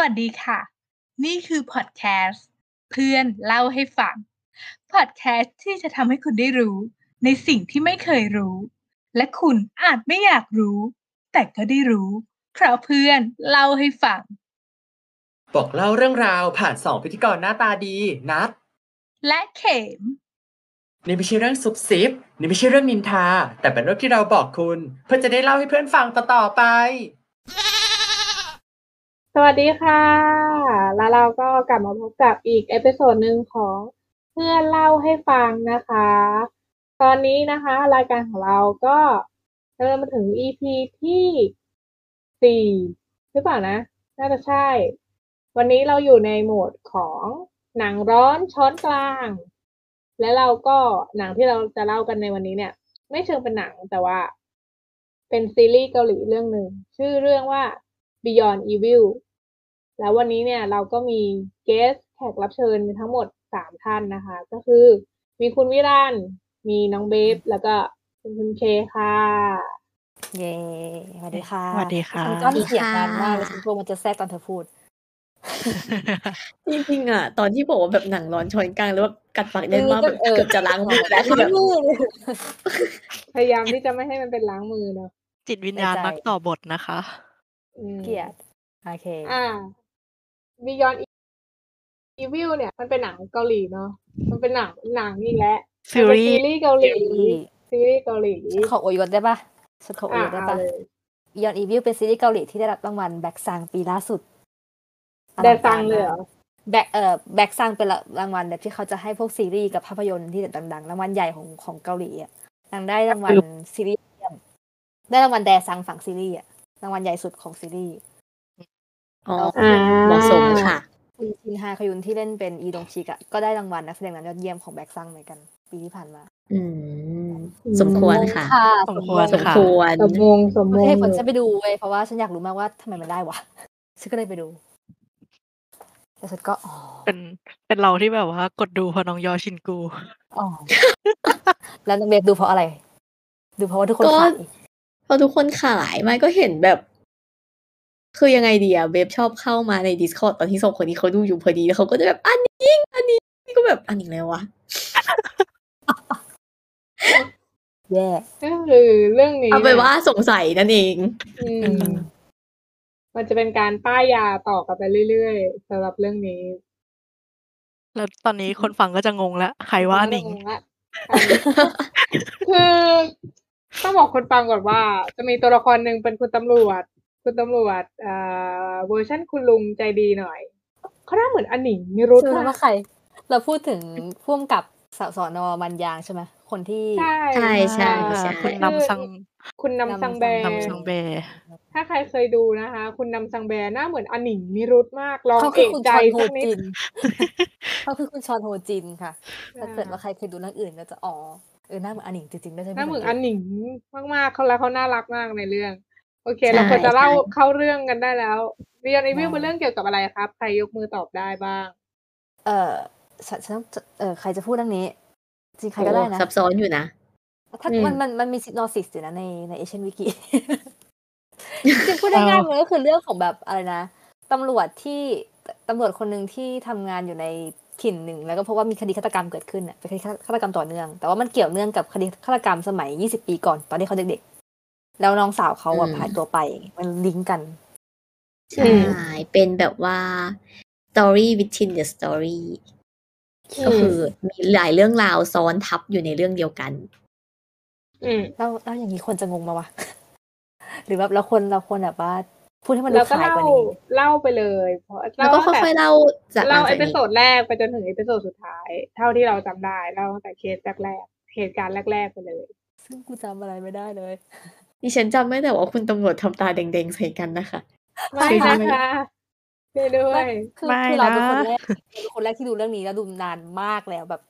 วัสดีค่ะ นี่คือพอดแคสต์เพื่อนเล่าให้ฟัง พอดแคสต์ที่จะทำให้คุณได้รู้ ในสิ่งที่ไม่เคยรู้ และคุณอาจไม่อยากรู้ แต่ก็ได้รู้ เพราะเพื่อนเล่าให้ฟัง บอกเล่าเรื่องราวผ่านสองพิธีกรหน้าตาดี นัด และเข็ม นี่ไม่ใช่เรื่องซุบซิบ นี่ไม่ใช่เรื่องนินทา แต่เป็นเรื่องที่เราบอกคุณ เพื่อจะได้เล่าให้เพื่อนฟังต่อๆไป สวัสดีค่ะ แล้วเราก็กลับมาพบกับอีกเอพิโซดหนึ่งของเพื่อนเล่าให้ฟังนะคะ ตอนนี้นะคะ รายการของเราก็เริ่มมาถึง EP ที่สี่หรือเปล่านะ น่าจะใช่ วันนี้เราอยู่ในโหมดของหนังร้อนช้อนกลาง และเราก็หนังที่เราจะเล่ากันในวันนี้เนี่ย ไม่เชิงเป็นหนังแต่ว่า เป็นซีรีส์เกาหลีเรื่องหนึ่งชื่อเรื่องว่า Beyond Evil แล้ววันนี้เนี่ยเราก็มีเกสแขกรับเชิญมีทั้งหมดสามท่านนะคะ ก็คือมีคุณวิรันมีน้องเบฟแล้วก็คุณพิมเคค่ะ เย้สวัสดีค่ะ สวัสดีค่ะ ฉันก็มีเสียงนานมากเลยฉันกลัวมันจะแทรกตอนเธอพูด จริงๆอ่ะ ตอนที่บอกว่าแบบหนังร้อนช้อนกลางแล้วว่ากัดปากแน่นมาก เออ แบบ เออ เกือบจะล้างมือ แล้วคือแบบ มือ พยายามที่จะไม่ให้มันเป็นล้างมือเนาะ จิตวิญญาณ ในใจ นักต่อบทนะคะ อืม เกลียดโอเค อ่า Beyond Evil เนี่ย มันเป็นหนังเกาหลีเนาะมันเป็นหนังหนังนี่แหละ ซีรี มันเป็นซี ส์ รีส์เกาหลี ซีรีส์ ซีรีส์เกาหลี ฉันขออวยยศได้ปะฉันขออวยยศได้ อ่า ปะ เลย Beyond Evil เป็นซีรีส์เกาหลีที่ได้รับรางวัลแบ็กซังปีล่าสุด แดนซังเลยเหรอ แบ็กเอ่อแบ็กซังเป็นรางวัลแบบที่เขาจะให้พวกซีรีส์กับภาพยนตร์ที่ดังๆรางวัลใหญ่ของของเกาหลีอ่ะนางได้รางวัลซีรีส์เยี่ยมได้รางวัลแดซังฝั่งซีรีส์อ่ะรางวัลใหญ่สุดของซีรีส์ อ๋อ อ่า เหมาะสมค่ะ คุณชินฮาคยุนที่เล่นเป็นอีดงชิกอะก็ได้รางวัลนักแสดงนำยอดเยี่ยมของแบ็กซังเหมือนกัน ปีที่ผ่านมา อืม สมควรค่ะ สม สม ง ควร ส ส ม ม ง ควร สมมงสมมง ให้ผลจะไปดูเว้ยเพราะว่าฉันอยากรู้มากว่าทำไมมันได้วะฉันก็เลยไปดูแต่ฉันก็อ๋อ เป็นเป็นเราที่แบบว่ากดดูเพอน้องยอชินกู อ๋อแล้วน้องเบฟดูเพราะอะไร ดูเพราะว่าทุกคน ก็ ขาย เพราะทุกคนขายมันก็เห็นแบบ คือยังไงดีอะเว็บชอบเข้ามาใน Discord ตอนที่สองคนนี้เขาดูอยู่พอดีแล้วเขาก็จะแบบอันนี้ยิงอันนี้ยิงก็แบบอันนี้แล้ววะ แย่ ก็คือเรื่องนี้ เอาไปนว่า นี่ย สงสัยนั่นเอง อืม มันจะเป็นการป้ายยาต่อกันไปเรื่อยๆสำหรับเรื่องนี้ แล้วตอนนี้คนฟังก็จะงงแล้วใครว่าหนิง ไม่ต้อละคือต้องบอกคนฟังก่อนว่า จะมีตัวละครหนึ่งเป็นคุณตำรวจ คุณตำรวจอ่าเวอร์ชั่นคุณลุงใจดีหน่อยเขาหน้าเหมือนอันหนิงนิรุธ เชื่อ มาก ว่าใคร เราพูดถึงพ่วงกับสสนมันยางใช่ไหมคนที่ ใช่ ใช่ใช่ อ่า ใช่ คุณ รับ นำซัง คุณนำซังแบ น นำซังเบย์ ถ้าใครเคยดูนะคะ คุณนำซังแบหน้าเหมือนอันหนิงนิรุธมากลอง เขาคื เอ อก คุณ ใจ ชอนโฮ สักนิ จิ ด นเขาคือคุณชอนโฮจินค่ะ อ่า ถ้าเกิดว่าใครเคยดูเรื่องอื่นก็จะอ๋อเออหน้าเหมือนอันหนิงจริงๆได้วยใช่ไหม หน้าเหมือนอั สั น งเกต หนิงมากๆเขาแล้วเขาน่ารักมากในเรื่อง โอเค ใช่ เราควรจะเล่า ใช่ เข้าเรื่องกันได้แล้วเรียนรีวิวเป็นเรื่องเกี่ยวกับอะไรครับ ใครยกมือตอบได้บ้าง เออฉันฉันต้องเออใครจะพูดเรื่องนี้ จริงใครก็ได้นะ โอ้ซับซ้อนอยู่นะ ถ้า อืม มันมันมันมีซินอสิสอยู่นะในในเอเชียนวิ กิจริงๆพูดได้ง่ายๆมันก็คือเรื่องของแบบอะไรนะตำรวจที่ตำรวจคนหนึ่งที่ทำงานอยู่ในถิ่นหนึ่ง แล้วก็พบว่ามีคดีฆาตกรรมเกิดขึ้นน่ะเป็นคดีฆาตกรรมต่อเนื่อง แต่ว่ามันเกี่ยวเนื่องกับคดีฆาตกรรมสมัย 20 ปีก่อนตอนที่เขาเด็กๆ แล้วน้องสาวเขาแบบ อืม หายตัวไป มันลิงก์กัน ใช่เป็นแบบว่า story within the story ก็คือมีหลายเรื่องราวซ้อนทับอยู่ในเรื่องเดียวกัน อืม แล้วแล้วอย่างนี้คนจะงงมาวะ หรือแบบเราควรเราควรแบบว่าพูดให้มันดู เราก็ ขาย เล่าก ว่านี้ เล่าไปเลยเพราะ แล้วก็ค่อยๆเล่าจากห เล่า ลัง เอ จาก พิ นี้ โซดแรกไปจนถึงเอพิโซดสุดท้าย เท่าที่เราจำได้เล่าตั้งแต่เคสแรกๆเหตุการณ์แรก ๆ ไปเลย ซึ่งกูจำอะไรไม่ได้เลย ดิฉันจำไม่แต่ว่าคุณตำรวจทำตาแดงๆใส่กันนะคะ ไม่นะคะช่วยด้วย คือ ไม่ คือเราเป็นคน นะ แรกเราเป็นคนแรกที่ดูเรื่องนี้แล้วดูนานมากแล้วแบบ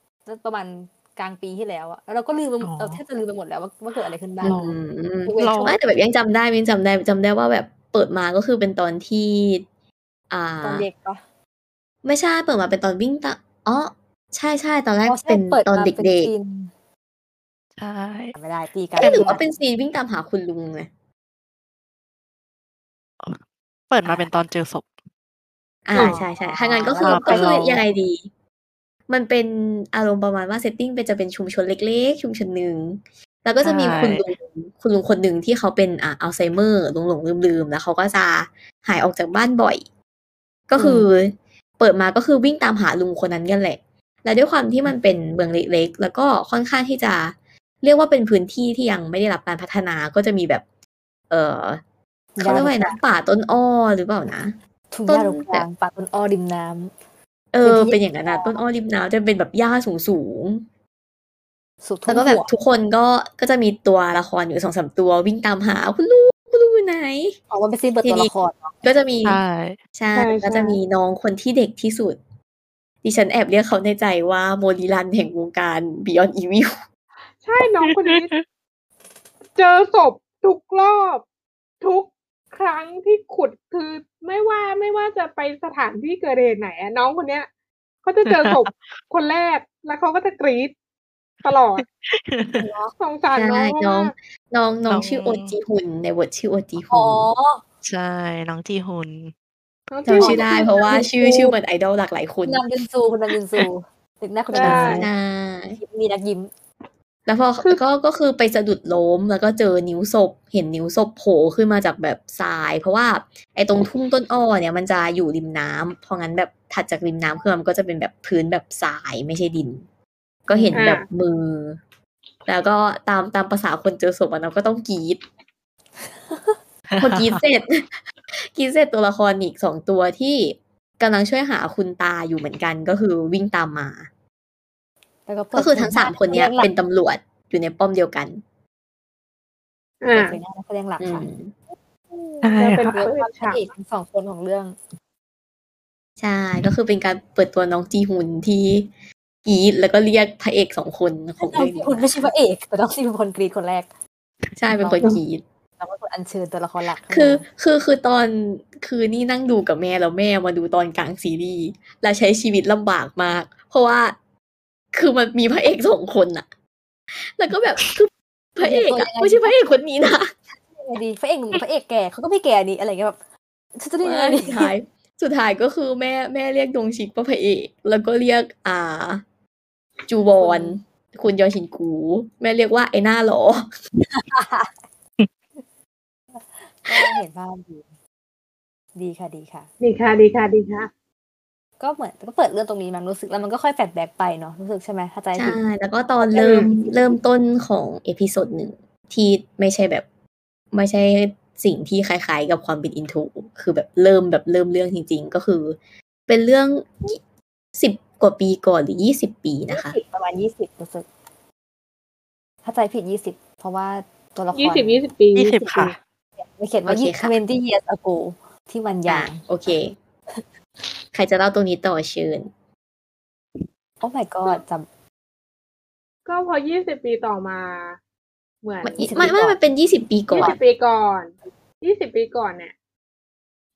ประมาณกลางปีที่แล้วอะแล้วเราก็ลืมไปหมด อ๋อ เราแทบจะลืมไปหมดแล้วว่าว่าเกิดอะไรขึ้นบ้าง อืม เรา ไม่แต่แบบยังจำได้ยังจำได้จำได้ว่าแบบเปิดมาก็คือเป็นตอนที่ อ่า ตอนเด็กปะ ไม่ใช่เปิดมาเป็นตอนวิ่งตะอ๋อใช่ใช่ตอนแรก อ๋อใช่ เป็น เปิด ตอน มา เ เป็น ด็ก ซีน ใช่ จำไม่ได้ตี ๆ กัน เอ๊ะหรือว่าเป็นซีนวิ่งตามหาคุณลุงนะ เปิดมาเป็นตอนเจอศพ อ่า อ๋อ ใช่ใช่ถ้างั้นก็คือ เราไป ก็คือ ลอง ยังไงดี มันเป็นอารมณ์ประมาณว่าเซตติ้งเป็นจะเป็นชุมชนเล็ก ๆ ชุมชนหนึ่ง แล้วก็จะมี ใช่ คุณลุงคุณลุงคนหนึ่งที่เขาเป็นอ่าอัลไซเมอร์หลงหลงลืมลืมๆ แล้วเขาก็จะหายออกจากบ้านบ่อย ก็คืออเปิดมาก็คือวิ่งตามหาลุงคนนั้นกันแหละ และด้วยความที่มันเป็นเมืองเล็กๆ แล้วก็ค่อนข้างที่จะเรียกว่าเป็นพื้นที่ที่ยังไม่ได้รับการพัฒนาก็จะมีแบบ เออเขาเรียกว่าอะไรนะป่าต้นอ้อหรือเปล่านะ ทุ่ง ต้ ห น ญ้ารกร้างป่าต้นอ้อดิมน้ำ เออเป็นที่ เป็นอย่างนั้นนะต้นอ้อริมน้ำจะเป็นแบบหญ้าสูงสูง สุด ๆ ทุ่ แล้ว ง ก็แบบ หัว ทุกคนก็ก็จะมีตัวละครอยู่สองสามตัววิ่งตามหาคุณลุงคุณลุงอยู่ไหน ออกมาเป็นซีนเปิด ที ตัว นี้ ละครเนอะ ก็จะมี ใช่ ใช่ ใช่ ก็จะ ใช่ มีน้องคนที่เด็กที่สุด ดิฉันแอบเรียกเขาในใจว่าโมดิลันแห่งวงการ Beyond Evil ใช่น้องคนนี้ เจอศพทุกรอบ ทุกครั้งที่ขุดคือไม่ว่าไม่ว่าจะไปสถานที่เกิดเหตุไหนอะน้องคนเนี้ยเขาจะเจอศพ คนแรกแล้วเขาก็จะกรีดตลอดสงสาร ใช่ น้น้อองมาง ก น้องน้องน้อง ชื่อโอจีฮุนในบทชื่อโอจีฮุ อ๋อน ใช่ น้องจีฮุน น้อง จำชื่อได้เพราะว่าชื่อชื่อเหมือนไอดอลหลากหลายค คุ น ณนำยินซูคุณนำยินซูนึกหน้าคุณนำยินซู ใช่ มีนักยิ้ม แล้วพอก็ก็ คือไปสะดุดล้มแล้วก็เจอนิ้วศพ เห็นนิ้วศพโผล่ขึ้นมาจากแบบทราย เพราะว่าไอ้ตรงทุ่งต้นอ้อเนี่ยมันจะอยู่ริมน้ำเพราะงั้นแบบถัดจากริมน้ำขึ้นมามันก็จะเป็นแบบพื้นแบบทรายไม่ใช่ดิน ก็เห็นแบบมือ แล้วก็ตามตามภาษาคนเจอศพอะเนาะก็ต้องก รีด พอกรีดเสร็จ กรีดเสร็จตัวละครอีกสองตัวที่กำลังช่วยหาคุณตาอยู่เหมือนกันก็คือวิ่งตามมา แล้วก็เปิด ก็คือทั้งสามคนเนี้ยเป็นตำรวจอยู่ในป้อมเดียวกัน อ่า เป็นหน้านักแสดงหลัก อื ค่ะ ม ใช่ เป็น ค่ะ แล้วก็พระเอกทั้งสองคนของเรื่อง ใช่ ก็คือเป็นการเปิดตัวน้องจีฮุนที่กรีดแล้วก็เรียกพระเอกสองคนของ น้อง เรื่อง ที่ นี้ คุณไม่ใช่พระเอกแต่น้องที่เป็นคนกรีดคนแรก ใช่เป็นคนกรีด แล้วก็คนอัญเชิญตัวละครหลักเข้ามา คือ คือคือตอนคือนี่นั่งดูกับแม่แล้วแม่มาดูตอนกลางซีรีส์แล้วใช้ชีวิตลำบากมาก เพราะว่าคือมันมีพระเอกสองคนอะแล้วก็แบบคือพระเอกอะไม่ใช่พระเอกคนนี้นะ ยังไงดีพระเอกหนุ่มกับพระเอกแก่เขาก็ไม่แก่นี่อะไรเงี้ยแบบฉันจะได้ยังไงดี สุด ท้ายสุดท้ายก็คือแม่แม่เรียกดงชิกว่าพระเอก แล้วก็เรียกอ่า จูบอน คุณยอชินกู แม่เรียกว่าไอ้หน้าหลอ ก็เห็นภาพดีดีค่ะดีค่ะ ดีค่ะดีค่ะดีค่ะ ก็เหมือนก็เปิดเรื่องตรงนี้มันรู้สึกแล้วมันก็ค่อยแฟลชแบ็กไปเนาะรู้สึกใช่ไหมถ้าใจ ใช่ ผิด แล้วก็ตอนเริ่มเริ่มต้นของเอพิโซดหนึ่งที่ไม่ใช่แบบ ไม่ใช่สิ่งที่คล้ายๆกับความเป็นอินโทรคือแบบเริ่มแบบเริ่มเรื่องจริงๆ ก็คือ เป็นเรื่องสิบกว่าปีก่อนหรือยี่สิบปีนะคะ ยี่สิบประมาณยี่สิบรู้สึก ถ้าใจผิดยี่สิบเพราะว่าตัวละคร ยี่สิบยี่สิบปี ยี่สิบค่ะ ไม่เขียนว่า โอเค ยี่ ค่ะ สิบ 20 years ago ที่มันยา อ่ะ ง โอเค ใครจะเล่าตรงนี้ต่อเชิญ โอ้ my god จำ ก็พอยี่สิบปีต่อมา เหมือน ไม่ 20ปี ไม่ไม่ ก่อน มันเป็นยี่สิบปีก่อ ยี่ น สิบปีก่อน ยี่สิบปีก่อนเนี่ย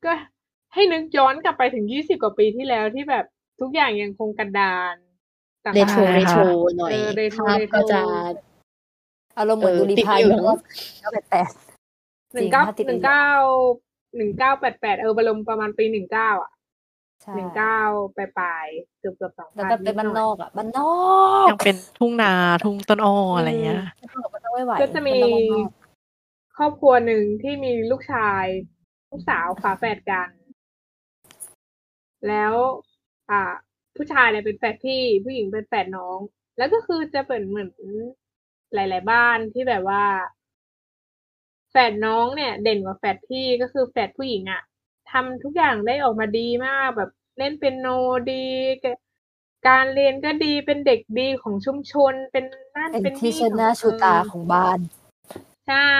ก็ให้นึกย้อนกลับไปถึงยี่สิบกว่าปีที่แล้วที่แบบทุกอย่างยังคงกันดารต่าง เรโทรเรใช่ค่ะ โทรหน่อย เออ retro ภาพก็จะ อารมณ์เหมือน เออ ดูรี ติด พาย เหลื ย้ อง อนแล้วแปด ๆหนึ่งเก้า ติด หนึ่งเก้าเก้าหนึ่งเก้าแปดแปดเออบรมประมาณปีหนึ่งเก้าอ่ะ ใช่ หนึ่งเก้าปลายปลายๆเกือบเกือบสองพั แล้ว น ก็เป็นบ้านนอกอ่ะบ้านนอ ยั ก งเป็นทุ่งนาทุ่งต้นอ้ออะไรเงี้ย บ้านนอกบ้านนอกไม่ไหว ก็จะมี บ้านนอกบ้านนอก ครอบครัวหนึ่งที่มีลูกชาย ลูกสาวฝาแฝดกัน แล้ว อ่า ผู้ชายเนี่ยเป็นแฝดพี่ ผู้หญิงเป็นแฝดน้อง แล้วก็คือจะเป็นเหมือนหลาย ๆ บ้านที่แบบว่า แฝดน้องเนี่ย เด่นกว่าแฝดพี่ก็คือแฝดผู้หญิงอะทำทุกอย่างได้ออกมาดีมากแบบเล่นเป็นโนดีกการเรียนก็ดีเป็นเด็กดีของชุมชนเป็นนั่น เป็ เป็น น นี่ ที่ชนะ ของ ชูตา เออ ของบ้าน ใช่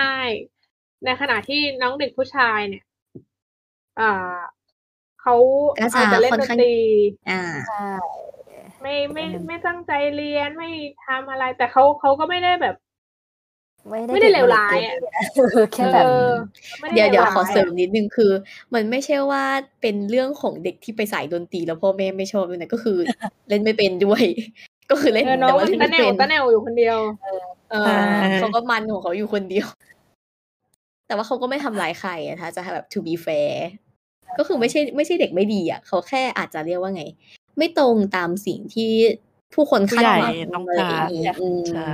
ในขณะที่น้องเด็กผู้ชายเนี่ย อ่าเขา ก็จะ อาจจะเล่น ค่อน ดน ข้าง ตรี อ่า ไม่ไม่ เป็น ไม่ตั้งใจเรียนไม่ทำอะไร แต่เขาเขาก็ไม่ได้แบบ ไม่ได้ ไม่ได้เลวร้ายอะ เออ แค่แบบ เออไม่ เดี๋ยวเดี๋ยว ลา ขอเสริมนิดนึงคือ มันไม่ใช่ว่าเป็นเรื่องของเด็กที่ไปสายดนตรีแล้วพ่อแม่ไม่ชอบด้วยนะก็คือ เล่นไม่เป็นด้วย ก็คือเล่น เออน้อแต่งว่า มัน เล่น ตะ ไม่ แนว เป็น ตะแนวอยู่คนเดียว เออ ใช่ เขาก็มันของเขา อยู่คนเดียว แต่ว่าเขาก็ไม่ทำร้ายใครอะถ้าจะแบบ to be fair ใช่ ก็คือไม่ใช่ไม่ใช่เด็กไม่ดีอ่ะเขาแค่อาจจะเรียกว่าไง ไม่ตรงตามสิ่งที่ผู้คน ผู้ คาด ใหหญ่วัง ต้อง อะไร การ อย่างนี้อืม ใช่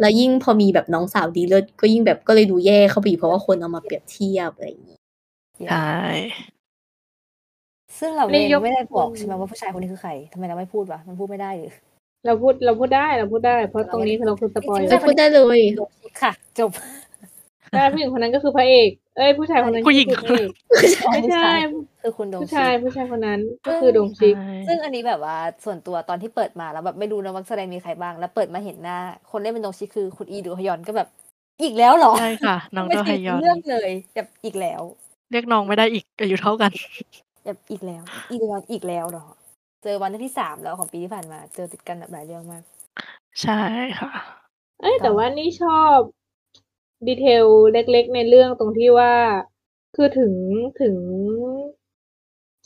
แล้วยิ่งพอมีแบบน้องสาวดีเลิศก็ยิ่งแบบก็เลยดูแย่เข้าไปอีกเพราะว่าคนเอามาเปรียบเทียบอะไรอย่างนี้ ใช่ ซึ่งเรา นี่ เอง ยก ไม่ได้บอกใช่ไหมว่าผู้ชายคนนี้คือใครทำไมเราไม่พูดวะมันพูดไม่ได้หรือ เราพูดเราพูดได้เราพูดได้ เพราะตรงนี้เราคือสปอย จริงๆ จะพูดได้เลย จบค่ะ จบ ใช่ผู้หญิงคนนั้นก็คือพระเอก เอ้ยผู้ชายคนนั้น ผู้หญิง ก็คือพระเอกไม่ใช่ คือคุณดง ผู้ ชิ ชาย ก ผู้ชายคนนั้นก็คือดงชิก ซึ่งอันนี้แบบว่าส่วนตัวตอนที่เปิดมาแล้วแบบไม่รู้นะว่าแสดงมีใครบ้าง แล้วเปิดมาเห็นหน้า คนเล่นเป็นดงชิกคือคุณอีดูฮยอนก็แบบ อีกแล้วเหรอ ใช่ค่ะ น้อง ไม่ เจ้าไฮ ใช่ ยอน เรื่องเลยแบบอีกแล้ว เรียกน้องไม่ได้อีกอายุเท่ากัน แบบอีกแล้ว อีดูฮยอนอีกแล้วเหรอเจอวันที่สามแล้วของปีที่ผ่านมา เจอติดกันแบบหลายเรื่องมาก ใช่ค่ะ เอ้ย ต่อ แต่ว่านี่ชอบดีเทลเล็กๆ ในเรื่องตรงที่ว่าคือถึงถึง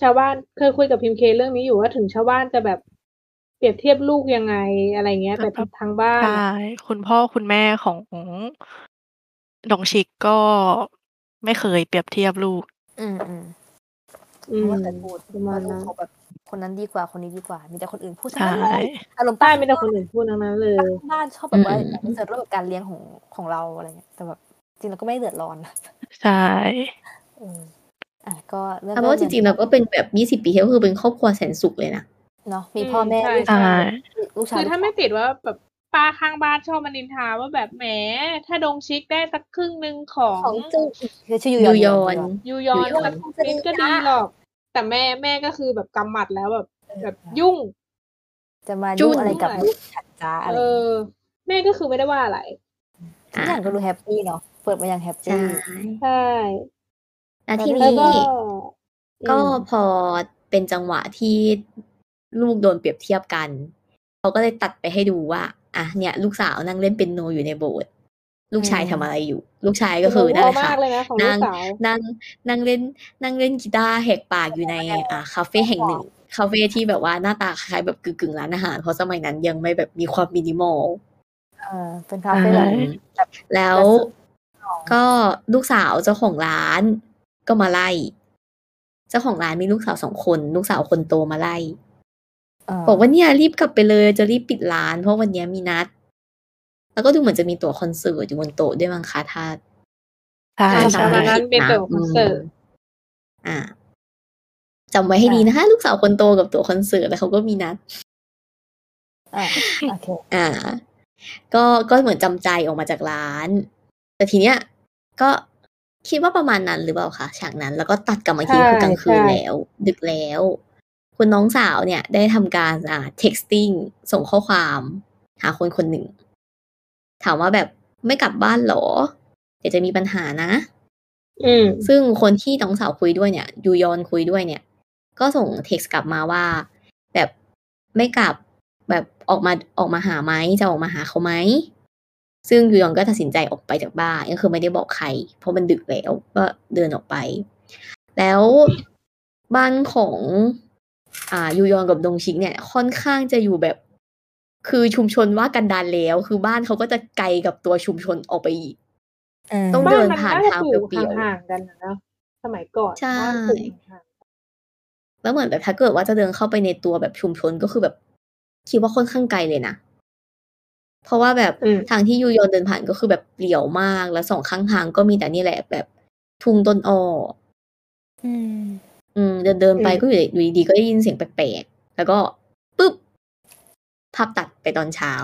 ชาวบ้านเคยคุยกับพิมเคเรื่องนี้อยู่ว่าถึงชาวบ้านจะแบบเปรียบเทียบลูกยังไงอะไรเงี้ย ครั แบบ บทางบ้าน ใช่คุณพ่อคุณแม่ของดองชิกก็ไม่เคยเปรียบเทียบลูก อืมอืม อื เพ ม ราะว่าเคยพูด ประมา ว่า ณ ลูก นั้น เขาแบบคนนั้นดีกว่าคนนี้ดีกว่า มีแต่คนอื่นพูดทั้ง ใช่ นั้นเลยอารมณ์ ใช่ ป้า ไม่ได้คนอื่นพูดทั้งนั้นเลย บ้านชอบแบบว่า อืม อยากจะเสริมรูปแบบการเลี้ยงของของเราอะไรเงี้ยแต่แบบจริงเราก็ไม่ได้เดือดร้อนนะ ใช่ เอออ่ะก็เริ่ม เพราะว่าจริงๆเราก็เป็นแบบยี่สิบปีที่แล้วก็คือเป็นครอบครัวแสนสุขเลยนะ เนาะมีพ่อแม่ อืม ลูกชายลูกใช่ชาย คือถ้าไม่ติดว่าแบบป้าข้างบ้านชอบมานินทาว่าแบบแหมถ้าดงชิกได้สักครึ่งหนึ่งของ ของจุ๊คือชื่อ ยู ยู ย ย อ อน น ยูยอน ยูยอน สักนิดก็ดีหรอก แต่แม่แม่ก็คือแบบกำหมัดแล้วแบบ แบบยุ่ง จะมา จุ้ ยุ่ น งอะไรกับลูกฉันจ้าอะไร เอ เงี้ย อแม่ก็คือไม่ได้ว่าอะไร ทุกอย่างก็ดูแฮปปี้เนาะเปิดมาอย่างแฮป ใช่ ปี้ ใช่ แล้วที แล้ นี้ วก็ ก็ อืม พอเป็นจังหวะที่ลูกโดนเปรียบเทียบกัน เขาก็เลยตัดไปให้ดูว่า อ่ะเนี่ย ลูกสาวนั่งเล่นเป็นโนอยู่ในโบสถ์ลูกชายทำอะไรอยู่ ลูกชายก็คือ เป็ นั่นแห น ละค่ะเรื่องมากเลยนะของลูก นาง สาว นั่งนั่งเล่นนั่งเล่นกีตาร์แหกปากอยู่ในอ่าคาเฟ่แห่งหนึ่ง คาเฟ่ที่แบบว่าหน้าตาคล้ายแบบกึ่งๆร้านอาหารเพราะสมัยนั้นยังไม่แบบมีความมินิมอล เออเป็นคาเฟ่แบบ อืม แบบ แล้วก็ลูกสาวเจ้าของร้านก็มาไล่ เจ้าของร้านมีลูกสาวสองคน ลูกสาวคนโตมาไล่ เออ บอกว่าเนี่ยรีบกลับไปเลยจะรีบปิดร้าน เพราะวันเนี้ยมีนัด แล้วก็ดูเหมือนจะมีตั๋วคอนเสิร์ตอยู่บนโต๊ะด้วยมั้งคะถ้า ใช่ ถ้า ใช่ จำไม่ผิดนะอืมอ่าจำไว้ให้ดีนะคะ ลูกสาวคนโตกับตั๋วคอนเสิร์ตแล้วเขาก็มีนัด อ่ะโอเค อ่า ก็ก็เหมือนจำใจออกมาจากร้าน แต่ทีเนี้ย ก็คิดว่าประมาณนั้นหรือเปล่าคะฉากนั้น แล้วก็ตัดกลับมาอีกทีคือกลางคืนแล้ว ดึกแล้ว คุณน้องสาวเนี่ย ได้ทำการอ่า texting ส่งข้อความ หาคนคนหนึ่ง ถามว่าแบบไม่กลับบ้านเหรอ เดี๋ยวจะมีปัญหานะ อืม ซึ่งคนที่น้องสาวคุยด้วยเนี่ยยูยอนคุยด้วยเนี่ย ก็ส่งเท็กซ์กลับมาว่า แบบไม่กลับแบบออกมาออกมาหาไหมจะออกมาหาเขาไหมซึ่งยูยอนก็ตัดสินใจออกไปจากบ้านก็คือไม่ได้บอกใคร เพราะมันดึกแล้วก็เดินออกไป แล้วบ้านของอ่ายูยอนกับดงชิกเนี่ย ค่อนข้างจะอยู่แบบ คือชุมชนว่ากันดารแล้ว คือบ้านเขาก็จะไกลกับตัวชุมชนออกไปอีก อืม ต้อง บ้า เดิ น น มัน ผ่าน น่าจะ ทาง ปลู เป ก ลี่ยวๆ ห่างๆกันนะเนอะสมัยก่อน ใช่ บ้านปลูกห่าง แล้วเหมือนแบบถ้าเกิดว่าจะเดินเข้าไปในตัวแบบชุมชนก็คือแบบ คิดว่าค่อนข้างไกลเลยนะ เพราะว่าแบบ ๆอืม ทางที่ยูยอนเดินผ่านก็คือแบบเปลี่ยวมาก แล้วสองข้างทางก็มีแต่นี่แหละแบบทุ่งต้นอ้อ อืม อืมเดินเดินๆไปก็อยู่อยู่ดีๆก็ได้ยินเสียงแปลกๆแล้วก็ปุ๊บภาพตัดไปตอนเช้า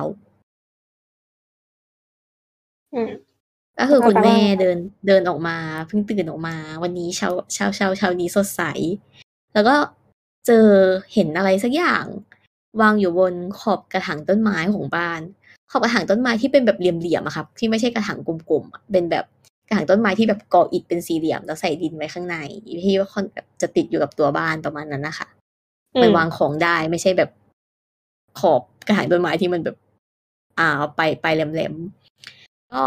อืม ก็คือคุณ แล้วก็ แม่เดินเดินออกมาเพิ่งตื่นออกมา วันนี้เช้าเช้าเช้าเช้านี้สดใส แล้วก็เจอเห็นอะไรสักอย่าง วางอยู่บนขอบกระถางต้นไม้ของบ้าน ขอบกระถางต้นไม้ที่เป็นแบบเหลี่ยมๆอะครับ ที่ไม่ใช่กระถางกลมๆอะเป็นแบบกระถางต้นไม้ที่แบบก่ออิฐเป็นสี่เหลี่ยมแล้วใส่ดินไว้ข้างในที่ว่าค่อนแบบจะติดอยู่กับตัวบ้านประมาณนั้นนะคะ อืม มันวางของได้ไม่ใช่แบบขอบกระถางต้นไม้ที่มันแบบ อ่าไปไปแหลมๆก็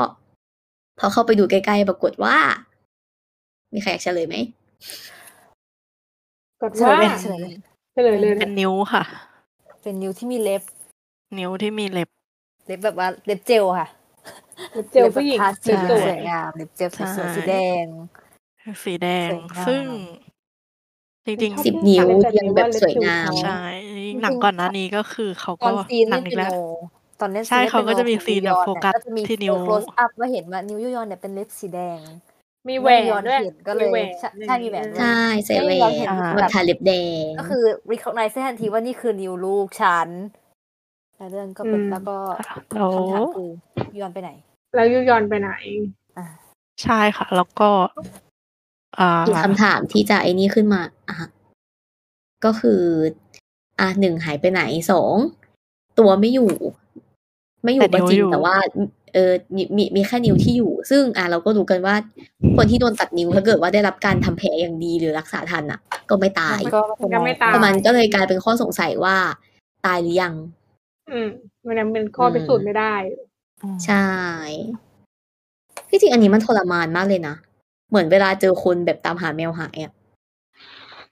พอเข้าไปดูใกล้ๆปรากฏว่า มีใครอยากเฉลยไหม กด เฉล ว่าย เลยเฉลยเลเฉลยยเลย เป็น นะ นิ้วค่ะ เป็นนิ้วที่มีเล็บ นิ้วที่มีเล็บ เล็บแบบว่าเล็บเจลค่ะ เจลผู้หญิง แบบพาส ส ติก ใช่ วย สวยงามเล็บเจลสวย ใช่ ๆสีแดง สีแดง สวยงาม ซึ่ง จริง ชอบ สิบ ที่ นิ้ว เป็นแบบ ยังแบบสวยงาม นี้ ๆ ว่า ใช่หนังก่อนหน้านี้ก็คือเขา ต ก็ อนซีน หนั เล่นงอี เป็นกแล้ว โนตอนเล่น ใช่ ซีนล่นป็นโน เขาก็จะมี ของ ซีนแบยูบยอ โฟกัส เยจะมี ที่นิ้ว โคลสอัพมาเห็นว่านิ้วยูยอนเนี่ยเป็นเล็บสีแดง มีแหวน ยอน ด้วย เห็นก็เลย มีแหวน ใช่ใช่มีใช่ใส่แหวแหวนด้วยเรา น เห็น แล้ แบ ว บ ทาเล็บแดง ก็คือ recognize ได้ทันทีว่านี่คือนิ้วลูกฉันแล้วเรื่องก็เป็น อืม แล้วก็ แล้ว คำถามคือยูยอนไปไหน แล้วยูยอนไปไหน ใช่ค่ะ แล้วก็อ่า อีกคำถามที่จะไอ้นี่ขึ้นมาอ่ะก็คือ อ่ะหนึ่งหายไปไหนสองตัวไม่อยู่ ไม่อยู่ก็จริงแต่ว่า เออมีมีมีแค่นิ้วที่อยู่ ซึ่งอ่ะเราก็รู้กันว่า คนที่โดนตัดนิ้วถ้าเกิดว่าได้รับการทำแผลอย่างดีหรือรักษาทันอ่ะ ก็ไม่ตาย ก็เป็นร ยังไม่ตาย แต่มันก็เลยกลายเป็นข้อสงสัยว่า ตายหรือยัง อืมมันยังเป็นข้อพิสูจน์ไม่ได้ อืม ใช่ที่จริงอันนี้มันทรมานมากเลยนะเหมือนเวลาเจอคนแบบตามหาแมวหายอ่ะ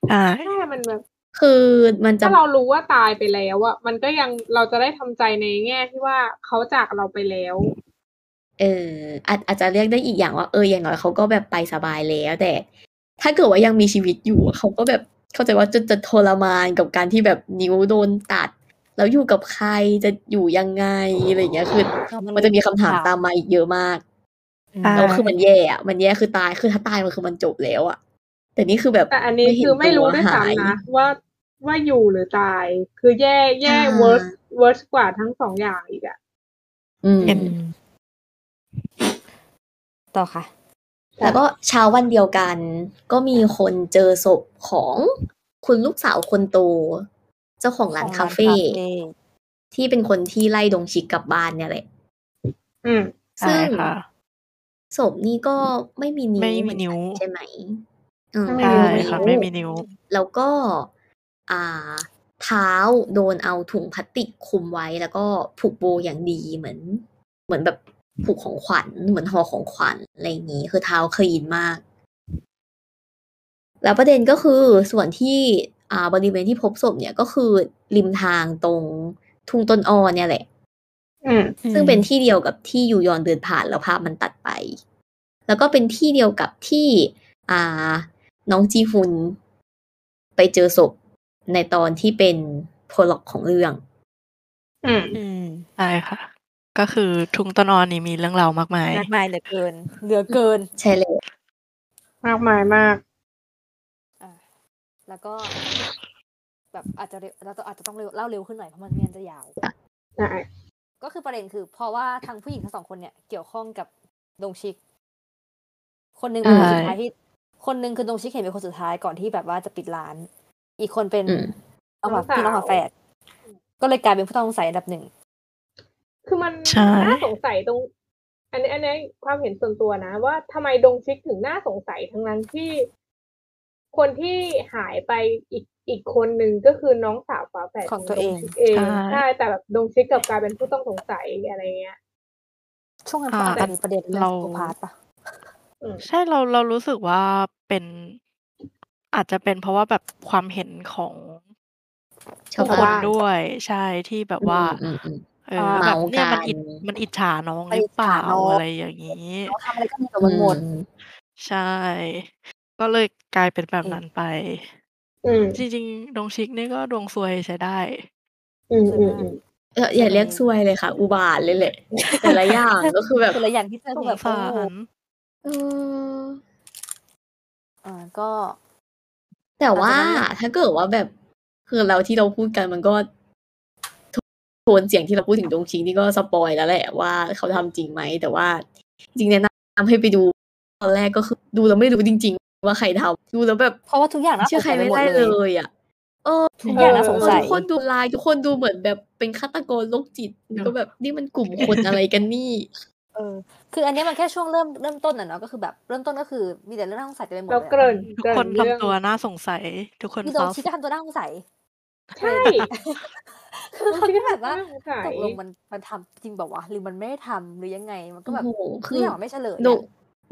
ใช่ ใช่มันแบบ คือมันจะ ถ้าเรารู้ว่าตายไปแล้วอะมันก็ยังเราจะได้ทำใจในแง่ที่ว่าเขาจากเราไปแล้ว เอออาจอาจจะเรียกได้อีกอย่างว่าเอออย่างน้อยเขาก็แบบไปสบายแล้ว แต่ ถ้าเกิดว่ายังมีชีวิตอยู่อะเขาก็แบบเข้าใจว่าจะจะทรมานกับการที่แบบนิ้วโดนตัด แล้วอยู่กับใครจะอยู่ยังไงอะไรอย่างเงี้ยคือ มันจะมีคำถามตามมาอีกเยอะมากแล้วคือมันแย่อะมันแย่คือตายคือถ้าตายมันคือมันจบแล้วอะแต่นี่คือแบบ แต่อันนี้ เห็ คือไม่รู้ ตั ด้วย หาย ซ้ำนะว่าว่าอยู่หรือตาย คือแย่แย่ ใช่ เวิร์สเวิร์สกว่าทั้งสองอย่างอีกอะ อืม เห็น ต่อค่ะ แล้วก็เช้าวันเดียวกัน ก็มีคนเจอศพของคุณลูกสาวคนโต เจ้าของร้าน ของร้าน คาเฟ่ คาเฟ่ ที่เป็นคนที่ไล่ดงชิกกลับบ้านเนี่ยแหละ อืม ใช่ ซึ่ง ค่ะ ศพนี่ก็ไม่มีนิ้ว ไม่มี เหอกั นิ้ว ใช่ไหมเออ ไม่ ใช่ มี ค่ะ นิ้ ไม่ ว มีนิ้ว แล้วก็ อ่า เท้าโดนเอาถุงพลาสติกคลุมไว้แล้วก็ผูกโบอย่างดีเหมือน เหมือนแบบผูกของขวัญเหมือนห่อของขวัญอะไรอย่างนี้ คือเท้าคลีนมาก แล้วประเด็นก็คือส่วนที่อ่าบริเวณที่พบศพเนี่ยก็คือริมทางตรงทุ่งต้นอ้อเนี่ยแหละ อืม ซึ่งเป็นที่เดียวกับที่ยูยอนเดินผ่านแล้วภาพมันตัดไป แล้วก็เป็นที่เดียวกับที่อ่าน้องจีฟุนไปเจอศพในตอนที่เป็นโพล็อกของเรื่อง อืม อืม ใช่ค่ะ ก็คือทุงตอนอนนี่มีเรื่องราวมากมาย มากมายเหลือเกิน เหลือเกิน ใช่เลย มากมายมาก แล้วก็ แบบอาจจะเร็วเราต้องอาจจะต้องเร็วเล่าเร็วขึ้นหน่อยเพราะมันเมียนจะยาว ได้ ก็คือประเด็นคือ เพราะว่าทางผู้หญิงทั้งสองคนเนี่ยเกี่ยวข้องกับดงชิก คนหนึ่งเป็นคน ใช่ สุดท้ายที่ คนหนึ่งคือดงชิกเห็นเป็นคนสุดท้ายก่อนที่แบบว่าจะปิดร้าน อีกคนเป็น อืม เอาแบบ น้องสาว พี่น้องฝาแฝดก็เลยกลายเป็นผู้ต้องสงสัยอันดับหนึ่ง คือมัน ใช่ น่าสงสัยตรง อันนี้อันนี้ความเห็นส่วนตัวนะ ว่าทำไมดงชิกถึงน่าสงสัยทั้งนั้นที่ คนที่หายไปอีกอีกคนหนึ่งก็คือน้องสาวฝาแฝด ของตัวเอง ดชิกเอง ใช่ ใช่แต่แบบดงชิกกลับกลายเป็นผู้ต้องสงสัยอะไรเงี้ย ช่วงนั้น อ่า เขาอาจจะมีประเด็นเรื่อง เรา โซพาร์ตปะ ใช่เราเรารู้สึกว่าเป็นอาจจะเป็นเพราะว่าแบบความเห็นของ ชาว ผู้ค บ้าน น ด้วยใช่ที่แบบว่า อืมอืม เออแบบเนี่ยมัน เมากัน อิจมันอิจฉาน้องหรือเปล่าอะไรอย่างนี้ เขาทำอะไรก็มีกับ อื มันหมด ม ใช่ ก็เลยกลายเป็นแบบ อืม นั้นไป อืม จริงๆดวงชิกนี่ก็ดวงซวยใช้ได้ อืมอืมอืม เอออย่าเรียกซวยเลยค่ะ อุบาทเลยแหละแต่ละอย่างก็คือแบบ คือละอย่างที่เจอ ส คือง แบบโอ้ สาร เออ อ่าก็ แต่ว่า อาจจะไม่ ถ้าเกิดว่าแบบคือเราที่เราพูดกันมันก็โทโทนเสียงที่เราพูดถึงดงชิงนี่ก็สปอยแล้วแหละว่าเขาทำจริงไหม แต่ว่าจริงๆแนะนำให้ไปดูตอนแรกก็คือดูแล้วไม่รู้จริง ๆ ว่าใครทำดูแล้วแบบ เพราะว่าทุกอย่างน่าส เชื่อง ใคร สัยไป ไม่ หมด ได้ เล เลย ยอ่ะเออ ทุกอย่างน่าสงสัย ทุกคนดูลายทุกคนดูเหมือนแบบเป็นฆาตกรโรคจิตก็แบบนี่มันกลุ่มคนอะไรกันนี่ เออ คืออันเนี้ยมันแค่ช่วงเริ่มเริ่มต้นอ่ะเนาะก็คือแบบเริ่มต้นก็คือมีแต่เรื่องน่าสงสัยเต็มไปหมด เรา เลยอะ เกริ่น ทุก เกริ่ คน เรื่อง ทำตัวน่าสงสัย ทุกคน พี่โด ซอน ฟ ชิก็ทำตัวน่าสงสัย ใช่ คือเขาก็แบบว่า ดงชิกก็น่สงสัย ตกลงมันมันทำจริงแบบว่าวะหรือมันไม่ได้ทำหรือยังไงมันก็ โอ้ แบบ โห ทุ คื ก อ อย่างมันไม่เฉลดยอะ ง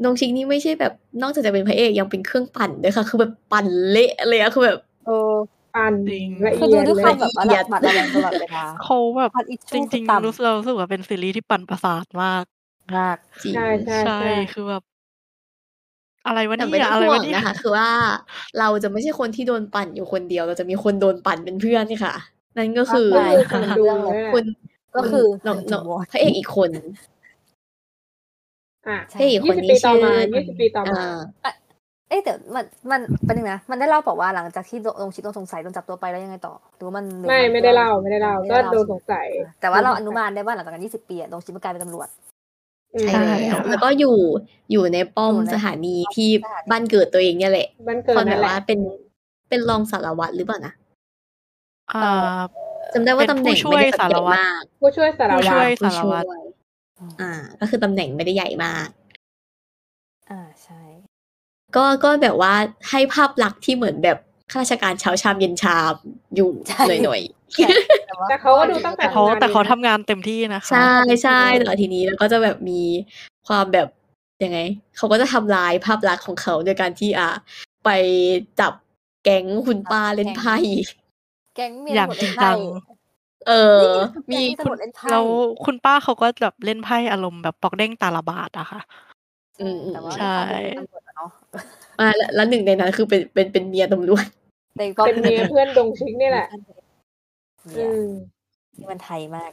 ดงชิงนี่ไม่ใช่แบบ นอกจากจะเป็นพระเอกยังเป็นเครื่องปั่นด้วยค่ะ คือแบบปั่นเละเลยอะคือแบบ เออ อันละ คือ เอี ดู ยด ด้วย เล ควาย มแบบว่าหลักหมัดระแวงตลอดเวลา เขาแบบ ความอิจ จ ฉาคื ริ อง ต่ ๆรู้สึกเรารู้สึกว่าเป็นซีรีส์ที่ปั่นประสาทมาก ำมาก จริง ใช่ใช่ ใช่ ใช่ คือแบบ อะไรวะ แต่ เนี่ ไม่ ย ต้อง อะไร ห่ว วะ ง เนี่ย นะคะ คือว่าเราจะไม่ใช่คนที่โดนปั่นอยู่คนเดียว เราจะมีคนโดนปั่นเป็นเพื่อนค่ะ นั่นก็คือ ใช่ ก็คนดูนั่นแหละ คุณ ก็คือ น้อง ฮันจิ น้อง วอน พระเอกอีกคน อ่ะ พระเอกอีก ยี่ คน สิบ นี้ ปีต่อ ชื่อ มายี่สิบปีต่อมา า เอ้ยแต่มันมันเป็นหนึ่งนะมันได้เล่าเปล่าว่าหลังจากที่โดนลงชิดโดนสงสัยโดนจับตัวไปแล้วยังไงต่อหรือว่ามันหรือ ไม่ น ไม่ได้เล่าไม่ได้เล่าก็ ไม่ไ โดนสงสัย แต่ว่าเราอนุมานได้ว่าหลังจากนั้นยี่สิบปีอะโดนชิดมันกลายเป็นตำรวจ อืม ใช่แล้วแล้วก็อยู่อยู่ในป้อม อยู่ใน สถานีที่ สถานี บ้านเกิดตัวเองเนี่ยแหละ บ้านเกิด ตอนแบ นั่น บ แหละ ว่าเป็นเป็นรองสารวัตรหรือเปล่านะ อ่า จำได้ว่า เป็ ตำ น แห ผู้ น่ง ช่ ไม่ วย ได้แบบใหสาร ญ่ วัตร มาก ผู้ช่วยสาร ผู้ วั ช่ ต วย ร สารวัตร ผู้ช่ยอ่า ก็คือตำแหน่งไม่ได้ใหญ่มาก อ่าใช่ ก็ก็แบบว่าให้ภาพลักษณ์ที่เหมือนแบบข้าราชการเช้าชามเย็นชามอยู่ ใช่ หน่อยหน่อย แต่เขาก็ดูตั้งแต่ แต่เขา ทำงน แต่เขา ลยนะ ทำงานเต็มที่นะ ๆ คะ ใช่ใช่แล้วทีนี้แล้วก็จะแบบมีความแบบยังไง เขาก็จะทำลายภาพลักษณ์ของเขาโดยการที่อ่าไปจับแก๊งคุณป้าเล่นไพ่ แก๊งเมีย อย่าง หมด จ เล่ ริง นไพ่ จัง เออ นี่ มี คือแก๊งที่ คุณตำรวจเล่นไพ่ แล้วคุณป้าเขาก็แบบเล่นไพ่อารมณ์แบบปอกเด้งตาละบาดอะค่ะ อืมอืม แต่ว่า ใช่ ตำรวจอะเนาะ อ่าแล้วแล้วหนึ่งในนั้นคือเป็นเป็นเป็นเมียตำรวจ แต่ก็ เป็นเมียเพื่อนดงชิกนี่แหละ เนี่ อื ย ม ที่มันไทยมาก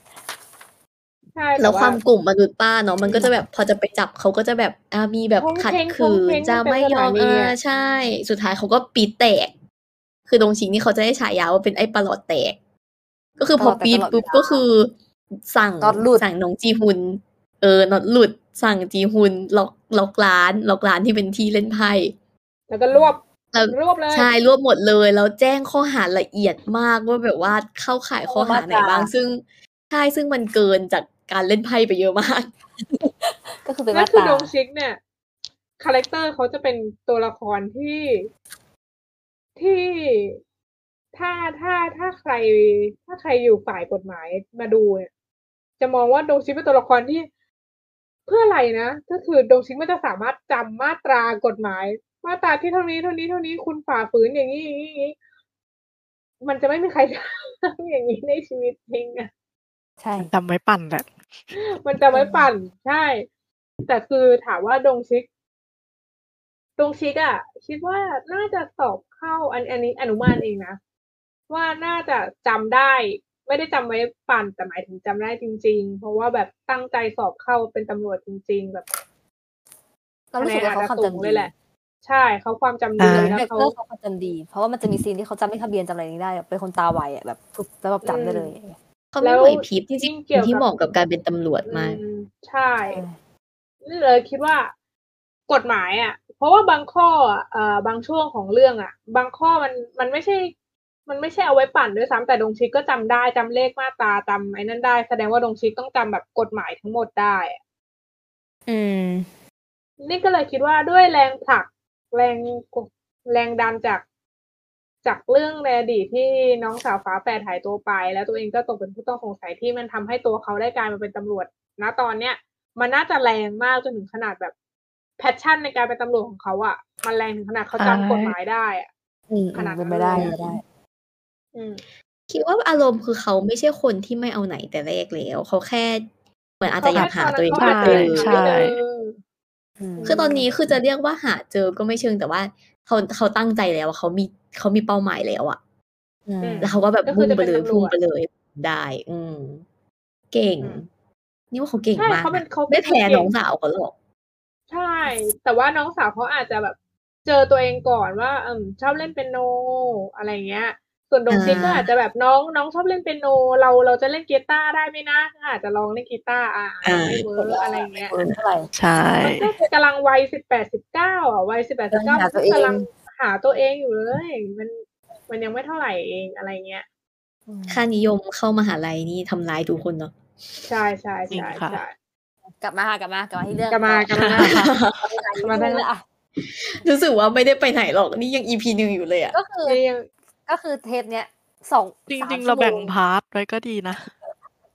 ใช่ แล้ว ต่ ความกลุ่มมนุษย์ป้าเนาะมันก็จะแบบพอจะไปจับเขาก็จะแบบอ่ามีแบบ ท้อง ขัด เท้งท้ ขื อง น เท้ง จะไม่ยอม เป็นสถานี อ่า อะ ใช่ สุดท้ายเขาก็ปีดแตก คือดงชิงนี่เขาจะได้ฉายาว่าเป็นไอ้ประหลอดแตก ก็คือพอปีดปุ๊บก็คือ สั่งสั่งน้องจีฮุน เออน็อตหลุด สั่งจีฮุนล็อกล็อกร้านล็อกร้านที่เป็นที่เล่นไพ่ แล้วก็รวบ แล้ว รวบเลย ใช่รวบหมดเลยแล้วแจ้งข้อหาละเอียดมากว่าแบบว่าเข้าข่ายข้อหาไหนบ้าง ซึ่งใช่ซึ่งมันเกินจากการเล่นไพ่ไปเยอะมาก ก็คือเป็น นั่ มาน คือ ตรา ดงชิกเนี่ยคาแรคเตอร์เขาจะเป็นตัวละครที่ที่ถ้าถ้าถ้าใคร ถ้าใครอยู่ฝ่ายกฎหมายมาดูเนี่ยจะมองว่าดงชิกเป็นตัวละครที่ เพื่ออะไรนะก็คือดงชิกมันจะสามารถจำมาตรากฎหมาย มาตราที่เท่านี้เท่านี้เท่านี้คุณฝ่าฝืนอย่างนี้อย่างนี้อย่างนี้มันจะไม่มีใคร ทำอย่างนี้ในชีวิตจริงอะ ใช่ จำไว้ปั่นแหละ มันจะไม่ปั่นใช่ แต่คือถามว่าดงชิก ดงชิกอะ่ะ คิดว่าน่าจะสอบเข้าอันอันนี้อนุมานเองนะ ว่าน่าจะจำได้ ไม่ได้จำไว้ปั่นแต่หมายถึงจำได้จริง ๆ เพราะว่าแบบตั้งใจสอบเข้าเป็นตำรวจจริง ๆ แบบ เรารู้สึกว่าเขาความจำดี เลยแหละ ใช่เขาความจำ อ่ ดี เรื่อง แล้ว แบบ เขา เรื่องเขาความจำดี เพราะว่ามันจะมีซีนที่เขาจำไม่ทะเบียนจำอะไรนี้ได้แบบเป็นคนตาไวอ่ะแบบปุ๊บแล้วแบบจำได้เลย เขาไม่ แล้ว ไหวพริบจ ยิ่ ริง งเกี่ยว ๆที่ กับ เหมาะกับการเป็นตำรวจมาก อืมใช่ นี่เลยคิดว่ากฎหมายอ่ะ เพราะว่าบางข้ออ่ะเอ่อบางช่วงของเรื่องอ่ะ บางข้อมันมันไม่ใช่ มันไม่ใช่เอาไว้ปั่นด้วยซ้ำแต่ดงชิกก็จำได้จำเลขมาตราจำไอ้นั่นได้ แสดงว่าดงชิกต้องจำแบบกฎหมายทั้งหมดได้อะ อืม นี่ก็เลยคิดว่าด้วยแรงผลักแรงกดแรงดันจาก จากเรื่องในอดีตที่น้องสาวฝาแฝดหายตัวไป แล้วตัวเองก็ตกเป็นผู้ต้องสงสัยที่มันทำให้ตัวเขาได้กลายมาเป็นตำรวจนะตอนเนี้ย มันน่าจะแรงมากจนถึงขนาดแบบแพชชั่นในการเป็นตำรวจของเขาอะมันแรงถึงขนาดเขาจำกฎหมายได้อะ อืม ขนาดนั้ เป็น น ไปได้ เลย เป็นไปได้ อืม คิดว่าอารมณ์คือเขาไม่ใช่คนที่ไม่เอาไหนแต่แรกแล้ว เขาแค่เหมือนอาจจะอยากหาตัวเอง เขา ให้ แค่ เจ ตน อ นั้นเขา ใช่ ไม่เจอ อืม คือตอนนี้คือจะเรียกว่าหาเจอก็ไม่เชิงแต่ว่าเขาเขาตั้งใจแล้วเขามีเขามีเป้าหมายแล้วอะ อืม แล้วเขาก็แบบ ก็คือ มุ่ง จะ ไป เป็น เลย ตำรวจ พุ่งไปเลย ได้ อืม เก่ง อืม นี่ว่าเขาเก่ง ใช่ มาก เขาเป็น นะ เขาเป็น ไม่แพ้ คนเก่ง น้องสาวเขาหรอก ใช่ แต่ว่าน้องสาวเขาอาจจะแบบ เจอตัวเองก่อนว่าเอมชอบเล่นเปียโนอะไรเงี้ย ส่วนดงชิกก็ อ่า อาจจะแบบน้องน้องชอบเล่นเปียโน เราเราจะเล่นกีตาร์ได้ไหมนะก็อาจจะลองเล่นกีตาร์อ่ะไม่เวิร์กอะไรเงี้ย เออเท่าไหร่ ใช่ มันก็กำลังวัยสิบแปดสิบเก้าอ่ะวัยสิบแปดสิบเก้ามันก็กำลังหาตัวเองอยู่เลย มันมันยังไม่เท่าไหร่เองอะไรเงี้ย ค่านิยมเข้ามหาลัยนี่ทำร้ายทุกคนเนาะ ใช่ใช่ จริง ใช่ ค่ะ ใช่ กลับมากลับมากลับมาที่เรื่อง กลับมากลับมา กลับมาที่เรื่องอ่ะ รู้สึกว่าไม่ได้ไปไหนหรอกนี่ยังอีพีหนึ่งอยู่เลยอะ ก็คือ นี่ยัง ก็คือเทปเนี้ยสอง จ สม ริงชั่ๆเรา วโม แบ่งพาร์ทไว้ก็ดีนะ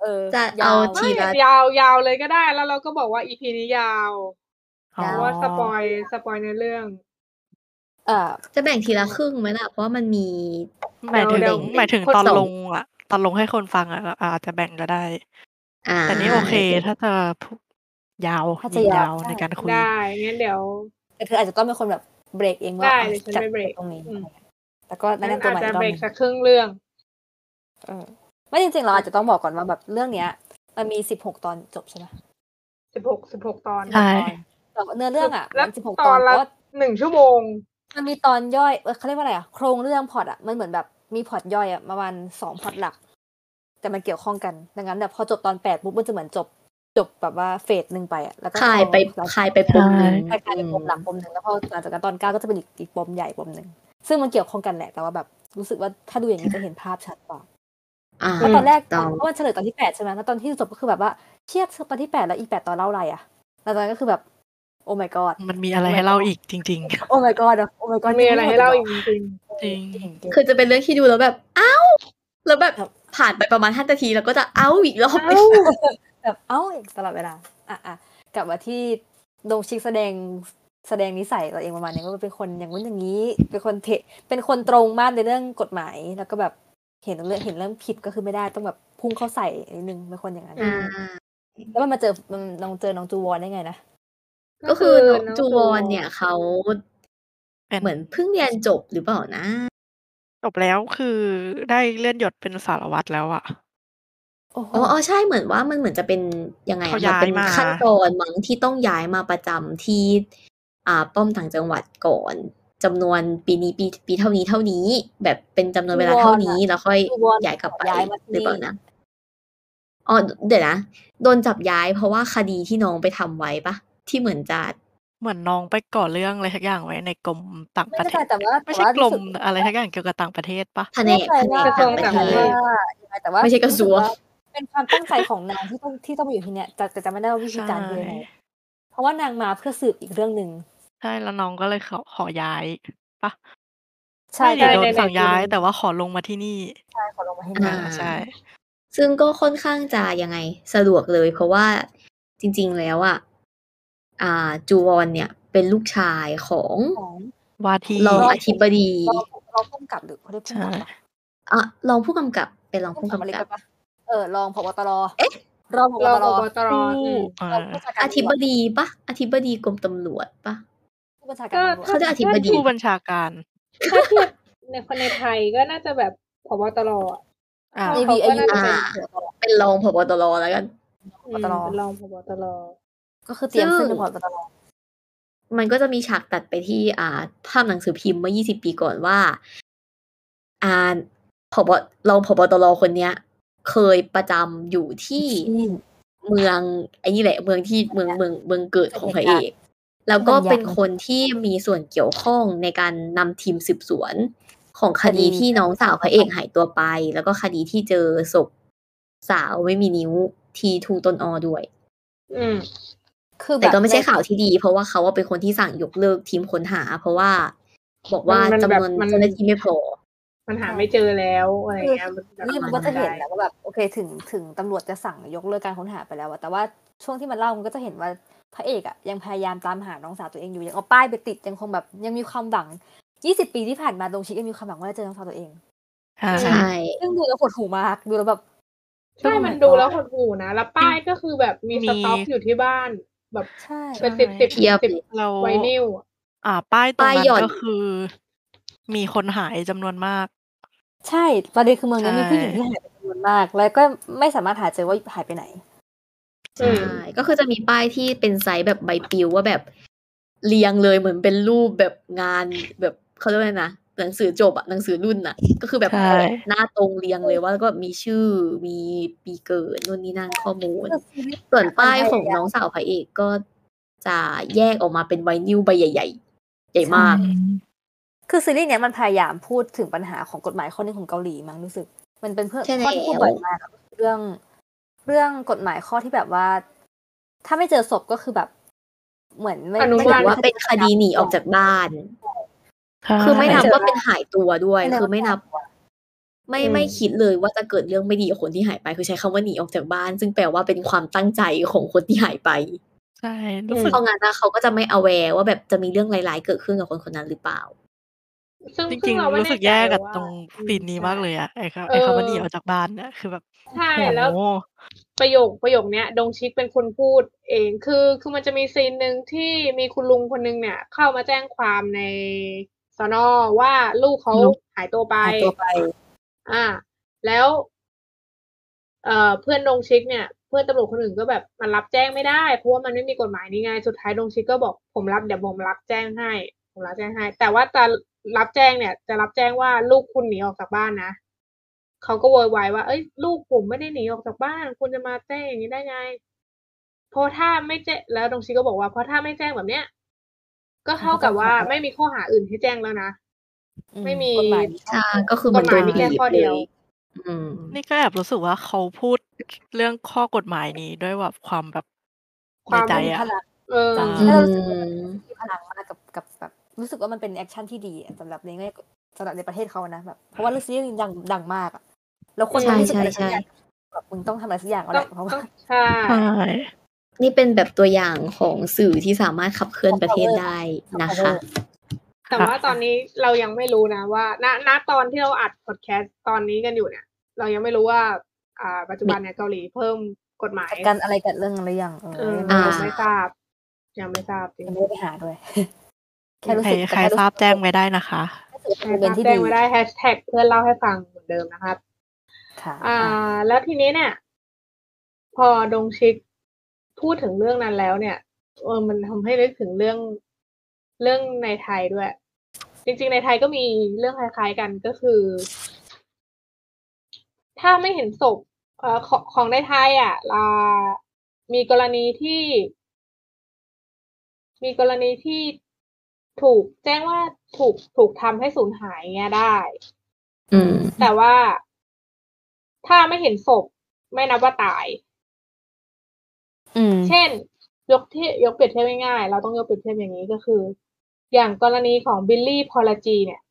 เออ จะเอา วย ทีละ ไม่ยาวยาวเลยก็ได้ แล้วเราก็บอกว่าอีพีนี้ยาว อ๋อ เพราะว่าสปอยสปอยในเรื่อง เออ จะแบ่งทีละครึ่งไหมล่ะ เพราะว่ามันมี หมายถึง เดี๋ยว หมายถึง คน ตอน ส่ง ลงอะตอนลงให้คนฟังอะอาจจะแบ่งก็ได้ อ่า แต่นี่โอเคถ้าจะพูดยาวยิงยาวในการคุย ได้งั้นเดี๋ยว แต่เธออาจจะต้องเป็นคนแบบเบรกเองว่า ได้ อ่ะ เดี๋ยวฉัน จั ไปเบรก ตรงนี้ อืม แต่ก็แนะ งั้น นำตัว อาจ ใหจะม่อีกรอเบรบห ก นึ่ง สักครึ่งเรื่อง เออไม่จริงๆ เราอาจจะต้องบอกก่อนว่าแบบเรื่องเนี้ย มันมีสิบหกตอนจบใช่ไหม สิบหกสิบหกตอน ใช่ แต่ว่าเนื้อเรื่องอ่ะ แล้ว มันสิบหก ตอตอน น ละ เพราะว่า หนึ่งชั่วโมง มันมีตอนย่อยเออเขาเรียกว่าอะไรอ่ะโครงเรื่องพล็อตอ่ะมันเหมือนแบบมีพล็อตย่อยอ่ะประมาณสองพล็อตหลัก แต่มันเกี่ยวข้องกันดังนั้นแบบพอจบตอนแปดปุ๊บมันจะเหมือนจบจบแบบว่าเฟสหนึ่งไปอ่ะแล้วก็ คลายไป ต่อ คลายไปปมหนึ่ง คลายเป็นปมหลักปมหนึ่งแล้วพอหลังจากนั้นตอนเก้าก็จะเป็นอีกอีกปมใหญ่ปมหนึ่งซึ่งมันเกี่ยวข้องกันแหละแต่ว่าแบบรู้สึกว่าถ้าดูอย่างนี้จะเห็นภาพชัดกว่า อ่า เพราะตอนแรกต ต้ อ อนง เพราะมันเฉลยตอนที่แปดใช่ไหมแล้วตอนที่จบก็คือแบบว่าเชียดตอนที่แปดแล้วอีกแปดตอนเล่าอะไรอ่ะแล้วตอนนั้นก็คือแบบโอ้ my god มันมีอะไรให้เล่าอีกจริง โอ้ my god โอ้ my มั god นมีอะไรให้เล่าอีกจริง ๆ จริง จริง คือจะเป็นเรื่องที่ดูแล้วแบบอ้าวแล้วแบบ ครับ ผ่านไปประมาณห้านาทีแล้วก็จะเอ้าอีกรอบไป แบบเอ้าอีกตลอดเวลาอ่ะอ่ะกลับมาที่ดงชิกแสดงแสดงนิสัยเราเองประมาณนี้ว่าเป็นคนอย่างนู้นอย่างนี้ เป็นคนเทเป็นคนตรงมากในเรื่องกฎหมายแล้วก็แบบเห็นเรื่องเห็นเรื่องผิดก็คือไม่ได้ต้องแบบพุ่งเข้าใส่นิดนึงเป็นคนอย่างนั้น อ่า แล้วมันมาเจอมันน้องเจอน้องจูวอนได้ไงนะ ๆ ก็คือน้อง น้ง จูวอนเนี่ยเขา เป็น เหมือนเพิ่งเรียนจบหรือเปล่านะ จบแล้วคือได้เลื่อนยศเป็นสารวัตรแล้วอะ โอ้โห อ๋ออ๋อใช่เหมือนว่ามันเหมือนจะเป็นยังไงอะ เขา มัน ย้าย เป็น มา ขั้นตอนมั้งที่ต้องย้ายมาประจำที่ อ่า ป้อมต่างจังหวัดก่อนจำนวนปีนี้ปีปีเท่านี้เท่านี้ แบบเป็นจำนวนเวลาเท่านี้ คือวอนอะ แล้วค่อย คือวอน ย้ายกลับไป ย้ายมาที่นี่ หรือเปล่านะอ๋อเดี๋ยวนะโดนจับย้ายเพราะว่าคดีที่น้องไปทำไว้ปะที่เหมือนจะ เหมือนน้องไปก่อเรื่องอะไรทักอย่างไว้ในกรมต่าง ไม่ ประ แน่ เท ใจ ศ แต่ว่า ไม่ใช่ แต่ กร ว่าม สึก อะไรทักอย่างเกี่ยวกับต่างประเทศปะ แผนกแผนก กระทร ต่าวงปงระ ต่าง เท ประเท ศ ศ ยังไงแต่ว่า ไม่ใช่กระทรวง าเป็นความตั้งใจของนางที่ต้องที่ต้องมาอยู่ที่เนี้ยแต่แต่จำไม่ได้ว่าวิธีการคือยังไง ใช่ เพราะว่านางมาเพื่อสืบอีกเรื่องหนึ่ง ใช่แล้วน้องก็เลยขอขอย้ายปะ ใช่ ไม่ไดี ใช่ โดน ใช่ สั่งย้าย ในใน แต่ว่าขอลงมาที่นี่ ใช่ขอลงมาให้ อ่า นาง อ่าใช่ ซึ่งก็ค่อนข้างจะยังไงสะดวกเลย เพราะว่าจริง ๆแล้วอ่ะอ่า จูวอนเนี่ย เป็นลูกชายของ ของ ว่าที่ รองอธิบดี เราเราพุ่มกลับหรือเขาเรียกพุ่มกลับปะ อ่ะรองผู้กำกับเป็นรอง พุ่ม ผู้ กลับอะไร กำกั กับ นปะเออรองผบตร เอ๊ะ รองผบ เรา ตร อบตรอืม อ่า รองผู้บัญชาการ อธิบดีปะอธิบดีกรมตำรวจปะ ผู้บัญชาการตำรวจ เขาเรียกอธิบดี ผู้บัญชาการ ถ้าเทียบในคนในไทยก็น่าจะแบบผบตรอะ อ่า เข ดี ก็ บีไอ น่าจะ ยู เป็นรองผบตรแล้วกัน อืมเป็นรองผบตร ก็คือเตรียมขึ้นเป็นผบตร มันก็จะมีฉากตัดไปที่ อ่า ภาพหนังสือพิมพ์เมื่อ 20 ปีก่อนว่า อ่าพบรองพบตรคนเนี้ย เคยประจำอยู่ที่ ที่ เมืองไอ้นี่แหละ เมืองที่เมืองเมืองเมืองเกิดของพระเอก แล้วก็เป็นคนที่มีส่วนเกี่ยวข้องในการนำทีมสืบสวน ของคดี คดี ที่น้องสาวพระเอกหายตัวไป แล้วก็คดีที่เจอศพสาวไม่มีนิ้วที่ทูตนออด้วย อืม คือแบ แต่ บ ก็ไม่ใช่ข่าวที่ดี เพราะว่าเขาว่าเป็นคนที่สั่งยกเลิกทีมค้นหา เพราะว่า บอกว่าม นมัน จำ แบบ นวน มัน เจ้าหน้าที่ไม่พอ มันหาไม่เจอแล้วอะไรเงี้ยมันแบบ นี่มัน ป ก็ ระมาณ จะเห็นแหละว่าแบบโอเคถึงถึงตำรวจจะสั่งยกเลิกการค้นหาไปแล้วอะแต่ว่าช่วงที่มันเล่ามันก็จะเห็นว่าพระเอกอะยังพยายามตามหาน้องสาวตัวเองอยู่ยังเอาป้ายไปติดยังคงแบบยังมีความหวัง 20 ปีที่ผ่านมาดงชิยังมีความหวังว่าจะเจอน้องสาวตัวเอง ใช่ ใช่ ซึ่งดูแล้วหดหูมากดูแล้วแบบ ใช่มันดูแล้วหดหูนะแล้วป้ายก็คือแบบมีสต็อกอยู่ที่บ้าน แบบ ใช่ เป็นสิบสิบ เทียบ สิบ เรา ไวนิลอะ อ่า ป้ายตรง ป้าย นั้ หย่อน น ก็คือ มีคนหายจำนวนมาก ใช่ประเด็นคือเมืองนี้มีผู้หญิงที่หายไปจำนวนมาก แล้วก็ไม่สามารถหาเจอว่าหายไปไหน อืม ใช่ก็คือจะมีป้ายที่เป็นไซส์แบบใบปลิวว่าแบบเรียงเลยเหมือนเป็นรูปแบบงานแบบเขาเรียกว่าอะไรนะหนังสือจบอะหนังสือรุ่นอะก็คือแบบ ใช่ เปิดหน้าตรงเรียงเลยว่าแล้วก็มีชื่อมีปีเกิดนู่นนี่นั่นข้อมูล ส่วนป้ายของน้องสาวพระเอกก็จะแยกออกมาเป็นไวนิลใบใหญ่ ๆ ใหญ่มาก ใช่ คือซีรีส์เนี้ยมันพยายามพูดถึงปัญหาของกฎหมายข้อหนึงของเกาหลีมั้งรู้สึก มันเป็นเพื่อ ใช่แล้ว ข้อที่พูดบ่อยมากอะเรื่องเรื่องกฎหมายข้อที่แบบว่า ถ้าไม่เจอศพก็คือแบบ เหมือนไม่ อนุ ไม่ มั ถือติว่าเป็นคดีหนีออกจากบ้าน คือไม่นับว่าเป็นหายตัวด้วย คือไม่นับ ไม่ไม่คิดเลยว่าจะเกิดเรื่องไม่ดีกับคนที่หายไป คือใช้คำว่าหนีออกจากบ้าน ซึ่งแปลว่าเป็นความตั้งใจของคนที่หายไป ใช่รู้สึก เพราะงั้นนะเขาก็จะไม่ aware ว่าแบบจะมีเรื่องร้ายๆเกิดขึ้นกับคนคนนั้นหรือเปล่า ซึ่ง จ ซึ่ ริ ง ง เรา ๆ ไม่ รู้ แน่ สึก ใจ แย่กับ ว่า ตรง อืม ปีนนี้มากเลยอะไอ้เขา เอ ไอ้ อ คำว่าหนีออกจากบ้านเนี่ยคือแบบ ใช่ โอ้ แล้ว โห ประโยคประโยคเนี้ยดงชิกเป็นคนพูดเองคือคือมันจะมีซีนหนึ่งที่มีคุณลุงคนหนึงเนี่ย เข้ามาแจ้งความในสนอว่าลูกเขาหายตัวไป หายตัวไป อ่า แล้ว เอ่อเพื่อนดงชิกเนี่ย เพื่อนตำรวจคนอื่นก็แบบมันรับแจ้งไม่ได้เพราะว่ามันไม่มีกฎหมายนี่ไงสุดท้ายดงชิกก็บอกผมรับเดี๋ยวผมรับแจ้งให้ ผมรับแจ้งให้ แต่ว่าจะรับแจ้งเนี่ย จะรับแจ้งว่าลูกคุณหนีออกจากบ้านนะเขาก็โวยวายว่าเอ้ยลูกผมไม่ได้หนีออกจากบ้าน คุณจะมาแจ้งอย่างนี้ได้ไงเพราะถ้าไม่แจ้งแล้วดงชิกก็บอกว่าเพราะถ้าไม่แจ้งแบบเนี้ยก็เท่ากับว่าไม่มีข้อหาอื่นให้แจ้งแล้วนะ อื ไม่มี กฎหาย ใช่ก็คือเหมักนโด ฎหมาย น มีแค่ บีบ ข้อเดี เล ยว ยอืม นี่ก็แอบรู้สึกว่าเขาพูดเรื่องข้อกฎหมายนี้ด้วยแบบความแบบ ค ใน วาม ใจ มีพ อะ ลัง เออ จ้า แล้วเรารู้สึก อื ว่าม มีพลังมากกับกับแบบรู้สึกว่ามันเป็นแอคชั่นที่ดีอะสำหรับในแง่สำหรับในประเทศเขานะแบบเพราะว่าเรื่องซีรีส์นี้ดังดังมากอะแล้วคนก็รู้สึก ใช่ อะไร ใช่ สักอย่างแบบมึงต้องทำอะไรสักอย่างเอา ต้ แห อง ละเพราะ ต้ ว่า องใช่ ใช่ นี่เป็นแบบตัวอย่างของสื่อที่สามารถขับเคลื่อนประเทศได้นะคะ แต่ว่าตอนนี้เรายังไม่รู้นะว่าณณตอนที่เราอัดพอดแคสต์ตอนนี้กันอยู่เนี่ย เรายังไม่รู้ว่า อ่า ปัจจุบันเนี่ยเกาหลีเพิ่มกฎหมาย จัดการอะไรกันเรื่องอะไรอย่างเอ เอ อ อ ยัง อ่า ยังไม่ทราบ ยังไม่ทราบจริง ไม่ได้ไปหาด้วย แค่รู้ ใคร สึก ใครทราบแจ้งไว้ได้นะคะ แต่ก็รู้สึกว่าเป็นเป็นที่ แจ้ ดี งไม่ได้แฮชแท็กเพื่อนเล่าให้ฟังเหมือนเดิมนะครับ ค่ะ อ่า แล้วทีนี้เนี่ย พอดงชิกพูดถึงเรื่องนั้นแล้วเนี่ยเออมันทำให้นึกถึงเรื่องเรื่องในไทยด้วย จริง ๆ ในไทยก็มีเรื่องคล้ายๆกันก็คือ ถ้าไม่เห็นศพเอ่อของของในไทยอ่ะอ่ามีกรณีที่ มีกรณีที่ถูกแจ้งว่าถูกถูกทำให้สูญหายเงี้ยได้ อืม แต่ว่าถ้าไม่เห็นศพไม่นับว่าตาย อืม เช่น ยกที่ยกเปรียบเทียบง่ายๆเราต้องยกเปรียบเทียบอย่างนี้ก็คือ อย่างกรณีของบิลลี่พอลจีเนี่ย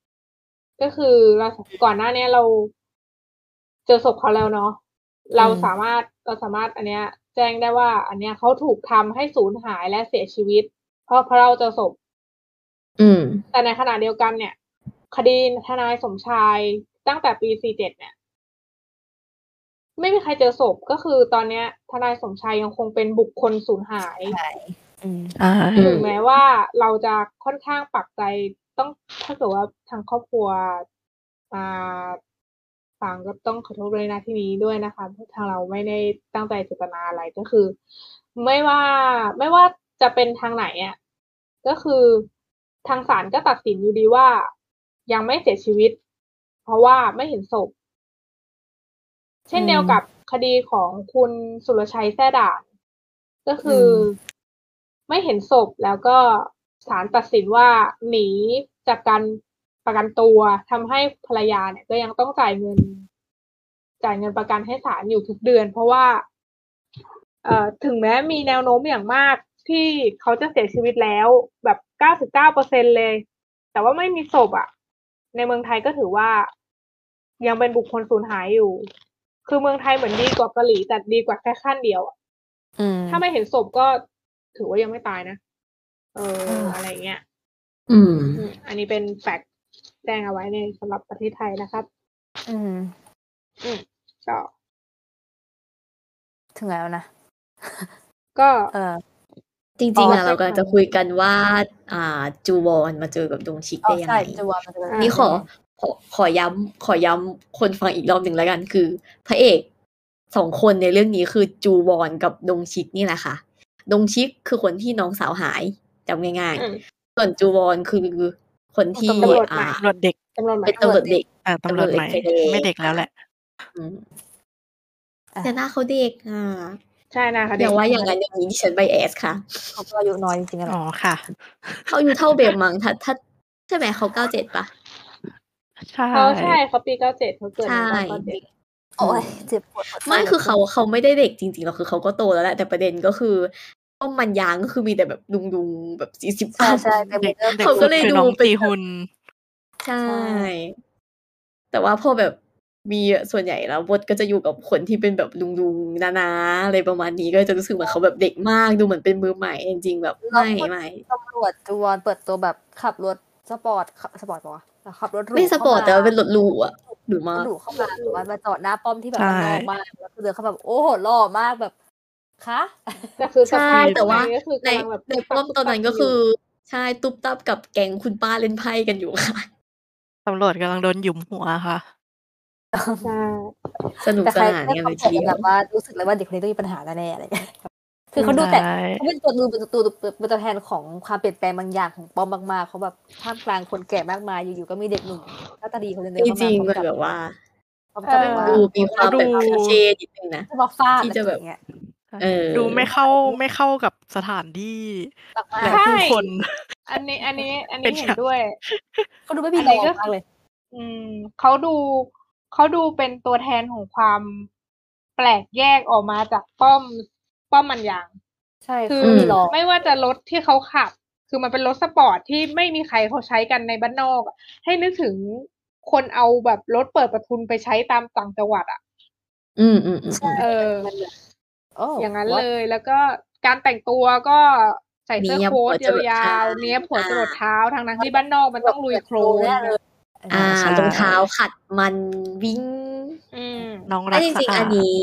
ก็คือเราก่อนหน้าเนี้ยเราเจอศพเขาแล้วเนาะเราสามารถเราสามารถอันเนี้ย แจ้งได้ว่า อันเนี้ยเขาถูกทำให้สูญหายและเสียชีวิต เพราะเพราะเราเจอศพ อืม แต่ในขณะเดียวกันเนี่ย คดีทนายสมชายตั้งแต่ปี 47 เนี่ย ไม่มีใครเจอศพก็คือตอนเนี้ย ทนายสมชายยังคงเป็นบุคคลสูญหาย อืม อ่า อื ถึ ม งแม้ว่าเราจะค่อนข้างปักใจต้องถ้าเกิดว่าทางครอบครัวอ่าฟังก็ต้องขอโทษเลยนะที่นี้ด้วยนะคะเพราะทางเราไม่ได้ตั้งใจเจตนาอะไรก็คือ ไม่ว่าไม่ว่าจะเป็นทางไหนอ่ะก็คือทางศาลก็ตัดสินอยู่ดีว่ายังไม่เสียชีวิต เพราะว่าไม่เห็นศพ เช่นเดียวกับคดีของคุณสุรชัยแท่ด่าน ก็คืออไม่เห็นศพแล้วก็ศาลตัดสินว่าหนีจากการประกันตัวทำให้ภรรยาเนี่ย ก็ยังต้องจ่ายเงิน จ่ายเงินประกันให้ศาลอยู่ทุกเดือน เพราะว่า เอ่อถึงแม้มีแนวโน้มอย่างมากที่เขาจะเสียชีวิตแล้วแบบเก้าสิบเก้าเปอร์เซ็นเลย แต่ว่าไม่มีศพอะ่ะ ในเมืองไทยก็ถือว่า ยังเป็นบุคคลสูญหายอยู่ คือเมืองไทยเหมือนดีกว่าเกาหลีแต่ดีกว่าแค่ขั้นเดียวอะ อืม ถ้าไม่เห็นศพก็ถือว่ายังไม่ตายนะ เออ อ่า อะไรเงี้ย อืม อืมอันนี้เป็นแฟกต์แจ้งเอาไว้ในสำหรับประเทศไทยนะครับ อืม ก็ ถึงแล้วนะ ก็ เออ จริงๆ อ๋อ อะ ใช่ เราก็ ค่ะ จะคุยกันว่า อ่า จูวอนมาเจอกับดงชิก อ๋อ ได้ยัง ใช่ ไง จะวางมันจะเป็ นี่ขอขอขอย้ำขอย้ำคนฟังอีกรอบหนึ่งแล้วกันคือ พระเอกสองคนในเรื่องนี้คือจูวอนกับดงชิกนี่แหละค่ะ ดงชิกคือคนที่น้องสาวหายจำง่าย อืม ๆ ส่วนจูวอนคือคนที่ ตำรวจ อ่า ตำรวจเด็ก จำนวนหมาย เป็นตำรวจเด็ก อ่าตำรวจใหม่ ตำรวจเด็กไฟแดง ไม่เด็กแล้วแหละ อืม อ่ะ แต่หน้าเขาเด็กอ่ะ ใช่นะคะ อ เด็ก ย่าว่าอย่างนั้นอย่างนี้ดิฉันไปแอสค่ะ เขาก็อายุน้อยจริงๆอะไร อ๋อค่ะ เขาอายู่เท่าเบลมั้งถ้าถ้าใช่ไหมเขาเก้าเจ็ดปะ ใช่ เขาใช่เขาปีเก้าเจ็ดเขาเกิด ใช่ ปีเก้าเจ็ด โอ้ยเจ็บปวดหัวใจ ไม่คือเขาเขาไม่ได้เด็กจริงๆหรอกคือเขาก็โตแล้วแหละแต่ประเด็นก็คือต้มมันยางก็คือมีแต่แบบดุงดุงๆแบบสี่สิบ ใช่ใช่เป็น เด็ก เรื่อง เด็ก เขา สุ ก็ ด เลย คือ ดู น้อง เป็น จี แบบ ฮุน ใช่ แต่ว่าพอแบบมีส่วนใหญ่แล้วบทก็จะอยู่กับคนที่เป็นแบบดุงดุงๆนานาอะไรประมาณนี้ก็จะรู้สึกเหมือนเขาแบบเด็กมากดูเหมือนเป็นมือใหม่จริงๆแบบ แล้ว ไม่ คน ไม่ ตำรวจจวนเปิดตัวแบบขับรถสปอร์ตขับสปอร์ตปะวะขับรถหรู ไม่สปอร์ตแต่ว่าเป็นรถหรูอะ ดุมาก ดุเข้ามาแบบว่ามาจอดหน้าป้อมที่แบบ ใช่ มันนอกมากแล้วก็เดินเข้าแบบโอ้โหหล่อมากแบบคะ แต่คือ ใช่ แต่ว่า ก็คือกำ ใน ลังแบบ ในป้อมตอนนั้นก็คือ ใช่ตุ๊บตับกับแก๊งคุณป้าเล่นไพ่กันอยู่ค่ะ ตำรวจกำลังโดนหยุมหัวค่ะ ใช่ สนุก แต่ ส ใคร นาน ได้ กัน ค เลยทีเดีวามเห็น ย แบ ว บว่ารู้สึกเลยว่าเด็กคนนี้ต้องมีปัญหาแน่ๆอะไรอย่างเงี้ยคือเขาดูแต่ ใช่ เขาเป็นตัวดูเป็นตัวเป็นตัวแทนของความเปลี่ยนแปลงบางอย่างของป้อมมากๆเขาแบบท่ามกลางคนแก่มากมายอยู่ๆก็มีเด็กหนุ่มหน้าตาดีคนหนึงเดิน จ เข้ามา ริง พๆร้อม มัน กับ แบบว่า พร้อมกับแบบว่า ดูมีความแบบ ดู คาเชนิดนึงนะ จะมาฟาด ที่ อะไร จะแบบ อย่างเงี้ย เออ ดูไม่เข้าไม่เข้ากับสถานที่ มาก และ ๆ ผู้คน อันนี้อันนี้อัน เป็ นี้ น เห็ อน ย่าง ด้วย เขาดูไม่มี อัน ร นี้ อ ก็ มากเลย อืมเขาดูเขาดูเป็นตัวแทนของความแปลกแยกออกมาจากป้อมป้อมมันอย่าง ใช่ คือ เขาไม่มีรอ ไม่ว่าจะรถที่เขาขับ คือมันเป็นรถสปอร์ตที่ไม่มีใครเขาใช้กันในบ้านนอกอะให้นึกถึงคนเอาแบบรถเปิดประทุนไปใช้ตามต่างจังหวัดอ่ะ อืมอืมอืมอืม เออ โอ้ อย่างนั้น วัด เลยแล้วก็การแต่งตัวก็ใส่เสื้อ เนี๊ยบ โค้หัทวจรด ยาวๆ เท้า เนี้ยบหัวจรดเท้าทางนั้นที่บ้านนอกมันต้องลุยโคลน แน่เลย อ่า ใช่ รองเท้าขัดมันวิ่ง อืม น้องอัรัก นจริงๆสะอา อัน ด นี้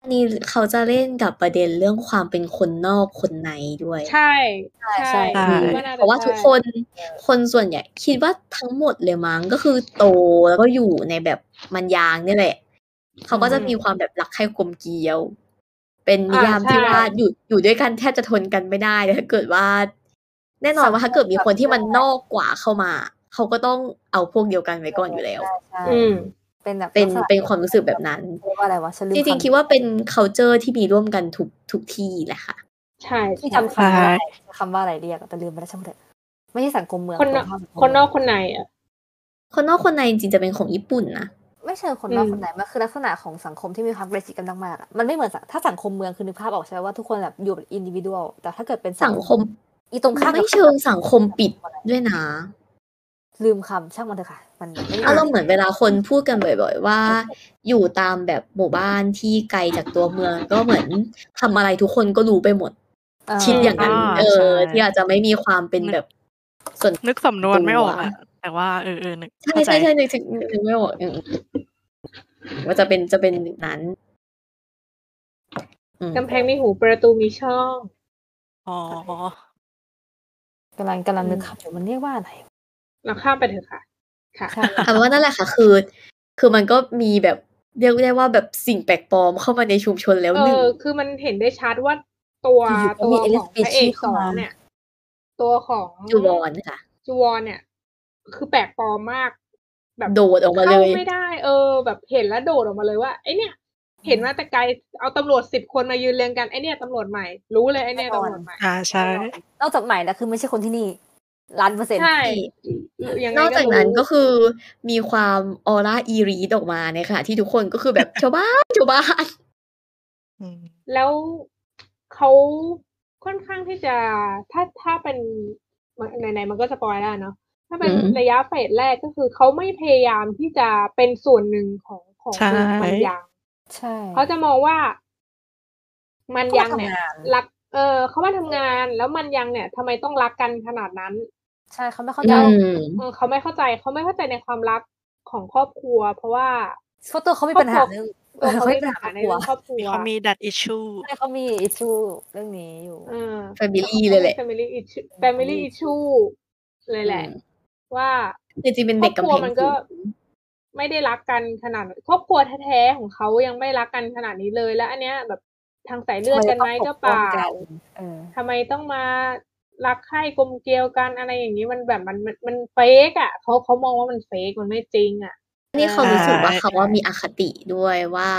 อันนี้เขาจะเล่นกับประเด็นเรื่องความเป็นคนนอกคนในด้วย ใช่ ใช่ใช่ คิดว่น่จ เพราะว่า ใช่ ทุกคนคนส่วนใหญ่ คิดว่าทั้งหมดเลยมั้งก็คือโตแล้วก็อยู่ในแบบมันยางนี่แหละ เขาก็จะมีความแบบรักใครกลมเกลียว เป็นนิยามที่ว่าอยู่อยู่ด้วยกันแทบจะทนกันไม่ได้เลยถ้าเกิดว่า แน่นอนว่าถ้าเกิดมีคนที่มันนอกกว่าเข้ามา เขาก็ต้องเอาพวกเดียวกันไว้ก่อนอยู่แล้ว ใช่ อืม เป็นแบบ เป็น ลักษณะ เป็นความรู้สึกแบบนั้น เรียกว่าอะไรวะฉันลืม จริง ำ ๆ คิดว่าเป็น culture ที่มีร่วมกันทุกทุกที่แหละค่ะ ใช่ ที่ ใช่ จำคำไม่ได้คำว่าอะไรเรียกอะแต่ลืมไปแล้วช่างมันเถอะไม่ใช่สังคมเมือง คนนอก เป็สังม คนนอกคนในอ่ะ คนนอกคนในจริงๆจะเป็นของญี่ปุ่นนะ ไม่เชิงคนนอก อืม คนไหนมันคือลักษณะของสังคมที่มีความเกรสิกันมากๆอะมันไม่เหมือนสังถ้าสังคมเมืองคือนึกภาพออกใช่ไหมว่าทุกคนแบบอยู่อินดิวิดวลแต่ถ้าเกิดเป็น สังคม อีตรงข้ามกับ ไม่เชิงสังคมปิดด้วยนะ ลืมคำช่างมันเถอะค่ะ มันไม่ได้ อารมณ์เหมือนเวลาคนพูดกันบ่อยๆ ว่า อยู่ตามแบบหมู่บ้านที่ไกลจากตัวเมือง ก็เหมือนทำอะไรทุกคนก็รู้ไปหมด เออ คิดอย่างนั้น อ่า เออ ใช่ ที่อาจจะไม่มีความเป็นแบบส่วน นึกสำนวนไม่ออก ตัว อะแต่ว่าเออเออนึก ใช่ เข้าจ ใช่ใช่นึกถึงนึกไม่ออกอืมว่าจะเป็นจะเป็นแบบนั้นอืม กำแพงมีหูประตูมีช่อง อ๋อ กำลังกำลังนึก อืม คำอยู่มันเรียกว่าอะไร เราข้ามไปเถอะค่ะ ค่ะ ใช่ อ่ะว่านั่นแหละค่ะคือ คือมันก็มีแบบเรียกได้ว่าแบบสิ่งแปลกปลอมเข้ามาในชุมชนแล้ว เอ หนึ่ง อ คือมันเห็นได้ชัดว่าตัวตัวของพระเอกสองเนี่ย ตัวของ จูวอนค่ะ จูวอนเนี่ย คือแปลกปลอมมาก แบบ โดดออกมาเล เข้าย ไม่ได้ เออ แบบเห็นแล้วโดดออกมาเลยว่าไอเนี่ย เห็นมาแต่ไกลเอาตำรวจสิบคนมายืนเรียงกันไอเนี่ยตำรวจใหม่ รู้เลยไอเนี่ยตำรวจใหม่ อ่าใช่ นอกจากใหม่แล้วคือไม่ใช่คนที่นี่ล้านเปอร์เซ็นต์ ใช่ ที่ ยังไง นอกจากนั้นก็ รู้ คือมีความออร่าอีรีดออกมาในขณะที่ทุกคนก็ คือแบบ ชาวบ้านชาวบ้าน อืม แล้วเขาค่อนข้างที่จะถ้าถ้าเป็นไหนๆมันก็สปอยแล้วเนาะถ้าเป็นระยะเฟสแรกก็คือเขาไม่พยายามที่จะเป็นส่วนหนึ่งของของ ใช่ บางอย่าง ใช่ เขาจะมองว่า มัน เขา ยั มาง ทำ เนี่ย งาน รัก เออเขามาทำงานแล้วมันยังเนี่ยทำไมต้องรักกันขนาดนั้น ใช่เขาไม่เข้าใจ อืม เออเขาไม่เข้าใจเขาไม่เข้าใจในความรักของครอบครัว เพราะว่า เพราะตัวเขามีปัญหาเรื่อง ตัวเขา ไม่ มีปัญหาใน ครอบครัว เรื่องครอบครัว เขามีดัดอิชชู ใช่เขามีอิชูเรื่องนี้อยู่ เออ แฟมิลี่เลยแหละ family issue อืม family issue เลยแหละ อืม ว่า จริงๆเป็นเด็ก ครอบ กำแพครัว ง มัน สู ก็ ง ไม่ได้รักกันขนาดนั้นครอบครัวแท้ๆของเขายังไม่รักกันขนาดนี้เลย แล้ว อันเนี้ย แบบทางสายเลือดกันไหมก็เปล่ ทำไมต้ า องปกป้องกันเออ ทำไมต้องมารักใคร่กลมเกลียวกันอะไรอย่างนี้มันแบบมันมันมันเฟกอ่ะเขาเขามองว่ามันเฟกมันไม่จริงอ่ะ นี่เขา ใช่ รู้สึกว่าเขาว่ามีอคติด้วยว่า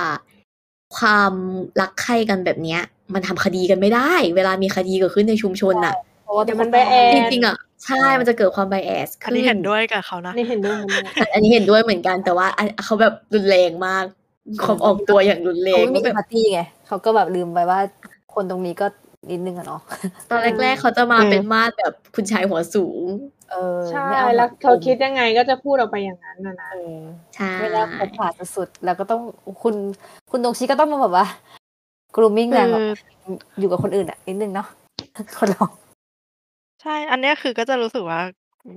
ความรักใคร่กันแบบเนี้ย มันทำคดีกันไม่ได้ เวลามีคดีเกิดขึ้นในชุมชนอ่ะ เพราะว่า เดี๋ยวมัน ทุกค bias จริงๆอ่ะใช่มันจะเกิดความ bias อัน ขึ้น นี้เห็นด้วยกับเขานะ นี่เห็นด้วยเห็นด้วย อันอันนี้เห็นด้วยเหมือนกันแต่ว่าอันเขาแบบรุนแรงมากความออกตัวอย่างรุนแร เขา ง ไม่มี ว่าแบบ ปาร์ตี้ไงเขาก็แบบลืมไปว่าคนตรงนี้ก็นิดนึงอะเนาะ ตอนแรก ๆ เขาจะมา อืม เป็นมาดแบบคุณชายหัวสูง เออ ใช่ ไม่เอา แล้ว บบ เขาคิดยังไงก็จะพูดออกไปอย่างนั้นนะนะ เออ ใช่ เวลาผมผ่าสุดๆ แล้วก็ต้องคุณคุณดงชิก็ต้องมาแบบว่า grooming แรงแบบอยู่กับคนอื่นอ่ะนิดนึงเนาะ คนเรา ใช่ อันเนี้ยคือก็จะรู้สึกว่า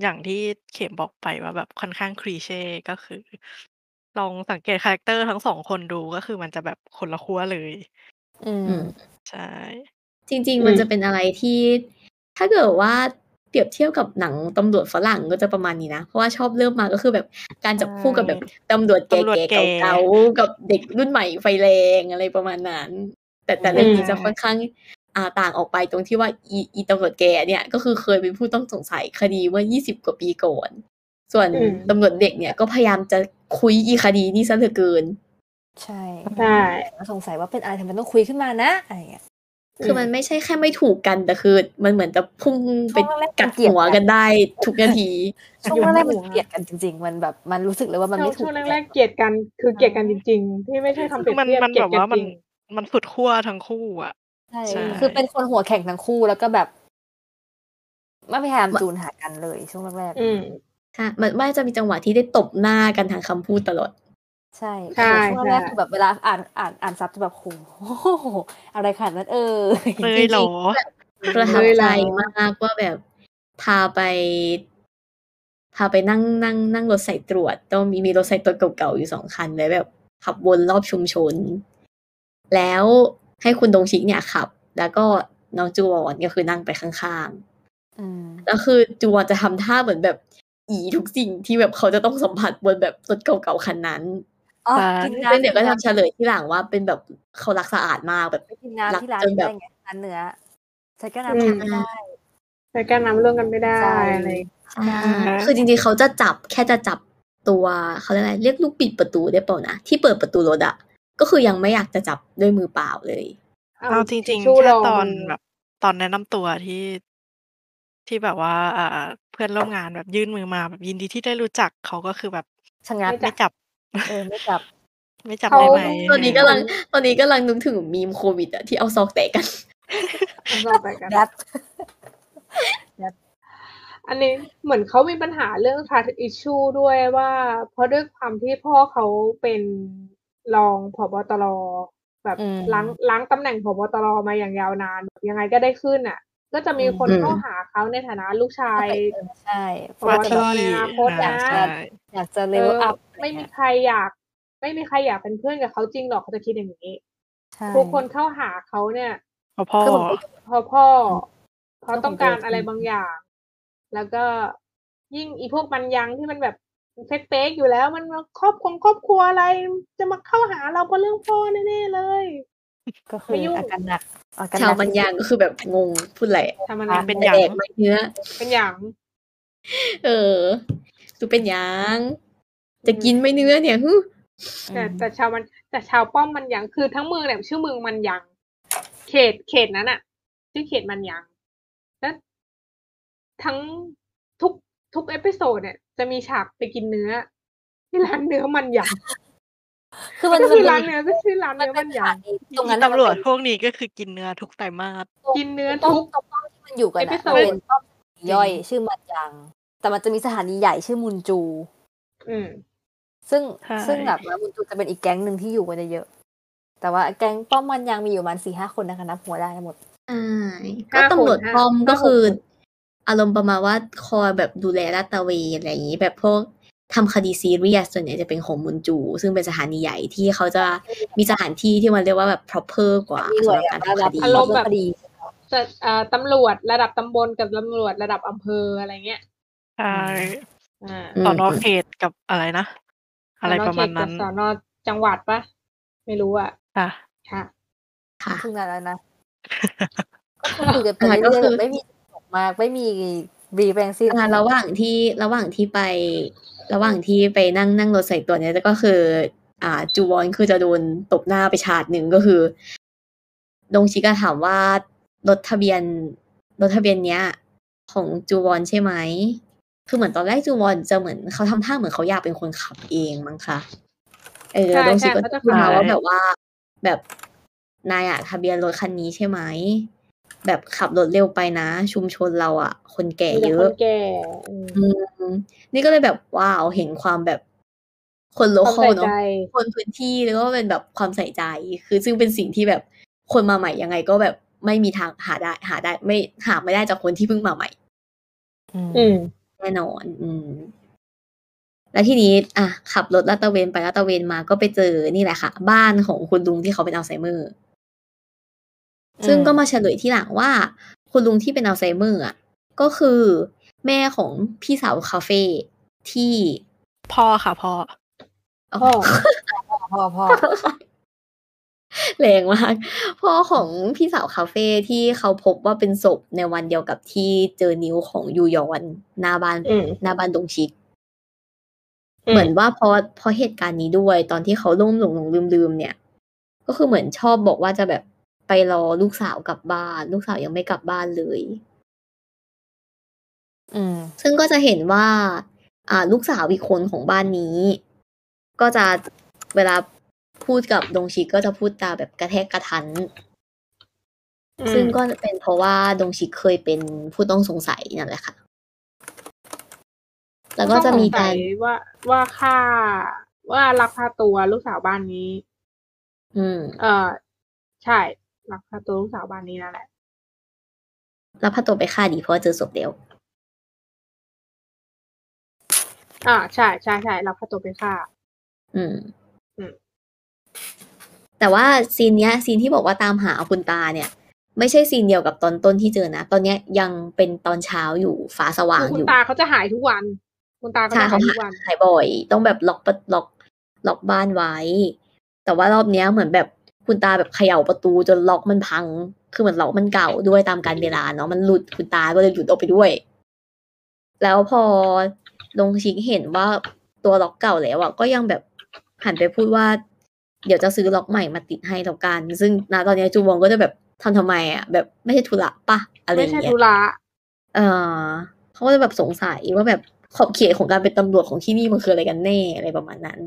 อย่างที่เข็มบอกไปว่าแบบค่อนข้างคลีเช่ก็คือ ลองสังเกตคาแรคเตอร์ทั้งสองคนดูก็คือมันจะแบบคนละขั้วเลย อื อื ม ม ใช่ จริง อืม ๆ มันจะเป็นอะไรที่ ถ้าเกิดว่าเปรียบเทียบกับหนังตำรวจฝรั่งก็จะประมาณนี้นะ เพราะว่าชอบเริ่มมาก็คือแบบการจับคู่กับแบบตำรวจแก่ๆเก่าๆกับเด็กรุ่นใหม่ไฟแรงอะไรประมาณนั้น แต่แต่เรื่องนี้จะค่อนข้างอ่าต่างออกไปตรงที่ว่าอีอีตำรวจแก่เนี่ยก็คือเคยเป็นผู้ต้องสงสัยคดีเมื่อ 20 กว่าปีก่อน ส่วน อืม ตำรวจเด็กเนี่ยก็พยายามจะคุยอีคดีนี่ซะเหลือเกิน ใช่ ใช่ สงสัยว่าเป็นอะไรทำไมต้องคุยขึ้นมานะอะไรอย่างเงี้ย คือมันไม่ใช่แค่ไม่ถูกกันแต่คือ มันเหมือนจะพุ่งไป ช่วงแรกๆ กัด เกลียด หัว กั กัน นได้ทุกนาที ช่วงแรกๆมันเกลียดกันจริง ๆ มันแบบมันรู้สึกเลยว่ามันไม่ถู ช่ ก วงแรกๆเกลียดกันคือเกลียดกันจริง ๆ ที่ไม่ใช่คำเปรียคือบ มัน เทียบ มัน เกลี แบ ยด บ กัน ว่ามั จ น ริง มันสุดขั้วทั้งคู่อ่ะ ใช่ ใช่ คือเป็นคนหัวแข็งทั้งคู่แล้วก็แบบไม่พยายามจูนหากันเลยช่วงแรก อืม ใช่ มันไม่จะมีจังหวะที่ได้ตบหน้ากันทางคำพูดตลอด ๆใช่ ใช่ โอ้โหช่วงแรก ใช่ ๆคือแบบเวลาอ่านอ่านอ่านซับจะแบบโอ้โหอะไรขนาดนั้นเออ เลยเหรอ ประทับ เลย ใจ ล่ะ มากว่าแบบ พาไป พาไปนั่งนั่งนั่งรถสายตรวจ ต้องมีมีรถสายตรวจเก่าๆอยู่สองคันเลยแบบ ขับวนรอบชุมชน แล้วให้คุณดงชิกเนี่ยขับ แล้วก็น้องจูวอนก็คือนั่งไปข้างๆ อืม แล้วคือจูวอนจะทำท่าเหมือนแบบอีทุกสิ่งที่แบบเขาจะต้องสัมผัสบนแบบรถเก่าๆคันนั้น อ๋อ ใช่ กินน้ำ ซึ่งเดี๋ยวก็ทำเฉลยที่หลังว่าเป็นแบบเขารักสะอาดมากแบบ ไปกินน้ำที่ร้าน จนแบบ ได้ไงร้านเนื้อใส่แก้วน้ำ อืม ไม่ได้ ใช้การน้ำร่วมกันไม่ได้ ใช่ อะไรอย่างเงี้ย คือจริงๆเขาจะจับแค่จะจับตัวเขาเรียกอะไรเรียกลูกปิดประตูได้เปล่านะที่เปิดประตูรถอะก็คือยังไม่อยากจะจับด้วยมือเปล่าเลย เอาจริง ชู้ ๆแค่ ล ตอน มั แบบตอนแนะนำตัวที่ ที่แบบว่า อ่า เพื่อนร่วมงานแบบยื่นมือมาแบบยินดีที่ได้รู้จักเขาก็คือแบบ ชะงัก ไม่ ไม่จับ เออไม่จับ ไม่จับ เขา ได้ไหม ตอนนี้กำลัง เออ ตอนนี้กำลังนึกถึงมีมโควิดอะที่เอาซอกแตะกัน เอาต่อไปกัน ดัด อันนี้เหมือนเขามีปัญหาเรื่อง trust issue ด้วยว่า เพราะด้วยความที่พ่อเขาเป็นรองผบตรแบบ อืม ล้างล้างตำแหน่งผบตรมาอย่างยาวนานแบบยังไงก็ได้ขึ้นอ่ะ ก็จะมีคน อืม เข้าหาเขาในฐานะลูกชาย ใช่เพ ว่ ราะจะ ที่ในอแบบนาคตนะ อ่าใช่ อยากจะเล เอ เวล อ อัพ ไม่มีใครอยาก ไม่มีใครอยากเป็นเพื่อนกับเขาจริงหรอกเขาจะคิดอย่างนี้ทุ ทุ กคนเข้าหาเขาเนี่ย เพราะพ่อ คือเหมือน พอพ่อเขาต้องการอะไรบางอย่าง แล้วก็ยิ่งอีพวกมันยังที่มันแบบเฟกเฟกอยู่แล้ว มันมาครอบครองครอบครัวอะไร จะมาเข้าหาเราเพราะเรื่องพ่อแน่ๆเลย ก็คือ ไม่ยุ่ง อาการหนักอาการห ชาว นัก บัญญังก็คือแบบงงพูดอะไร ทำอะไร มันเป็น แต อย่าง กไหมเนื้อ เป็นอย่าง เออดูเป็นหยัง จะกินไหม่เนื้อเนี่ยฮึ แต่แต่ชาวมันแต่ชาวป้อมมันยังคือทั้งเมืองเนี่ยชื่อเมืองมันยัง เขตเขตนั้นอะชื่อเขตมันยังแล้วทั้งทุกทุกเอพิโซดเนี่ย จะมีฉากไปกินเนื้อ ที่ร้านเนื้อมัน ยัง คือมัน ก็ มั คื น อ เป็ ร้าน น เนื้อก็ชื่อร้าน มัน เนื้อ เป็ มัน น ส ยั ถาง นที่ตรงนั้นน่ะ ตำรวจ มัน พวกนี้ก็คือกินเนื้อทุกไตรมาส กินเนื้อ เป็นป้อม ทุก ตรงป้อมที่มันอยู่กัน เอพิ นะ โซ มั ด นเป็นป้อมย่อยชื่อมันยัง แต่มันจะมีสถานีใหญ่ชื่อมุนจู อืม ซึ่ง ใช่ ซึ่งแบบว่ามุนจูจะเป็นอีกแก๊งหนึ่งที่อยู่กันเยอะๆแต่ว่าแก๊งป้อมมันยังมีอยู่ประมาณสี่ห้าคนนะคะนับหัวได้ทั้งหมด อ่าก็ ห้า ตำรวจ คนห้า ปลอมก็ ห้าหก คือ คน อารมณ์ประมาณว่าคอยแบบดูแลลาดตระเวนอะไรอย่างนี้แบบพวกทำคดีซีเรียสส่วนใหญ่จะเป็นของมุนจู ซึ่งเป็นสถานีใหญ่ที่เขาจะมีสถานที่ที่มันเรียกว่าแบบ proper กว่า มีหน่ สำหวรับยการ ระ ทำค ดับ ดี อารมณ์แบบ คดี แต่เอ่อตำรวจระดับตำบลกับตำรวจระดับอำเภออะไรเงี้ย ใช่ อ่า สอ ม นอเขตกับอะไรนะ อะไรประมาณนั้น สเขตกับสอนอจังหวัดปะไม่รู้อะ ค่ะ ค่ะ ค่ะ ถึงไหนแล้วนะก็คือคุยกันไป อ่าก็ เรื่อย คือ ๆแบบไม่มีจบมากไม่มีบีแบงซิน อ่าระหว่างที่ระหว่างที่ไป ระหว่างที่ไปนั่งนั่งรถใส่ตัวเนี่ยก็คือ อ่า จูวอนคือจะโดนตบหน้าไปฉาดหนึ่งก็คือดงชิกาถามว่ารถทะเบียนรถทะเบียนเนี้ย ของจูวอนใช่ไหมคือเหมือนตอนแรกจูวอนจะเหมือนเขาทำท่าเหมือนเขาอยากเป็นคนขับเองมั้งคะเออ ใช่ ดงชิ ใช่ ก็ เขาจะ พูดมา ขาย ว่าแบบว่าแบบนายอะทะเบียนรถคันนี้ใช่ไหมแบบขับรถเร็วไปนะ ชุมชนเราอะคนแก่ มีแต่ เย ค อะ นแก่อืม อืมนี่ก็เลยแบบว้าวเห็นความแบบคนโล คคอวามใส่ ลเนาะ ใจ คนพื้นที่แล้วก็เป็นแบบความใส่ใจ คือซึ่งเป็นสิ่งที่แบบคนมาใหม่ยังไงก็แบบไม่มีทางหาได้ หาได้ ไม่หาไม่ได้จากคนที่เพิ่งมาใหม่ อืม แน่นอน อืม แล้วทีนี้อ่ะขับรถลาดตระเวนไปลาดตระเวนมาก็ไปเจอนี่แหละค่ะ บ้านของคุณลุงที่เขาเป็นอัลไซเมอร์ ซึ่งก็มาเฉลยที่หลังว่า คุณลุงที่เป็นอัลไซเมอร์อ่ะก็คือแม่ของพี่สาวคาเฟ่ที่ พ่อค่ะพ่อ อ๋อ พ่อ พอพอ แรงมากพ่อของพี่สาวคาเฟ่ที่เขาพบว่าเป็นศพในวันเดียวกับที่เจอนิ้วของยูยอนหน้าบ้าน อืม หน้าบ้านดงชิก อืม เหมือนว่าพอพอเหตุการณ์นี้ด้วย ตอนที่เขาล่มหลงหลงลืมลืมๆเนี่ย ก็คือเหมือนชอบบอกว่าจะแบบไปรอลูกสาวกลับบ้าน ลูกสาวยังไม่กลับบ้านเลย อืม ซึ่งก็จะเห็นว่า อ่า ลูกสาวอีกคนของบ้านนี้ ก็จะเวลาพูดกับดงชิก็จะพูดตาแบบกระแทกกระทัน ซึ่งก็เป็นเพราะว่าดงชิเคยเป็นผู้ต้องสงสัยนั่นแหละค่ะ แล้วก็จะมีการ ต้องสงสัยว่าว่าฆ่า ว่าลักพาตัวลูกสาวบ้านนี้ อืม เออใช่ ลักพาตัวลูกสาวบ้านนี้นั่นแหละ แล้วพาตัวไปฆ่าดีเพราะว่าเจอศพเดียว อ่าใช่ใช่ใช่ลักพาตัวไปฆ่า อืม อืม แต่ว่าซีนเนี้ย ซีนที่บอกว่าตามหาคุณตาเนี่ย ไม่ใช่ซีนเดียวกับตอนต้นที่เจอนะ ตอนเนี้ยยังเป็นตอนเช้าอยู่ฟ้าสว่าง คือคุ อ ณ ยู่ ตาเขาจะหายทุกวัน คุณตาเขา ใช่ จะหา เขา ยทุ หาก วัน หายบ่อย ต้องแบบล็อกประล็อกล็อกบ้านไว้ แต่ว่ารอบเนี้ยเหมือนแบบคุณตาแบบเขย่าประตูจนล็อกมันพัง คือเหมือนล็อกมันเก่าด้วยตามการเวลาเนาะมันหลุดคุณตาก็เลยหลุดออกไปด้วย แล้วพอลงชิงเห็นว่าตัวล็อกเก่าแล้วอะก็ยังแบบหันไปพูดว่า เดี๋ยวจะซื้อล็อกใหม่มาติดให้แล้วกัน ซึ่งณตอนเนี้ยจูวองก็จะแบบทำทำไมอะแบบไม่ใช่ธุระปะอะไรอ ไม่ ย่าง ใช่ เงี้ย ธุระ เออเขาก็จะแบบสงสัยว่าแบบขอบเขตของการเป็นตำรวจของที่นี่มันคืออะไรกันแน่อะไรประมาณนั้น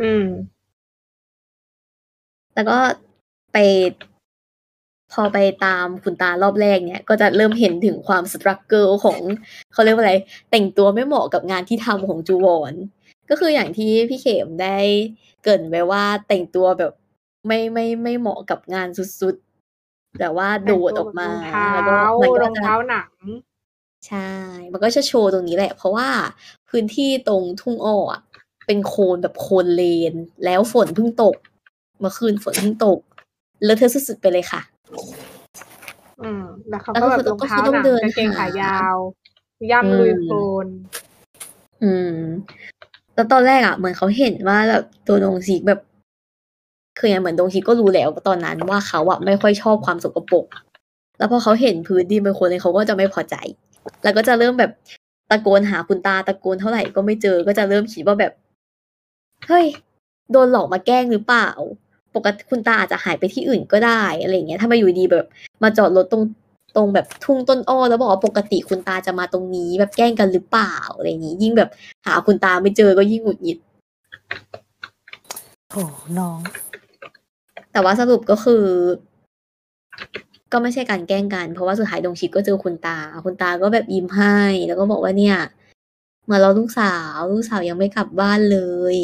อืม แล้วก็ไป พอไปตามคุณตารอบแรกเนี่ย ก็จะเริ่มเห็นถึงความสตรัคเกิลของเขาเรียกว่าอะไร แต่งตัวไม่เหมาะกับงานที่ทำของจูวอนก็คืออย่างที่พี่เขมได้เกรินไว้ว่าแต่งตัวแบบไม่ไม่ไม่เหมาะกับงานสุดๆ แต่ว่าโดดออกมา แต่ แล้ ง ว ตั ก็ วแบบ มัน ร ก็ องจะเท้ารองเท้าหนัง ใช่ มันก็จะโชว์ตรงนี้แหละ เพราะว่าพื้นที่ตรงทุ่งอ้ออะเป็นโคลนแบบโคลนเลน แล้วฝนเพิ่งตก เมื่อคืนฝนเพิ่งตก แล้วเธอสุดๆไปเลยค่ะ อืมแล้วเขา แล้ว ก็ ก็คือแบบรองเท้า ก็คือต้อหงนัง เดิน กางเกง หา ขายาว ย่ำลุย อืม โคลน อืม แล้วตอนแรกอ่ะ เหมือนเขาเห็นว่าแบบตัวดงซีแบบ คืออย่างเหมือนดงซีก็รู้แล้วตอนนั้นว่าเขาอ่ะไม่ค่อยชอบความสกปรก แล้วพอเขาเห็นพื้นดินเป็นโคลนเลยเขาก็จะไม่พอใจ แล้วก็จะเริ่มแบบตะโกนหาคุณตาตะโกนเท่าไหร่ก็ไม่เจอ ก็จะเริ่มคิดว่าแบบ เฮ้ย โดนหลอกมาแกล้งหรือเปล่า ปกติคุณตาอาจจะหายไปที่อื่นก็ได้อะไรอย่างเงี้ย ถ้ามาอยู่ดีแบบ มาจอดรถตรงตรงแบบทุ่งต้นอ้อแล้วบอกว่าปกติคุณตาจะมาตรงนี้ แบบแกล้งกันหรือเปล่าอะไรอย่างงี้ ยิ่งแบบหาคุณตาไม่เจอก็ยิ่งหงุดหงิด โถน้อง แต่ว่าสรุปก็คือ ก็ไม่ใช่การแกล้งกัน เพราะว่าสุดท้ายดงชิดก็เจอคุณตา คุณตาก็แบบยิ้มให้ แล้วก็บอกว่าเนี่ยมาเราลูกสาว ลูกสาวยังไม่กลับบ้านเลย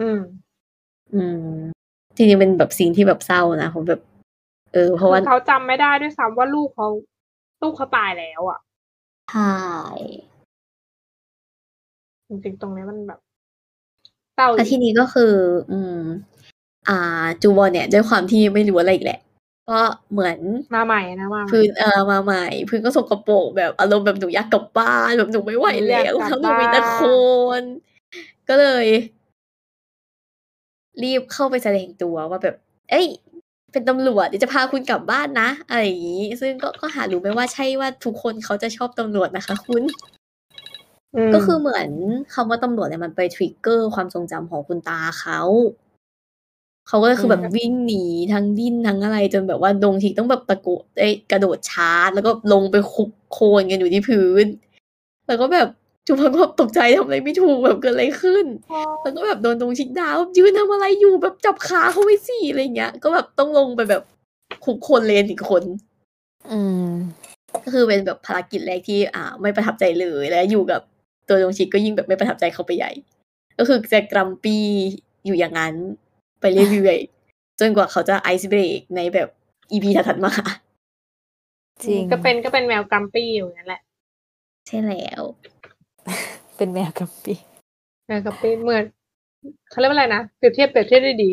อืม อืมจริงๆเป็นแบบสิ่งที่แบบเศร้านะผมแบบ เออ เพราะว่า คือเขาจำไม่ได้ด้วยซ้ำว่าลูกเขาลูกเขาตายแล้วอ่ะ ใช่ จริงๆตรงนี้มันแบบเศร้า แล้วทีนี้ก็คือ อืม อ่า จูบอลเนี่ยด้วยความที่ไม่รู้อะไรอีกแหละ ก็เหมือน มาใหม่นะมาใหม่ พื้นเออมาใหม่พื้นก็สกปรกแบบอารมณ์แบบหนูอยากกลับบ้านแบบหนูไม่ไหว หนูอ แล้ ยาก ว กลับ ทั้งหนูมี บ้าน แต่โคลนก็เลย รีบเข้าไปแสดงตัวว่าแบบ เอ้ย เป็นตำรวจเดี๋ยวจะพาคุณกลับบ้านนะอะไรอย่างนี้ ซึ่งก็ก็หารู้ไหมว่าใช่ว่าทุกคนเขาจะชอบตำรวจนะคะ คุณ ม ก็คือเหมือนคำว่าตำรวจเนี่ยมันไปทริกเกอร์ความทรงจำของคุณตาเขาเขาก็เลยคือแบบวิ่งหนีทั้งดิ้นทั้งอะไร จนแบบว่าดงทีต้องแบบตะโกนเอ้ยกระโดดชาร์จ แล้วก็ลงไปคุกโคลนกันอยู่ที่พื้น แล้วก็แบบจุพังก็แบบตกใจทำอะไรไม่ถูกแบบเกิดอะไรขึ้น แล้วก็แบบโดนตรงชิกดาวยืนทำอะไรอยู่แบบจับขาเขาไว้สิอะไรเงี้ย ก็แบบต้องลงไปแบบคุกโคลนเลนอีกคน อืม ก็คือเป็นแบบภารกิจแรกที่อ่า ไม่ประทับใจเลย และอยู่กับตัวดงชิกก็ยิ่งแบบไม่ประทับใจเขาไปใหญ่ ก็คือจะกรัมปี้อยู่อย่างนั้น ไปเรื่อยๆ จนกว่าเขาจะไอซ์เบรกในแบบอีพีถัดๆมา จริง ก็เป็นก็เป็นแมวกรัมปี้อยู่นั่นแหละ ใช่แล้ว เป็นแมวกับปี แมวกับปีเหมือนเขาเรียกว่าอะไรนะเปรียบเทียบเปรียบเทียบได้ดี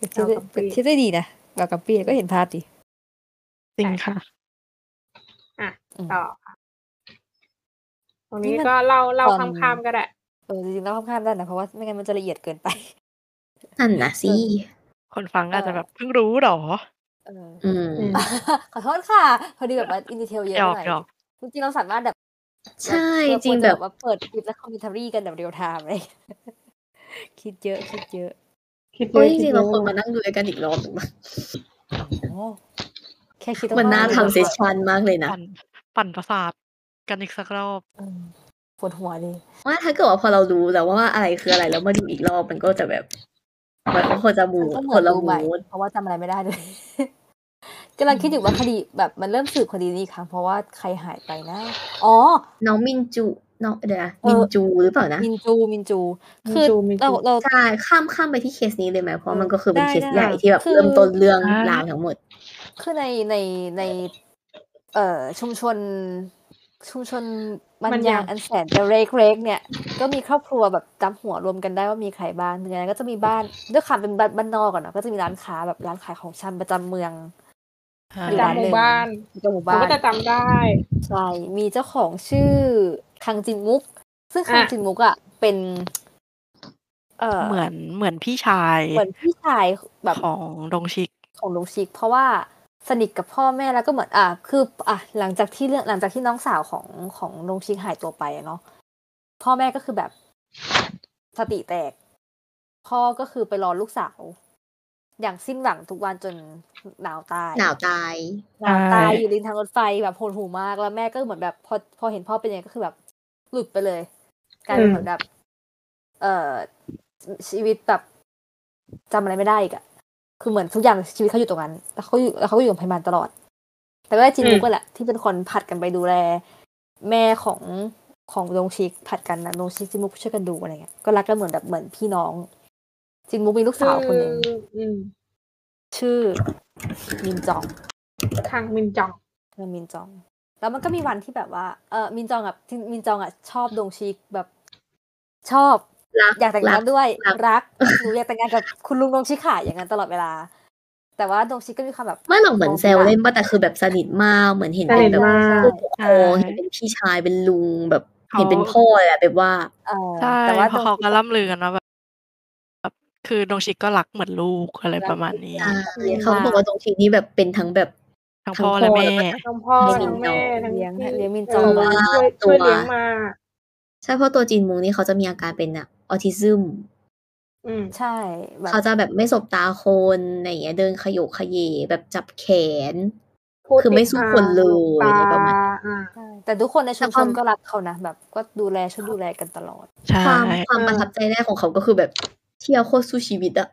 แมวกับปี้ เป็นที่ได้ดีนะแมวกับปีก็เห็นภาพดี จริงค่ะ ต่อค่ะตรงนี้ นี่มัน ก็เล่าเล่า ตอน ข้ามๆก็ได้ เออจริงๆแล้วค่อนข้างได้นะเพราะว่าไม่งั้นมันจะละเอียดเกินไป นั่นนะสิ คนฟังอาจจะ เออ แบบเพิ่งรู้หรอ เออ อืม อืม ขอโทษค่ะพอดีแบบว่าอินดีเทลเยอะ หย ไป อก หน่อย หยอก จริงๆเราสามารถแบบ ใช่ เา จริง ควะ แบบ ว่าเปิดคลิปและคอมเมนทารีกันแบบเรียลไทม์เลย คิดเยอะคิดเยอะ คิดเย เฮ้ยอะจ คิ ริ ด งๆ เย เรา อะ ควรมานั่งดูด้วยกันอีกรอบหนึ่งปะ โอ้แค่คิดก็ มันน่า ดู ทำเซสชันมากเลยนะ ปั่นปั่นประสาทกันอีกสักรอบ เออปวดหัวดี ว่าถ้าเกิดว่าพอเรารู้แล้วว่าอะไรคืออะไรแล้วมาดูอีกรอบมันก็จะแบบมันก็ควรจะมู มันก็เหมื ค อน น ละ ดูใหม่ มูด เพราะว่าจำอะไรไม่ได้เลย กำลังคิดอยู่ว่าคดีแบบมันเริ่มสืบคดีนี้อีกครั้งเพราะว่าใครหายไปนะอ๋อ น้องมินจูน้องเดี๋ยวนะ เออ มินจูหรือเปล่านะ มินจูมินจู มิน คือ จูมิน เรา จู เรา ใช่ข้ามข้ามไปที่เคสนี้เลยไหมเพราะมันก็คือเป็น ได้ เคสใหญ่ ได้ ที่แบบ คือ เริ่มต้นเรื่อง อ่า ราวทั้งหมด คือในในในเอ่อชุมชน ชุมชนมันยางอันแสนจะเรกเรกเนี่ย ก็มีครอบครัวแบบจำหัวรวมกันได้ว่ามีใครบ้างหนึ่งในนั้นก็จะมีบ้านด้วยความเป็นบ้านบ้านนอกก่อนเนอะก็จะมีร้านค้าแบบร้านขายของชำประจำเมือง อ่า อยู่ จำหมู่บ้าน อยู่ตรงหมู่ เขา บ้า ก็ น จะจำได้ ใช่มีเจ้าของชื่อคังจินมุก ซึ่งคัง อ่ะ จินมุกอ่ะเป็น เอ่อ เหมือนเหมือนพี่ชาย เหมือนพี่ชายแบบ ของดงชิก ของลุงชิก เพราะว่าสนิทกับพ่อแม่แล้วก็เหมือนอ่ะคืออ่ะหลังจากที่เรื่องหลังจากที่น้องสาวของของลุงชิกหายตัวไปอะเนาะพ่อแม่ก็คือแบบสติแตก พ่อก็คือไปรอลูกสาว อย่างสิ้นหวังทุกวันจนหนาวตาย หนาวตาย หนาวตาย ใช่ อยู่ริมทางรถไฟแบบโหดหูมากแล้วแม่ก็เหมือนแบบ พอพอเห็นพ่อเป็นยังไงก็คือแบบ หลุดไปเลยกลายเป็นเหมือนแบบ เอ่อชีวิตแบบจำอะไรไม่ได้อีกอะคือเหมือนทุกอย่างชีวิตเขาอยู่ตรงนั้นแล้วเขาอยู่แล้วเขาก็อยู่โรงพยาบาลตลอด แต่ก็ได้จิน อืม มุกก็แหละที่เป็นคนผัดกันไปดูแล แม่ของของดงชิกผัดกันนะดงชิกจินมุกช่วยกันดูอะไรเงี้ยก็รักกันเหมือนแบบเหมือนพี่น้อง จินมุกมีลูก คื สาว อ คนหนึ่ง อืม ชื่อมินจอง ทางมินจอง เออมินจอง แล้วมันก็มีวันที่แบบว่า เออมินจองอ่ะที่มินจองอ่ะชอบดงชิกแบบชอบ รัก อยากแต่งงาน รั ด้วย รัก รักหนูอยากแต่งงานกับคุณลุงดงชิกค่ะอย่างนั้นตลอดเวลา แต่ว่าดงชิกก็มีความแบบ ไม่หรอกเหมือนแซวเล่นป่ะแต่คือแบบสนิทมากเหมือนเห็น ส เป็ นิ น ท แบบ มาก ผู้ปกครอง ใช่ เห็นเป็นพี่ชายเป็นลุงแบบเห็นเป็นพ่อแหละแบบว่า เออ ใช่ แต่ว่า เพราะเขาก็ ดงชิ ล่ำลือกันว่าแบบแบบคือดงชิกก็รักเหมือนลูกอะไรประมาณนี้ ใช่เขาก็บอกว่าตรงทีนี้แบบเป็นทั้งแบบ ทั้งพ่อและแม่ ล้วก็ ทั้งพ่อ ไม่ ทั้งแม่ ก ทั้ง เลี้ยง พี่ เลี้ยงมินจ เอ อง อ ว่า ช่วยช่วย ตัว เลี้ยงมา ใช่เพราะตัวจีนมุงนี่เขาจะมีอาการเป็นอะออทิซึม อืม ใช่แบบ เขาจะแบบไม่สบตาคนอะไรอย่างเงี้ยเดินขยโยกขยเยแบบจับแขน คือไม่สู้คนเลย ตา ประมาณ อ่า ใช่แต่ทุกคนในชุม แต่ ช ควาน ม ก็รักเขานะแบบก็ดูแลช่วยดูแลกันตลอด ใช่ ความความประทับใจแรกของเขาก็คือแบบเที่ยวโคตรสู้ชีวิตอะ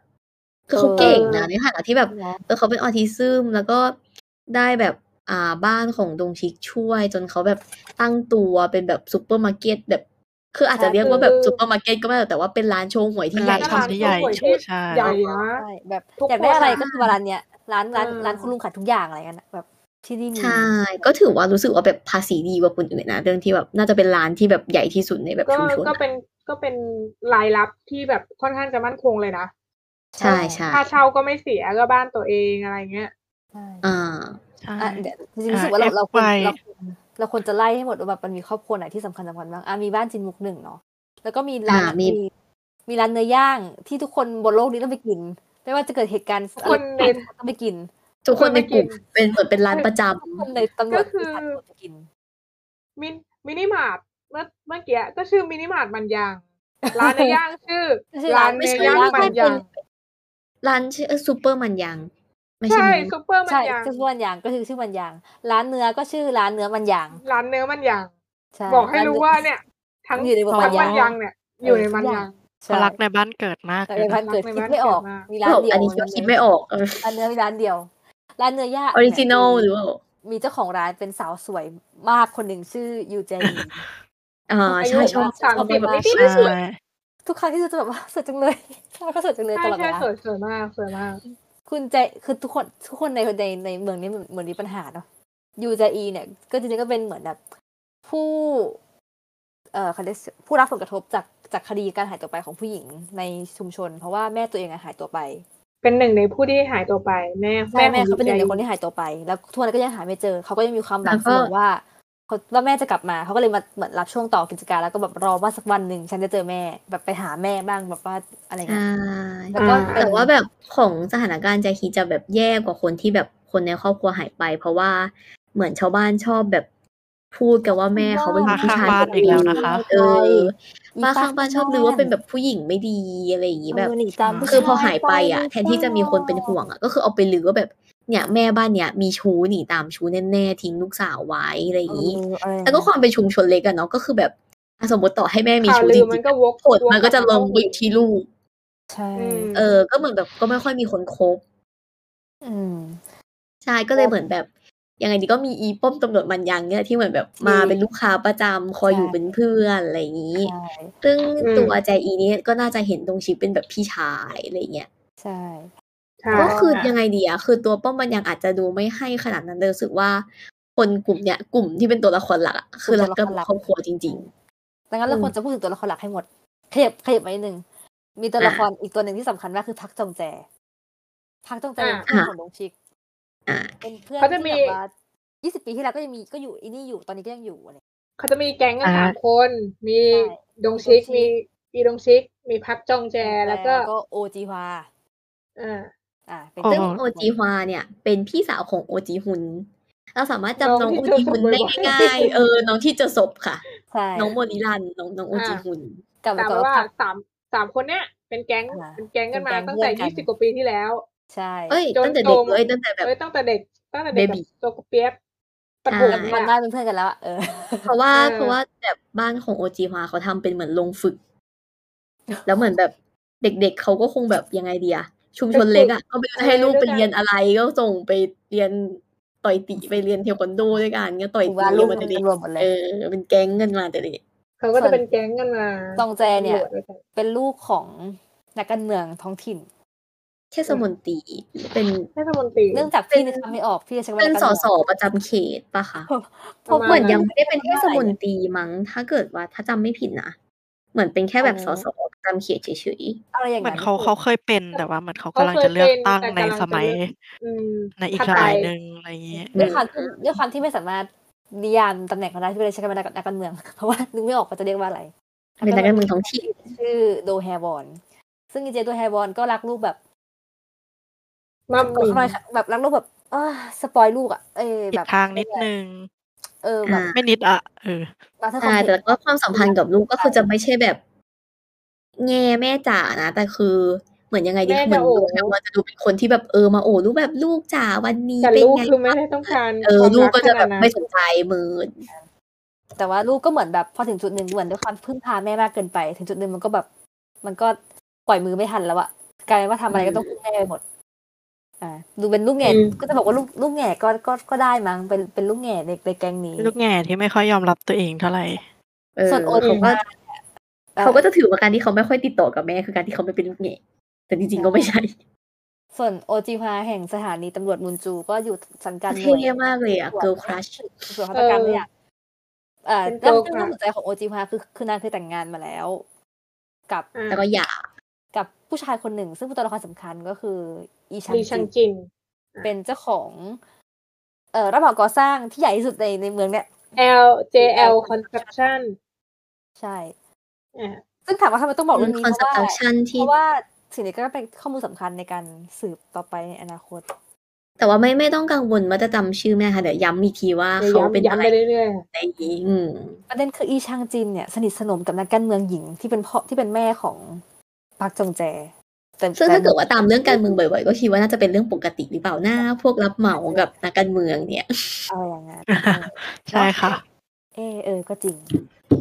คือเขาเก่งนะในฐานะที่แบบ เนอะ เออเขาเป็นออทิซึมแล้วก็ได้แบบอ่าบ้านของดงชิกช่วย จนเขาแบบตั้งตัวเป็นแบบซูเปอร์มาร์เก็ตแบบ คืออาจจะเรียกว่าแบบซูเปอร์มาร์เก็ตก็ไม่ได้แต่ว่าเป็นร้านโชว์หวย เป็ ที่ น ให ร้า ญ่ น ที่ ชา สุ ม ดร้านชำที่ใหญ่ที่ ใช่ ใหญ่ นะ ใช่แบบ ทุก อยากได้ คน อะไร อะ ก็คือมาร้านเนี้ยร้านร้าน เออ ร้านคุณลุงขายทุกอย่างอะไรกันนะแบบที่นี่มี ใช่ ก็ถือว่ารู้สึกว่าแบบภาษีดีกว่าคนอื่นนะ เรื่องที่แบบน่าจะเป็นร้านที่แบบใหญ่ที่สุดในแบบ ก็ ชุมชน ก็ อะ เป็นก็เป็นรายรับที่แบบค่อนข้างจะมั่นคงเลยนะ ใช่ใช่ ค่าเช่าก็ไม่เสียก็บ้านตัวเองอะไรเงี้ย ใช่ อ่า อ่ะ ใช่ เดี๋ยวจริงๆ อ่ะ รู้สึกว่าเราเราควร FY เราควรเราควรจะไล่ให้หมดว่าแบบมันมีครอบครัวไหนที่สำคัญสำคัญบ้างอ่ะมีบ้านจินมุกหนึ่งเนาะแล้วก็มีร้าน อ่ะมี มีมีร้านเนื้อย่างที่ทุกคนบนโลกนี้ต้องไปกิน ไม่ว่าจะเกิดเหตุการณ์ ทุกคน อะไร ใน ต้องไปกิน ทุกคนเป็นกลุ่มเป็นเหมือนเป็นร้านประจำ ทุกคนในตำรวจ ก็คือ ทุกคนไปกิน มินมินิมาร์ทเมื่อเมื่อกี้ก็ชื่อมินิมาร์ทมันยางร้านในย่างชื่อ ไม่ใช่ ร้านใน ไม่ใช่ ย่าง ร้ไม่มันใช่ ยาง เป็นร้านชื่อซูเปอร์มันยัง ไม่ใช่ ใช่ มินิ ซูเปอร์มัน ใช่ ยาง ชื่อมันยางก็คือชื่อมันยาง ร้านเนื้อก็ชื่อร้านเนื้อมันยาง ร้านเนื้อมันยาง ใช่ บอกให้ น รู้ อ ว่าเนี่ย ทั้ง อยู่ในหมู่บ้า ทั้ น ง ยามันยางงเนี่ย อยู่ในมันยาง เขา ใช่ รักในบ้านเกิดมาก แต่ เล ใน ย บ้า นะ นเกิด รักใน คิด บ้าน ไม่ออก เกิดมาก มีร้านเดียว อันนี้ก็คิดไม่ออกเออ ร้านเนื้อมีร้านเดียวร้านเนื้อย่าง ออริจินอลหเนี่ยรือเปล่า มีเจ้าของร้านเป็นสาวสวยมากคนหนึ่งชื่อยูเจนี อ่า อายุ ใช่ชอบ สาม ชอบ สิบ แบบ ใช่ นี้ที่สุด ใช่ ทุกครั้งที่เธอจะแบบว่าสวยจังเลย ทำไมเขาสวยจังเลย ใช่ ตลอดเว ใช่ ลา สวยสวยมากสวยมาก คุณเจคือทุกคนทุกคนในในในเมืองนี้เหมือนเหมือนมีปัญหาเนาะยูเจอีเนี่ย ก็จริงๆก็เป็นเหมือนแบบผู้ เอ่อเขาเรียกผู้รับผลกระทบจากจากคดีการหายตัวไปของผู้หญิงในชุมชน เพราะว่าแม่ตัวเองอะหายตัวไป เป็นหนึ่งในผู้ที่หายตัวไป แม่ ใช่แม่ ข เขา อง เป็นหนึ่ง ดี ใน ใจ คนที่หายตัวไป แล้วทุกวันนก็ยังหาไม่เจอ เขาก็ยังมีความหวั แล้ ง ว เส ก็ มอว่าเขาว่าแม่จะกลับมา เขาก็เลยมาเหมือนรับช่วงต่อกิจการแล้วก็แบบรอว่าสักวันหนึ่งฉันจะเจอแม่ แบบไปหาแม่บ้างแบบว่าอะไรเงี้ ใช่ ย แล้วก็เป็น แต่ว่าแบบของสถานการณ์ใจฮีจะแบบแย่กว่าคนที่แบบคนในครอบครัวหายไป เพราะว่าเหมือนชาวบ้านชอบแบบพูดกันว่าแม่เขาเป็นผู้ชาย มาข้างบ้านอีกแล้วนะคะ เออ อี มา ป้ ข้างบ้านชอบลือว่าเป็นแบบผู้หญิงไม่ดีอะไรอย่างงี้แบบ เออหนีตามผู้ คือพอ ช หายไปอ่ะ แทนที่จะมีคนเป็นห่วงอ่ะก็คือเอาไปลือว่าแบบเนี่ยแม่บ้านเนี้ยมีชู้หนีตามชู้แน่ๆทิ้งลูกสาวไว้อะไรอย่างงี้ เอออะไรอย่าง แล้วก็ เงี้ย ความเป็นชุมชนเล็กอะเนาะก็คือแบบอ่ะสมมติต่อให้แม่มี ข่าว ชู้จ ลื ริ อง มันก็วก ๆผลมันก็จะลงไปอยู่ที่ลูก ใช่ ม เออ ก็เหมือนแบบก็ไม่ค่อยมีคนคบ อืม ใช่ก็เลยเหมือนแบบยังไงดีก็มีอีป้อมตำรวจมันยังเนี่ยที่เหมือนแบบมาเป็นลูกค้าประจำคอย ใช่ อยู่เป็นเพื่อนอะไรอย่างนี้ ใช่ ซึ่ง อืม ตัวใจอีเนี่ยก็น่าจะเห็นตรงชิปเป็นแบบพี่ชายอะไรเงี้ย ใช่ ใช่ ก็คือยังไงดีอะคือตัวป้อมมันยังอาจจะดูไม่ให้ขนาดนั้นเลยรู้สึกว่า คนกลุ่มเนี้ยกลุ่มที่เป็นตัวละครหลักอะคือรักกับครอบครัวจริง ดังนั้นเราควรจะพูดถึงตัวละครหลักให้หมดขยับขยับมานิดนึงมีตัวละครอีกตัวหนึ่งที่สำคัญมากคือพักจงแจ พักจงแจเป็นเพื่อน อ่า ของดงชิก ๆอ่า เป็นเพื่อน เขาจะมี ที่แบบว่ายี่สิบปีที่แล้วก็ยังมีก็อยู่อีนี่อยู่ตอนนี้ก็ยังอยู่อะไร เขาจะมีแก๊งกัน อ่า สามคน มี ใช่ ดงชิก มี มี ดงชิก อีดงชิก มีพักจองแจ แล้วก็ ก็โอจีฮวา อ่า อ่าเป็น อ๋อ ซึ่งโอจีฮวาเนี่ยเป็นพี่สาวของโอจีฮุน เราสามารถจำ น้ น้ออง ง ที่ โอจีเจอฮุนได้ ศพบ่อยๆ ง่ายๆเออ น้องที่เจอศพค่ะ ใช่ น้องโมนิรัน น้องน้องโอ อ่า จีฮุน กลับมา ตาม ก่อนว่า ว่า พัก สามสามคนเนี้ยเป็นแก๊ง อ่า เป็นแก๊งกันมา เป็นแก๊ง ตั้งแต่ เพื่อนกัน ยี่สิบกว่าปีที่แล้ว ใช่ เอ้ย จน ตั้งแต่เด็ก โตมา เลยตั้งแต่แบบ เอ้ยตั้งแต่เด็กตั้งแต่เด็กกั Baby บตัวกระเปียบปฐม อ่า มันได้ เนี่ย เป็นเพื่อนกันแล้วอะเออ เพราะว่า เออ เพราะว่าแบบบ้านของโอจีฮวาเขาทำเป็นเหมือนโรง ฝึก แล้วเหมือนแบบเด็กๆเขาก็คงแบบยังไงเดียชุมชนเล็ก อ่ะก็ไม่รู้จะให้ลูกไปเรียนอะไรก็ส่งไปเรียนต่อยติไปเรียนเทควันโดด้วยกันก็ต่อย ครู ติ บาลูก มาแต่เด็ก รวมหมดเลย เออเป็นแก๊งกันมาแต่เด็ก เขาก็จะเป็นแก๊งกันมา จองแจเนี่ตำยรวจด้วยกัน เป็นลูกของนักการเมืองท้องถิ่น เทศมนตรีเป็น เทศมนตรี เนื่องจากพี่นึกคำไม่ออกพี่จะใช้คำว่า เป็น นัก ส การ ส มือง ประจำเขตปะคะ พวก ประาณ เหมือนยัง พวก ไม่ได้เป็นเทศมนตรีมั้ง ถ้าเกิดว่าถ้าจำไม่ผิดนะ เหมือนเป็นแค่แบบ อ๋ ส อ สประจำเขตเฉย อะไรอย่าง เหมือน น เขาเขาเคยเป็นแต่ว่าเหมันเขากำลังจะเลือกตั้งในสมัย อืม ในอีก ถัด ส ไป มัยหนึ่งอะไรอย่างเงี้ย ด้วยความที่ด้วยความที่ไม่สามารถนิยามตำแหน่งเขาได้ที่ไม่ได้ใช้คำว่านักนักการเมือง เพราะว่านึกไม่ออกว่าจะเรียกว่าอะไร ๆเป็นนักการเมืองท้องถิ่น ชื่อโดแฮบอน ซึ่งอีเจโดแฮบอนก็รักลูกแบบ มา ขอโทษค่ะแบบรักลูกแบบเอ้อสปอยลูกอ่ะ เออ อี แบ ก บ ทางนิดนึง เออแบบ อ่า ไม่นิดอะเออ รักเธอค อ่า น แต่ เดียว ก็ความสัมพันธ์กับลูกก็คือจะไม่ใช่แบบแง่แม่จ๋านะ แต่คือเหมือนยังไงดีคือเหมือนดูแค่ว่าจะดูเป็นคนที่แบบเออมาโอ้ลูกแบบลูกจ๋าวันนี้ แต่ เป็น ลูก ไง คือไม่ได้ต้องการ เออ ความ ลูก รัก ก็ ข จะแบ นาด บ นั้น ไม่สนใจมือ แต่ว่าลูกก็เหมือนแบบพอถึงจุดหนึ่งเหมือนด้วยความพึ่งพาแม่มากเกินไป ถึงจุดหนึ่งมันก็แบบ มันก็ปล่อยมือไม่ทันแล้วอะกลายเป็นว่าทำอะไรก็ต้องพึ่งแม่ไปหมด อ่า ดูเป็นลูกแง่ก็จะบอกว่าลูกลูกแง่ก็ก็ก็ได้มั้งเป็นเป็นลูกแง่ในในแก๊งนี้ ลูกแง่ที่ไม่ค่อยยอมรับตัวเองเท่าไหร่ เออ ส่วนโอ เขาก็ จีอ่อ เขาก็จะถือว่าการที่เขาไม่ค่อยติดต่อกับแม่คือการที่เขาไม่เป็นลูกแง่แต่จริงๆก็ไม่ใช่ ส่วนโอจิฮาแห่งสถานีตำรวจมุนจูก็อยู่สังกัดหน่ เท่ วย มากเลยอะ girl crush ส่วนฆาตกรรมเนี่ยเอ่อ เป็น girl เรื่องเรื่องน่าสนใจของโอจิฮาคือคือนางเคยแต่งงานมาแล้ว กับ อ่า แล้วก็หย่า กับผู้ชายคนหนึ่ง ซึ่งเป็นตัวละครสำคัญก็คือ อีชัง ลีชัง จิ จิน เป็นเจ้าของ เอ่อรับเหมาก่อสร้างที่ใหญ่ที่สุดในในเมืองเนี่ย LJL Construction ใช่ อ่า ซึ่งถามว่าทำไมต้องบอกเรื่องนี้เพราะว่า construction เพ ที่ ราะว่าสิ่งนี้ก็เป็นข้อมูลสำคัญในการสืบต่อไปในอนาคต แต่ว่าไม่ไม่ต้องกังวลว่าจะจำชื่อไม่ได้ค่ะ เดี๋ยวย้ำอีกทีว่า เดี๋ยว เขา ย้ำ เป็นอะไร ย้ำไปเรื่อยๆค่ะ ในนี้อืม ประเด็นคืออีชางจินเนี่ยสนิทสนมกับนักการเมืองหญิงที่เป็นพ่อที่เป็นแม่ของปักจงแจแต่ ซึ่งถ้าเกิดว่า แต่ ตามเรื่องการเมืองบ่อยๆ ก็คิดว่าน่าจะเป็นเรื่องปกติหรือเปล่านะพวกรับเหมากับนักการเมืองเนี่ย อะไรอย่างเงี้ย ใช่ค่ะ เออเออ ก็จริง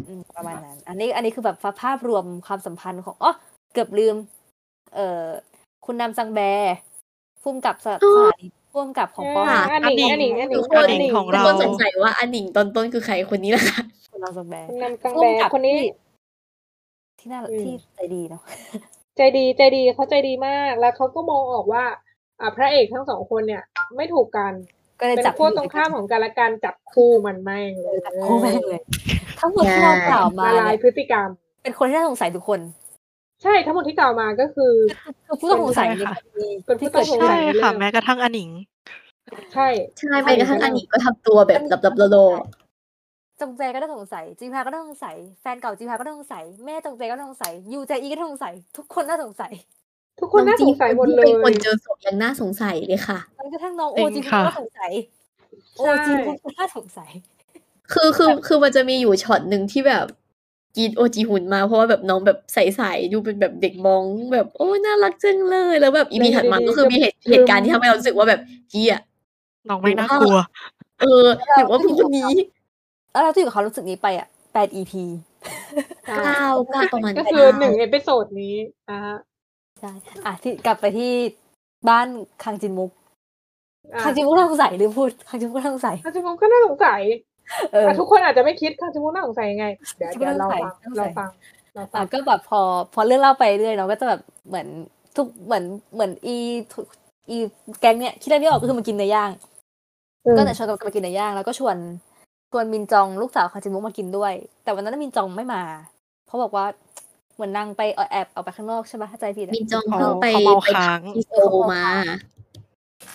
อืมประมาณนั้น อันนี้อันนี้คือแบบภาพรวมความสัมพันธ์ของอ๋อเกือบลืม เออคุณนำซังแบพุ่มกับส อ๋อ ถานีพุ่มกับของปอ ค่ะ อันหนิงอันหนิงอันหนิง อันหนิง อั ของ ทุ เรา กคนสงสัยว่าอันหนิงตอนต้นคือใครคนนี้แหละค่ะ คุณนำซังแบ คุณนำกัง พุ่ แบ มกับ คนนี้ ที่ที่น่า อืม ที่ใจดีเนาะ ใจดีใจดีเขาใจดีมากแล้วเขาก็มองออกว่า อ่าพระเอกทั้งสองคนเนี่ย ไม่ถูกกัน ก็เลย เป็น จับ ขั้วตรงข้ามของการละกันจับคู่มันแม่งเลย จับคู่แม่งเลย ทั้งหมดที่เรากล่าวมา ละลาย เนี่ย พฤติกรรม เป็นคนที่น่าสงสัยทุกคน ใช่ทั้งหมดที่กล่าวมาก็คือ คือผู้ต้องสงสัยใน ใช่ค่ะ คดี เป็นผู้ ที่ ต้องสเกิดง ขึ้ สั ใช่ น ย ค่ะแม้กระทั่งอนิง ใช่ ใช่ไปกระทั่งอันนี้ก็ทำตัวแบบลับๆโลๆ จงใจก็ต้องสงสัยจีพาก็ต้องสงสัยแฟนเก่าจีพาก็ต้องสงสัยแม่จงใจก็ต้องสงสัยยูใจอีก็ต้องสงสัยทุกคนน่าสงสัย ทุกคนน่าสงสัยหมดเล น้องจี ย เป็นคนเจอศพยังน่าสงสัยเลยค่ะ แม้กระทั่งน้องโอ จริ จี ง พาก็ค่ะสงสัยโอจีพาก็น่าสงสัย คือคือคือมันจะมีอยู่ช็อตหนึ่งที่แบบกรีดโอจีหุนมาเพราะว่าแบบน้องแบบใสๆดูเป็นแบบเด็กมองแบบโอ้ยน่ารักจังเลยแล้วแบบอีพีถัดมาก็คือมีเหตุเหตุการณ์ที่ทำให้เรารู้สึกว่าแบบเฮีย น้องไม่น่ากลัว เออหรือว่าผู้คนนี้ แล้วเราจะอยู่กับเขารู้สึกนี้ไปอ่ะแปด EP ใช่ เก้าเก้าประมาณ ก็ เก้า คือหนึ่งเอพิโซดนี้อ่าฮะ ใช่อ่ะที่กลับไปที่บ้านคังจินมุก อ่ะ คังจินมุกน่าสงสัยหรือพูดคังจินมุกก็น่าสงสัย คาจิมุกก็น่าสงสัย เออ แต่ทุกคนอาจจะไม่คิดคาจิมุกน่าสงสัยยังไง เดี๋ยว คาจิมุ เดี๋ ก ยวเราน่าสงสัย ฟัง น่าสงสั เราฟังเราฟัยอ่ะ ง ก็แบบพอพอเรื่องเล่าไปเรื่อยเนาะก็จะแบบเหมือนทุกเหมือนเหมือนอีทุกอีแก๊งเนี่ยคิดอะไรไม่ออกก็คือมากินเนื้อย่าง ก็แต่ชวนกันไปกินเนื้อย่างแล้วก็ชวนชวนมินจองลูกสาวคาจิมุกมากินด้วย แต่วันนั้นนะมินจองไม่มาเพราะบอกว่าเหมือนนางไปแอบเอาไปข้างนอกใช่ไหมถ้าใจผิดอะ มินจองเพิ่งไป เขาเมา ไป ค้าง ที่โซลมา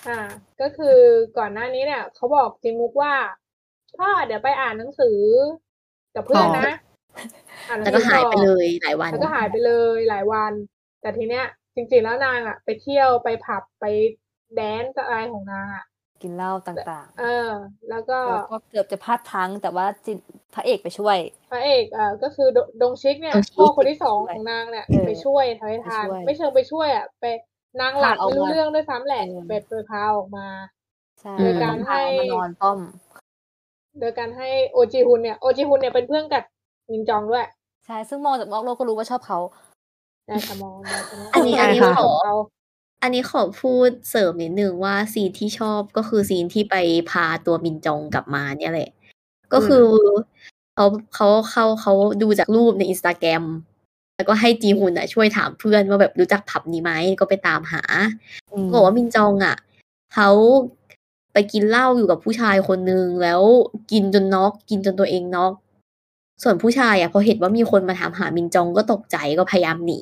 อ่า ก็คือก่อนหน้านี้เนี่ย เขาบอกจิมุกว่าพ่อเดี๋ยวไปอ่านหนังสือกับเพื่อนนะอ่านนัง แล้วก็สือ หาย ต่อ ไปเลยหลายวัน แล้วก็หายไปเลยหลายวัน แต่ทีเนี้ย จริงๆแล้วนางอะไปเที่ยวไปผับไปแดนซ์อะไรของนางอะ กินเหล้าต่าง เออ แล้วก็ ๆแล้วก็เกือบจะพลาดพลังแต่ว่าจินพระเอกไปช่วย พระเอกเออก็คือดดงชิกเนี่ย ดงชิก พ่อคนที่สองของนางเนี่ย เออ ไปช่วยทำให้ทาน ไปช่วย ไม่เชิงไปช่วยอะไปนางหลับ พาออก ไม่รู้ มา เรื่องด้วยซ้ำแหละ เออ ไปไปพาออกมา ใช่ โดย แล้กาวก็ ร พา ให้ มานอนป้อม โดยการให้โอจีฮุนเนี่ยโอจีฮุนเนี่ยเป็นเพื่อนกับมินจองด้วย ใช่ซึ่งมองจากนอกโลกก็รู้ว่าชอบเขา นายสมองนายสมอง อันนี้อันนี้ ใช่ค่ะ ขอ เอา อันนี้ขอพูดเสริมนิดนึงว่าซีนที่ชอบก็คือซีนที่ไปพาตัวมินจองกลับมาเนี่ยแหละ ก็คือเขาเขาเขาเขาดูจากรูปในอินสตาแกรมแล้วก็ให้จีฮุนอ่ะช่วยถามเพื่อนว่าแบบรู้จักผับนี้ไหมก็ไปตามหา ม บอกว่ามินจองอ่ะเขาไปกินเหล้าอยู่กับผู้ชายคนนึงแล้วกินจนน็อกกินจนตัวเองน็อกส่วนผู้ชายอ่ะพอเห็นว่ามีคนมาถามหามินจองก็ตกใจก็พยายามหนี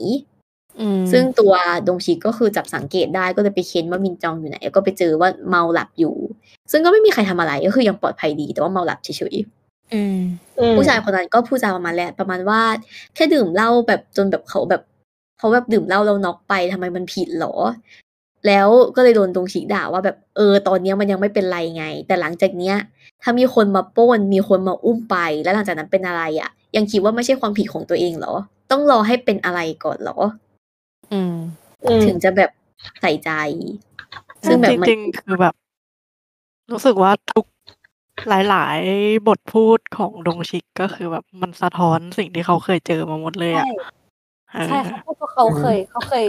อืม ซึ่งตัวดงชิก็คือจับสังเกตได้ก็เลยไปเค้นว่ามินจองอยู่ไหนแล้วก็ไปเจอว่าเมาหลับอยู่ ซึ่งก็ไม่มีใครทำอะไรก็คือยังปลอดภัยดีแต่ว่าเมาหลับเฉย อืม ๆผู้ชายคนนั้นก็พูดจาประมาณแหละประมาณว่า แค่ดื่มเหล้าแบบจนแบบเขาแบบเขาแบบดื่มเหล้าเราน็อกไปทำไมมันผิดหรอ แล้วก็เลยโดนดงชิด่าว่าแบบเออตอนเนี้ยมันยังไม่เป็นไรไง แต่หลังจากเนี้ย ถ้ามีคนมาปล้นมีคนมาอุ้มไป แล้วหลังจากนั้นเป็นอะไรอะ่ะ ยังคิดว่าไม่ใช่ความผิดของตัวเองเหรอ ต้องรอให้เป็นอะไรก่อนเหรอ อืม อืม ถึงจะแบบใส่ใจ ซึ่งแบบมัน จริงๆคือแบบ รู้สึกว่าทุกหลาย ๆ บทพูดของดงชิกก็คือแบบมันสะท้อนสิ่งที่เขาเคยเจอมาหมดเลยอ่ะเออ ใช่เขาพูดว่าเขาเคยเขาเคย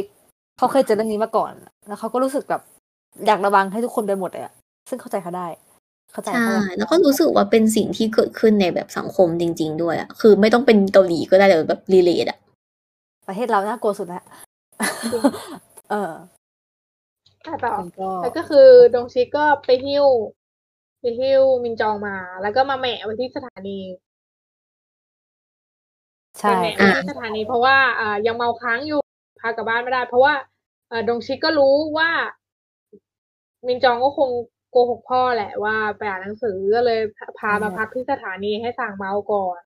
เขาเคยเจอเรื่องนี้มาก่อน แล้วเขาก็รู้สึกแบบอยากระวังให้ทุกคนไปหมดเลยอะซึ่งเข้าใจเขาได้ เข้าใจ ใช่ เขา แล้วก็รู้สึกว่าเป็นสิ่งที่เกิดขึ้นในแบบสังคมจริง ๆ ด้วยอะคือไม่ต้องเป็นเกาหลีก็ได้แต่แบบรีเลทอะ ประเทศเราน่ากลัวสุด ละ จริง เออ อ่ะต่อ มันก็ แล้วก็คือดงชิก็ไปหิ้วไปหิ้วมินจองมา แล้วก็มาแหมะไว้ที่สถานีไป ใช่ แหมะไว้ที่สถานี เพราะว่าอ่ายังเมาค้างอยู่พากลับบ้านไม่ได้ เพราะว่าเอ่อดงชิก็รู้ว่า มินจองก็คงโกหกพ่อแหละว่าไปอ่านหนังสือก็เลยพามาพักที่สถานีให้สั่งเมาก่อน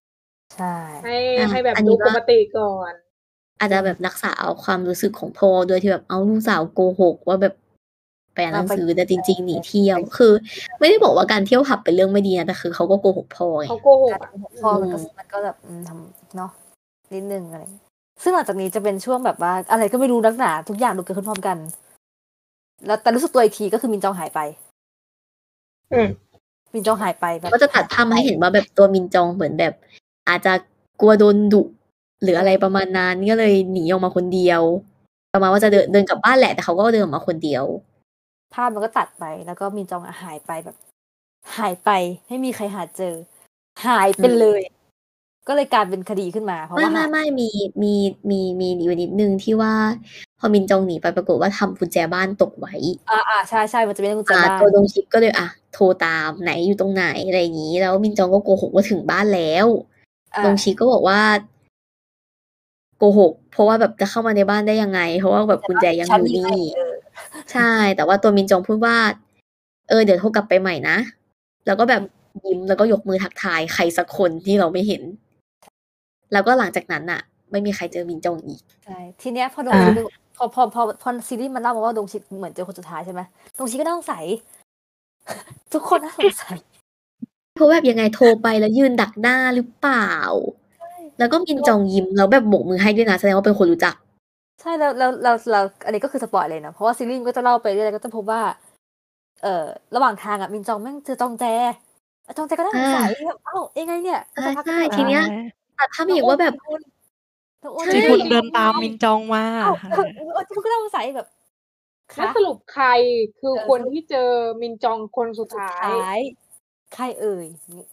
ใช่ ให้ อ่ะ ให้แบบ อัน ดู นี้ ป ก็ กติก่อน อาจจะแบบรักษาเอาความรู้สึกของพ่อด้วยที่แบบเอาลูกสาวโกหกว่าแบบไปอ่านหนังสือแต่จริง ๆ หนีเที่ยว คือ ไม่ได้บอกว่าการเที่ยวผับเป็นเรื่องไม่ดีนะแต่คือเขาก็โกหกพ่อไง เขาโกหก การ อ่ะ หัวข้อมันก็มันก็แบบอืมทำเนาะนิดนึงอะไรอย่างงี้ซึ่งหลังจากนี้จะเป็นช่วงแบบว่า อะไรก็ไม่รู้นักหนาทุกอย่างดูเกิดขึ้นพร้อมกัน แล้วแต่รู้สึกตัวอีกทีก็คือมินจองหายไป อืม มินจองหายไปแบบ ก็จะตัดภาพมาให้เห็นว่าแบบตัวมินจองเหมือนแบบ อาจจะกลัวโดนดุหรืออะไรประมาณนั้นก็เลยหนีออกมาคนเดียว ประมาณว่าจะเดินเดินกลับบ้านแหละแต่เขาก็เดินออกมาคนเดียว ภาพมันก็ตัดไปแล้วก็มินจองอะหายไปแบบ หายไปไม่มีใครหาเจอ หายไปเลย ก็เลยกลายเป็นคดีขึ้นมาเพราะ ไม่ ว่า ไม่ไม่มีมีมีมีอยู่นิดนึงที่ว่า พอมินจองหนีไปปรากฏว่าทำกุญแจบ้านตกไว้ อ่าอ่าใช่ใช่มันจะเป็นเรื่องกุญแจ อ่า บ้าน ตัวดงชิปก็เลยอ่ะโทรตามไหนอยู่ตรงไหนอะไรอย่างนี้ แล้วมินจองก็โกหกว่าถึงบ้านแล้ว อ่า ลงชีก็บอกว่าโกหก เพราะว่าแบบจะเข้ามาในบ้านได้ยังไง เพราะว่าแบบกุญแจยังอยู่ ฉั นี่ มีไเออ ใช่ แต่ว่าตัวมินจองพูดว่า เออ เดี๋ยวโทรกลับไปใหม่นะ แล้วก็แบบยิ้มแล้วก็ยกมือทักทายใครสักคนที่เราไม่เห็น แล้วก็หลังจากนั้นอะไม่มีใครเจอมินจองอีก ใช่ทีเนี้ยพอดงชิดพอพอพอพอซีรีส์มันเล่ามาว่าดงชิดเหมือนเจอคนสุดท้ายใช่ไหมดงชิดก็น่าสงสัย ทุกคนน่าสงสัย เพราะแบบยังไงโทรไปแล้วยืนดักหน้าหรือเปล่า แล้วก็มินจองยิ้มแล้วแบบโบกมือให้ด้วยนะแสดงว่าเป็นคนรู้จัก ใช่แล้วแล้วแล้วแล้วอันนี้ก็คือสปอยเลยเนอะเพราะว่าซีรีส์มันก็จะเล่าไปเรื่อยๆก็จะพบว่า เอ่อระหว่างทางอ่ะมินจองแม่งเจอจองแจอ่ะจองแจก็น่าสงสัยแบบเอ้ายังไงเนี่ย ใช่ สักพักก็ ใช่ทีเนี้ย อ่า ตัดภาพมาอีกว่าแบบ น้องอ้วน ใช่น้จีอง คุ อ้ว ณเดินตามมินจองมา เอ้าเออน้องอ้วนจีคุนก็น่าสงสัยแบบ แล้ คะ วสรุปใครคือ เออ คนที่เจอมินจองคนสุด สุด ท้าย ท้ายใครเอ่ย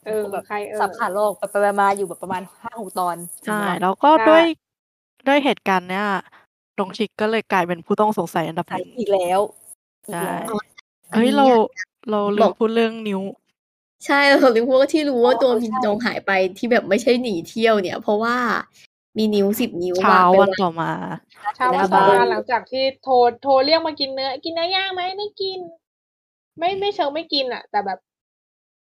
เออ แบบ ใครเอ่ย สับขาหลอกไปไปมาๆอยู่แบบประมาณห้าหกตอน ใช่ อย่างเงี้ย แล้วก็ ใช่ ด้วยด้วยเหตุการณ์เนี้ยดงชิกก็เลยกลายเป็นผู้ต้องสงสัยอันดับ ส ห งสัย นึ่ง อีกแล้วอีก ใช่ แล้ว เฮ้ย อันนี้ เรา อยาก เราลื บอ ม ก พูดเรื่องนิ้ว ใช่เราถึงพูดว่าที่รู้ว่า อ๋อ ตัว เออ มิน ใช่ จองหายไปที่แบบไม่ใช่หนีเที่ยวเนี่ย เพราะว่ามีนิ้วสิบนิ้ววา เช้าง ไป วัวานง ต่อมา เช้าวัน ห ต่อ น้าบ้าน มาหลังจากที่โทรโทรเรียกมากินเนื้อ กินเนื้อย่างไหมไม่กิน ไม่ไม่เชิงไม่กินอ่ะ แต่แบบ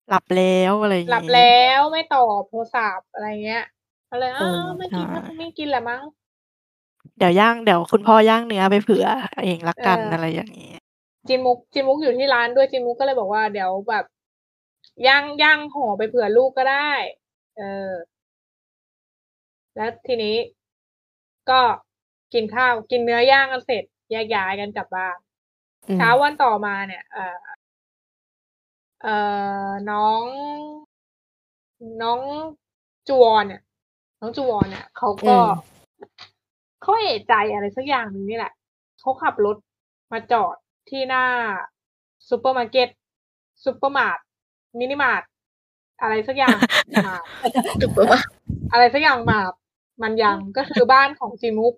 หลับแล้วอะไรอย่าง หลับ งี้ แล้วไม่ตอบโทรศัพท์อะไรเงี้ยก็เลยอ้า เอวอไม่กิน ใช่ นะไม่กินแหละมั้ง เดี๋ยวย่างเดี๋ยวคุณพ่อย่างเนื้อไปเผื่อเองละกัน เอออ อะไรอย่างงี้ จินมุกจินมุกอยู่ที่ร้านด้วยจินมุกก็เลยบอกว่าเดี๋ยวแบบย่างย่างห่อไปเผื่อลูกก็ได้ เออ แล้วทีนี้ก็กินข้าวกินเนื้อย่างกันเสร็จแยกย้ายกันกลับบ้าน อืม เช้าวันต่อมาเนี่ย เออเออน้อง น้องจูวอนเนี่ย น้องจูวอนเนี่ยเขาก็ อืม เขาเอะใจอะไรสักอย่างหนึ่งนี่แหละเขาขับรถมาจอดที่หน้าซูเปอร์มาร์เก็ตซูเปอร์มาร์ทมินิมาร์ทอะไรสักอย่าง มาร์ท ถูกปะวะ อะไรสักอย่างมาร์ทมัน ยังก็คือบ้านของจิมุก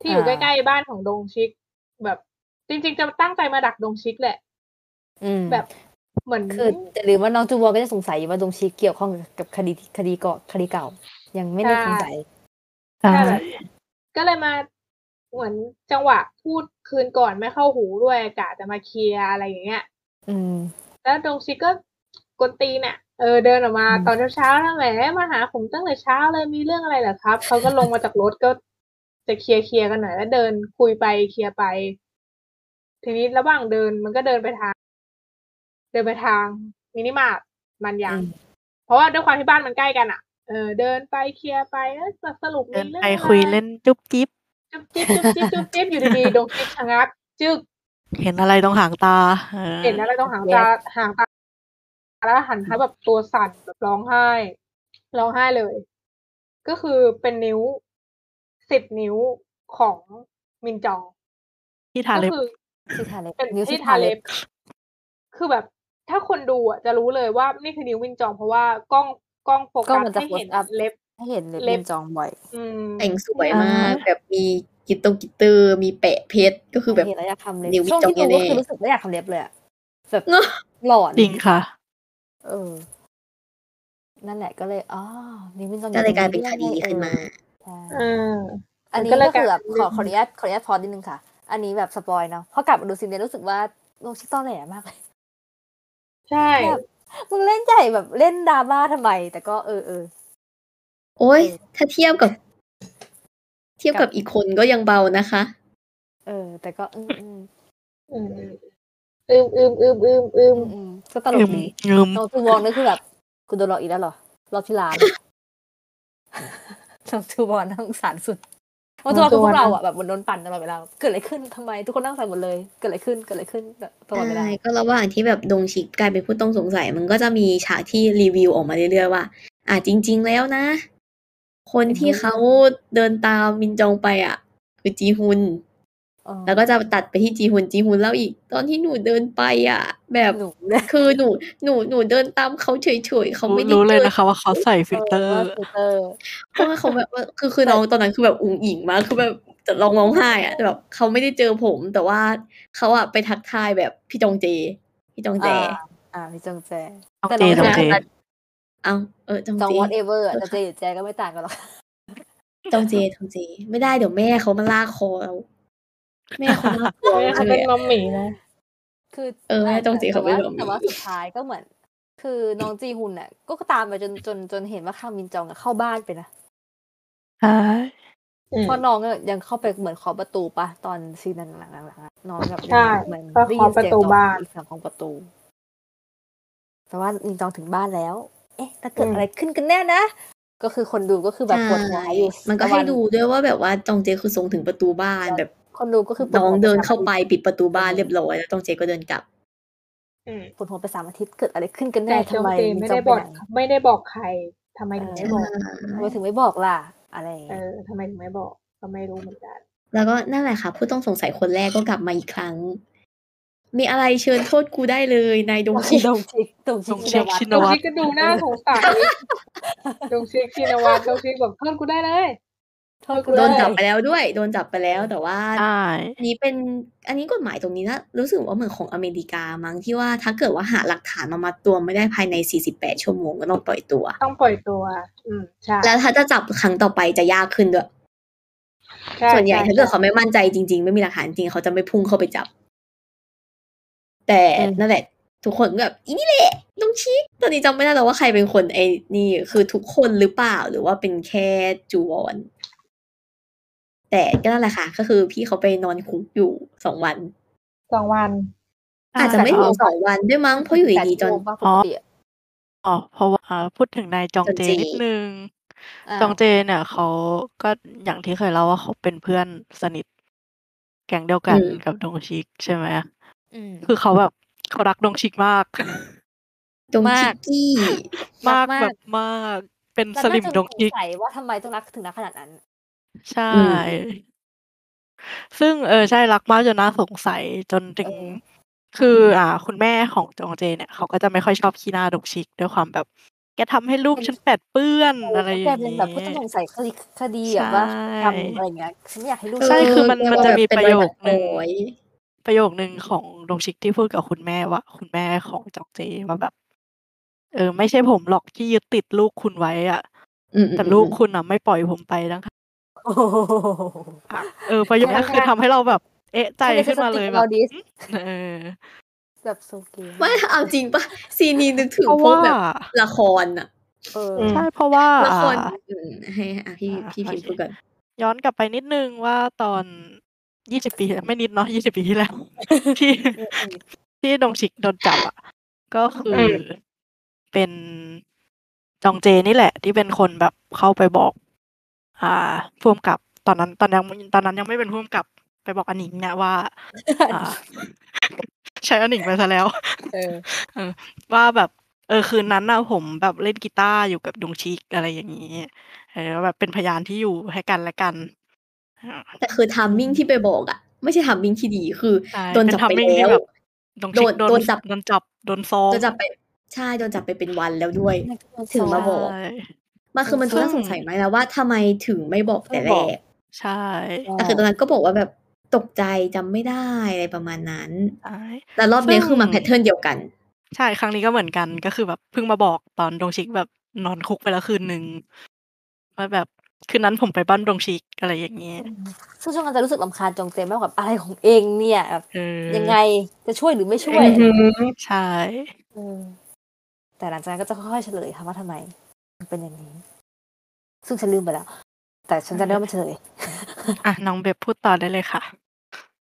ที่อยู่ใก อ่า ล้ๆบ้านของดงชิก แบบ จริง ๆ จะตั้งใจมาดักดงชิกแหละ อืม แบบเหมือน คือแต่หรือว่าน้องจูวอนก็จะสงสัยว่าดงชีเกี่ยวข้องกับคดีคดีเกาะคดีเก่า ยังไม่ได้ ใช่ สงสัย ใช่ ใช่แบบก็เลยมาเหมือนจังหวะพูดคืนก่อนไม่เข้าหูด้วยกะจะมาเคลียร์อะไรอย่างเงี้ย อืม แล้วดงชิกก็กวนตีนน่ะเออเดินออกมา อืม ตอนเช้าๆนะแหมมาหาผมตั้งแต่เช้าเลยมีเรื่องอะไรเหรอครับ เขาก็ลงมาจากรถก็จะเคลียร์เคลียร์ๆกันหน่อยแล้วเดินคุยไปเคลียร์ไป ทีนี้ระหว่างเดินมันก็เดินไปทาง เดินไปทางมินิมาร์ทมันยัง อืม เพราะว่าด้วยความที่บ้านมันใกล้กันอ่ะ เออ เดินไปเคลียร์ไปแล้วสรุป เดิน มีเรื่อง ไป อะไร คุยเล่นจุ๊บจิ๊บ จุ๊บจิ๊บจุ๊บจิ๊บจุ๊บจิ๊บอยู่ดีๆดงจิ๊บชะงักจึ๊ก เห็นอะไรตรงหางตาออ เห็นอะไรต้องหางตาหางตาแล้วหันท้ายแบบตัวสั่นแบบร้องไห้ร้องไห้เลย ก็คือเป็นนิ้วสิบนิ้วของมินจอง ที่ทา ก็ เล็บ คือ ที่ทาเล็บ เป็น นิ้ว ที่ ที่ ทา ทา เล็ เล็ บ บ คือแบบ ถ้าคนดูอ่ะจะรู้เลยว่านี่คือนิ้วมินจอง เพราะว่ากล้องกล้องโฟ กล้ กั อ ส งมันจะ ให้เห็น โฟกัสอัพ เล็บ ให้เห็นเล็บ เล็บ มินจองบ่อย อืม แต่งสวย อ่าม มาก แบบมีกิตตรงกิตเตอร์มีแปะเพชรก็คือแบบ เห็นแล้วอยากทำเล็บ นิ้วมิน ช่วง จอง ที่ดูก็คือ แน่ๆ รู้สึกว่าอยากทำเล็บเลยอะแบบ เนอะ หลอน จริงค่ะ เออ นั่นแหละก็เลยอ๋อนิ้วมินจอง ก็เลยกลายเป็นคดีขึ้นมา ใช่ อ่า อันนี้ มันก็เลย ก็คือแบกลายบเป็น ข เรื่ อ อง ขออนุญาตขออนุญาตพอนิดนึงค่ะ อันนี้แบบสปอยเนาะพอกลับมาดูซีนเนี้ยรู้สึกว่าโลกชิคตอนแหลมากเลย ใช่ แบบมึงเล่นใหญ่แบบเล่นดราม่าทำไม แต่ก็เออเออ โอ้ย เออ ถ้าเทียบกับ เทียบ กั กับบ อีกคนก็ยังเบานะคะ เออ แต่ก็อืมอืม อืมอืมอืมอืมอืมอืม อืมอืมก็ตล อื ก ม ดี อืม น้องจูวอนนี่คือแบบกูโดนหลอกอีกแล้วเหรอรอบที่ร้าน น้องจูวอนน่าสงสารสุดน้องจูวอนคือพวกเราอ่ะแบบเหมือนโดนปั่นตลอดเวลาเกิดอะไรขึ้นทำไม ทุกคนนั่งใส่หมดเลยเกิดอะไรขึ้นเกิดอะไรขึ้นแบบตลอดเวลา ใช่ก็ระหว่างที่แบบดงชิกกลายเป็นผู้ต้องสงสัย มันก็จะมีฉากที่รีวิวออกมาเรื่อยๆว่า อ่ะจริง ๆ แล้วนะ คนที่ เป็นคน เขาเดินตามมินจองไปอ่ะ คือจีฮุน เออ แล้วก็จะตัดไปที่จีฮุนจีฮุนแล้วอีก ตอนที่หนูเดินไปอ่ะ แบบ หนูเนี่ย คือหนูหนูหนูเดินตามเขาเฉยๆเขาไม่ได้ รู้เลย จอ นะคะว่าเขาใส่ฟิลเตอร์ ว่าฟิลเตอร์ เพราะว่าเขาแบบว่าคือคือน้องตอนนั้นคือแบบอุ๋งอิงมากคือแบบจะร้องร้องไห้อะแต่แบบเขาไม่ได้เจอผม แต่ว่าเขาอะไปทักทายแบบพี่จองเจ พี่จองเจ อ่า อ่าพี่จงแจ จอง แต่ เจ น้อง จ แจ องเจ เอาเออจอง จอง เจ whatever อะ เออ แต่ ค่ะ เจอยู่แจก็ไม่ต่างกันหรอก จองเจจองเจ ไม่ได้เดี๋ยวแม่เขามาลากคอเราแม่เขาลากคอ แม่ เรา เขา เล เป็น ย มั อะ มหมี่นะ คือ เออ แต่ จงจิเขาเป็นแบบนี้แต่ว่แต่ว่าสุดท้ายก็เหมือน คือน้องจีฮุนอ่ะ ก็ตามไปจนจนจนเห็นว่าข้างมินจองอะเข้าบ้านไปนะ ใช่ อืม เพราะน้องอะยังเข้าไปเหมือนเคาะประตูปะตอนซีนหลังๆๆๆอะน้องแบบ ใช่ เหมือน ก็ ได้ยิน เคาะประ เสียง ตู น้อง บ้าน อีกฝั่งของประตู แต่ว่ามินจองถึงบ้านแล้ว เอ๊ะถ้าเกิดอะไรขึ้นกันแน่นะ ก็คือคนดูก็คือแบบปวดหัวอยู่ ใช่มันก็ให้ดูด้วยว่าแบบว่าจองเจคือทรงถึงประตูบ้านแบบ คนดูก็คือปว น้ หั อ ว ง ไ เดินเข้าไป สมอทิตปิดย์ประตูบ้านเรียบร้อยแล้วจองเจก็เดินกลับ อืม ปวดหัวไปสามอาทิตย์เกิดอะไรขึ้นกัน แต่ แน่ จ ทำ ง ไม เจ มิน ไม่ จอ ได้ ง บ ไป อก ไหน ไม่ได้บอกใครทำไมถึงไม่บอก ทำไมถึงไม่บอกล่ะ อะไรอย่าง เอ เงี้ย อทำไมถึงไม่บอก ก็ไม่รู้เหมือนกัน แล้วก็นั่นแหละค่ะ ผู้ต้องสงสัยคนแรกก็กลับมาอีกครั้ง มีอะไรเชิญโทษกูได้เลยนายดงชิ ดงชิกดงชิกชินวัตดงรชิกก็ดูหน้าสงสารดงชิกชินวัตรดงชิกแบบเพื่อนกูได้เลย โทษกู โด เลย นจับไปแล้วด้วย โดนจับไปแล้วแต่ว่า ใช่ อันนี้เป็นอันนี้กฎหมายตรงนี้นะรู้สึกว่าเหมือนของอเมริกามั้งที่ว่าถ้าเกิดว่าหาหลักฐานมามัดตัวไม่ได้ภายใน 48 ชั่วโมงก็ต้องปล่อยตัว ต้องปล่อยตัว อืมใช่ แล้วถ้าจะจับครั้งต่อไปจะยากขึ้นด้วย ช่ ส่วนใหญ่ถ้า ช่ เกิดเขาไม่มั่นใจจริง ๆ ไม่มีหลักฐานจริงเขาจะไม่พุ่งเข้าไปจับ แต่นั่นแหละ ทุกคนก็แบบอีนี่แหละต้องชี้ตอนนี้จำไม่ได้แล้วว่าใครเป็นคนไอ้นี่คือทุกคนหรือเปล่าหรือว่าเป็นแค่จูวอน แต่ก็นั่นแหละค่ะ ก็คือพี่เขาไปนอนคุกอยู่สองวัน สองวัน อาจจะไม่ถึงสองวันด้วยมั้งเพราะอยู่ แปด ดีๆจอน ชั่วโมงป่ะปกติอะ อ๋อเพราะว่าพูดถึงนายจองเจนิดนึง า จองเจเนี่ยเขาก็อย่างที่เคยเล่าว่าเขาเป็นเพื่อนสนิท แก๊งเดียวกันกับดงชิกใช่ไหม อืม คือเขาแบบเขารักดงชิกมาก จง มา ชิ ก กกี้ รั มากมากกแบบมากเป็น แล้ว สลิม น่าจะ ดงชิก สงสัยว่าทำไมต้องรักถึงรักขนาดนั้น ใช่ อืม ซึ่งเออใช่รักมากจนน่าสงสัยจนถึง เออ คือ อ่า คุณแม่ของจองเจเนี่ยเขาก็จะไม่ค่อยชอบขี้หน้าดงชิกด้วยความแบบ แกทำให้ลูกฉันแปดเปื้อนอะไรอ แก ย่าง เป็ เงี้ น ย แบบผู้ต้องสงสัยคดีคดีแบบว่า ใช่ ทำอะไรอย่างเงี้ยฉันไม่อยากให้ลูก ใช่ ฉัน คือมัน เรียก มัน ว่า จะ แบบ มี เป็น ประโยค ร นึ อง ยดักน้อย ประโยคนึงของดงชิกที่พูดกับคุณแม่ว่า คุณแม่ของจองเจว่าแบบ เออ ไม่ใช่ผมหรอกที่ยึดติดลูกคุณไว้อ่ะ อืมอืม แต่ อืม ลูกคุณอ่ะไม่ปล่อยผมไปนะคะ โอ้โห อ่ะเออประโยคนี้ ใช่ คือทำให้เราแบบ เอ๊ะ ใจ ใช่ ขึ้นมาเลย คือสติ แบ เรา บ ดิ อืมเออ แบบโซเกม ไม่เอาจริงปะซีนีนึกถึง เพราะ พวก ว่า แบบละครอะ เออ อืม ใช่เพราะว่า ละคร อ่า อืมให้อ่ะพี่ อ่า พี่พิมพ์ โอเค พูดก่อน ย้อนกลับไปนิดนึงว่าตอนยี่สิบปีไม่นิดเนาะยี่สิบปีที่แล้ว ที่ที่ดงชิกโดนจับอ่ะ ก็คืออ ม เป็นจองเจนี่แหละ ที่เป็นคนแบบเข้าไปบอก อ่าพ่วมกับตอนนั้นตอนยังตอนนั้นยังไม่เป็นพ่วมกับไปบอกอนิงเนี่ยว่า อ่า ใช้อนิงไปซะแล้ว เออ ว่าแบบเออคืนนั้นน่ะผมแบบเล่นกีตาร์อยู่กับดงชิกอะไรอย่างนี้ เออแบบเป็นพยานที่อยู่ให้กันและกันอ่า แต่คือทัมมิ่งที่ไปบอกอ่ะ ไม่ใช่ทัมมิ่งที่ดีคือ ใช่ โดนจับไป เป็น timing ที่ แล้ว แบบ ดงชิก โดน โดน โดนจับ โดนจับโดนซ้อม โดนจับไปใช่โดนจับไปเป็นวันแล้วด้วย ถึงมาบอก ใช่ มันคือมัน ซึ่ง น่าสงสัยไหมแล้วว่าทำไมถึงไม่บอกแต่แรก ใช่ แต่คือตอนนั้นก็บอกว่าแบบตกใจจำไม่ได้อะไรประมาณนั้น ใช่ แต่รอบนี้ ซึ่ง คือมาแพทเทิร์นเดียวกัน ใช่ครั้งนี้ก็เหมือนกันก็คือแบบเพิ่งมาบอกตอนดงชิกแบบนอนคุกไปแล้วคืนหนึ่งว่าแบบคืนนั้นผมไปบ้านดงชิกอะไรอย่างเงี้ย ซึ่งช่วงนั้นจะรู้สึกลำคาญจองเจมากกว่าอะไรของเองเนี่ยแบบ เออ ยังไงจะช่วยหรือไม่ช่วย ใช่ เออแต่หลังจากนั้นก็จะค่อยๆเฉลยค่ะว่าทำไมมันเป็นอย่างนี้ ซึ่งฉันลืมไปแล้ว แต่ฉันจะเริ่ามาเฉลย อ่ะน้องเบบพูดต่อได้เลยค่ะ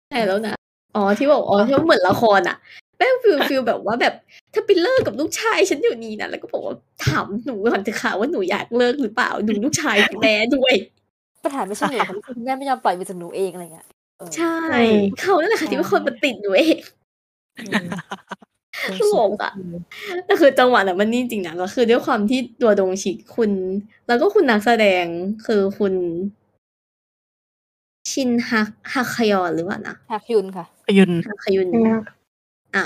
ไหนแล้วนะ อ๋อที่บอกอ๋อที่ว่าเหมือนละครอ่ะแม่งฟิลฟิลแบบว่าแบบถ้าไปเลิกกับลูกชายฉันอยู่นี่นะแล้วก็บอกว่าถามหนูก่อนเถอะค่ะว่าหนูอยากเลิกหรือเปล่าดูลูกชายคุณแม่ด้วย ปัญหาไม่ใช่หนูค่ะคุณแม่ไม่ยอมปล่อยมือจากหนูเองอะไรเงี้ยเออ ใช่เขานั่นแหละค่ะที่เป็นคนมาติดหนูเอง อืม ตลกอ่ะแต่คือจังหวะน่ะมันนี่จริงนะก็คือด้วยความที่ตัวดงชิกคุณ แล้วก็คุณนักแสดงคือคุณชินฮักฮักคยอนหรือเปล่านะ ฮาคยุนค่ะ พยุน ฮักคยุน อ่า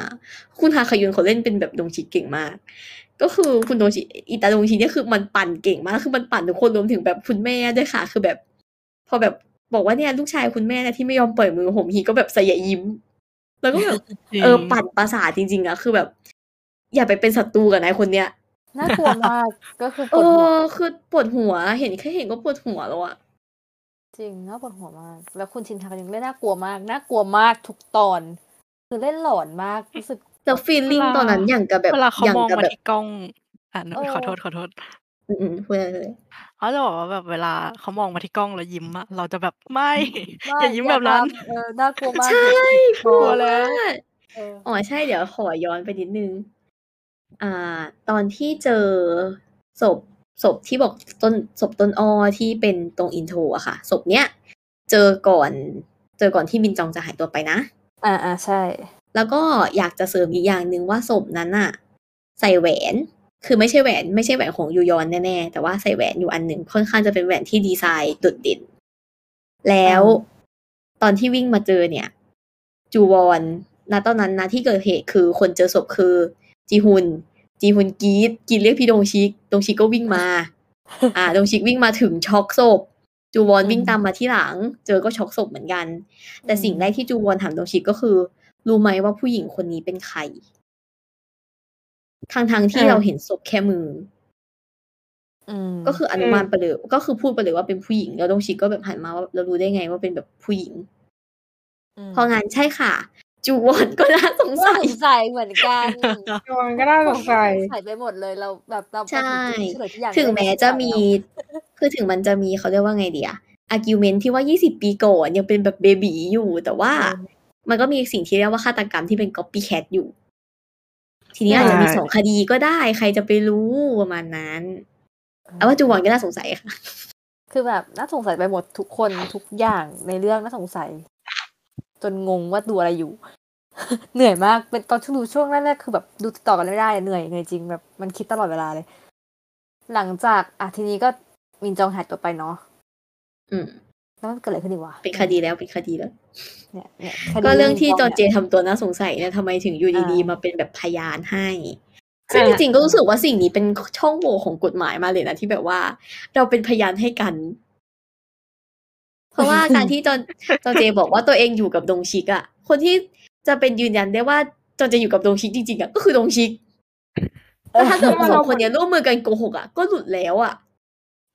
คุณฮาคายุนเขาเล่นเป็นแบบดงชิเก่งมาก ก็คือคุณดงชิอิตาดงชิเนี่ยคือมันปั่นเก่งมาก คือมันปั่นทุกคนรวมถึงแบบคุณแม่ด้วยค่ะ คือแบบ พอแบบบอกว่าเนี่ยลูกชายคุณแม่นะที่ไม่ยอมปล่อยมือผมฮีก็แบบสยะยิ้ม แล้วก็แบบ เออปั่นประสาทจริงๆอะคือแบบ อย่าไปเป็นศัตรูกับนายคนเนี้ย น่ากลัวมากก็คือป เอ วดหัว อคือปวดหัวเห็นแค่เห็นก็ปวดหัวแล้วอะ จริงน่าปวดหัวมาก แล้วคุณชินทาก็ยังเล่นน่ากลัวมากน่ากลัวมากทุกตอน คือเล่นหลอนมากรู้สึก แล้วฟีลลิ่ง เวลา ตอนนั้นอย่างกับแบบ เวลาเขา อย่าง มอง กับ มา แบบ ที่กล้องอ่าน เออ ขอโทษขอโทษ อืมอืมพูดอะไรเลย เขาจะบอกว่าแบบเวลาเขามองมาที่กล้องแล้วยิ้มอะเราจะแบบไม่ ไม่ อย่ายิ้มแบบนั้น อย่าทำเออน่ากลัวมาก ใช่ กลัว แล้ แล้ว ว เออ อ๋อใช่เดี๋ยวขอย้อนไปนิดนึง อ่า ตอนที่เจอศพศพที่บอกต้นศพต้นอ้อที่เป็นตรงอินโทรอะค่ะศพเนี้ยเจอก่อน เจอก่อนที่มินจองจะหายตัวไปนะ อ่าอ่าใช่ แล้วก็อยากจะเสริมอีกอย่างหนึ่งว่าศพนั้นอะใส่แหวน คือไม่ใช่แหวน ไม่ใช่แหวนของยูยอนแน่ๆ แต่ว่าใส่แหวนอยู่อันหนึ่งค่อนข้างจะเป็นแหวนที่ดีไซน์โดดเด่น แล้วตอนที่วิ่งมาเจอเนี่ย จูวอนณตอนนั้นนะที่เกิดเหตุคือคนเจอศพคือ จีฮุน จีฮุนกรีดกรีดเรียกพี่ดงชิก ดงชิกก็วิ่งมา อ่า ดงชิกวิ่งมาถึงช็อกศพ จูวอนวิ่งตามมาที่หลัง เจอก็ช็อกศพเหมือนกัน แต่สิ่งแรกที่จูวอนถามดงชิกก็คือ รู้ไหมว่าผู้หญิงคนนี้เป็นใคร ทางทางๆที่ เออ เราเห็นศพแค่มือ อืม ก็คืออนุมานไปเลยก็คือพูดไปเลยว่าเป็นผู้หญิง แล้วดงชิกก็แบบหันมาว่าเรารู้ได้ไงว่าเป็นแบบผู้หญิง ม พองานใช่ค่ะ จูวอนก็น่าสง ก็ สั ส ย งสัยเหมือนกัน จวนก็น่าสงสัย ใส่ไปหมดเลยเราแบบเรา ใช่ เฉลยทุกอย่าง ถึงแม้จะมี คือถึงมันจะมีเขาเรียกว่าไงเดียอาร์กิวเมนที่ว่า 20 ปีก่อนยังเป็นแบบเบบีอยู่ แต่ว่า มันก็มีสิ่งที่เรียกว่าฆาตกรรมที่เป็นก๊อปปี้แคทอยู่ ทีนี้อาจจะมี ใช่ สองคดีก็ได้ ใครจะไปรู้ประมาณนั้น เอาว่าจูวอนก็น่าสงสัยค่ะ คือแบบน่าสงสัยไปหมดทุกคนทุกอย่างในเรื่องน่าสงสัย จนงงว่าดูอะไรอยู่ เหนื่อยมากเป็นตอนที่ดูช่วงแรกๆคือแบบดูติดต่อกันไม่ได้เหนื่อยเหนื่อยจริงแบบมันคิดตลอดเวลาเลย หลังจากอ่ะทีนี้ก็มินจองหายตัวไปเนาะ อืม แล้วมันเกิดอะไรขึ้นดีวะ เป็นคดีแล้วเป็นคดีแล้ว เนี่ยเนี่ยคดี ก็เรื่องที่จอเจ มิ ทำตัวน่าสงสัยเนี่ยทำไมถึงอยู่ดีๆอ่าม มาเป็นแบบพยานให้ ซึ่งจริงๆก็รู้สึกว่าสิ่งนี้เป็นช่องโหว่ของกฎหมายมากเลยนะที่แบบว่า เราเป็นพยานให้กัน เพราะว่าการที่จอน จอนเจบอกว่าตัวเองอยู่กับดงชิกอะคนที่จะเป็นยืนยันได้ว่าจอนเจอยู่กับดงชิกจริงๆอะก็คือดงชิกแล้วถ้าเกิดว่าสองคนเนี้ยร่วมมือกันโกหกอะก็หลุดแล้วอะ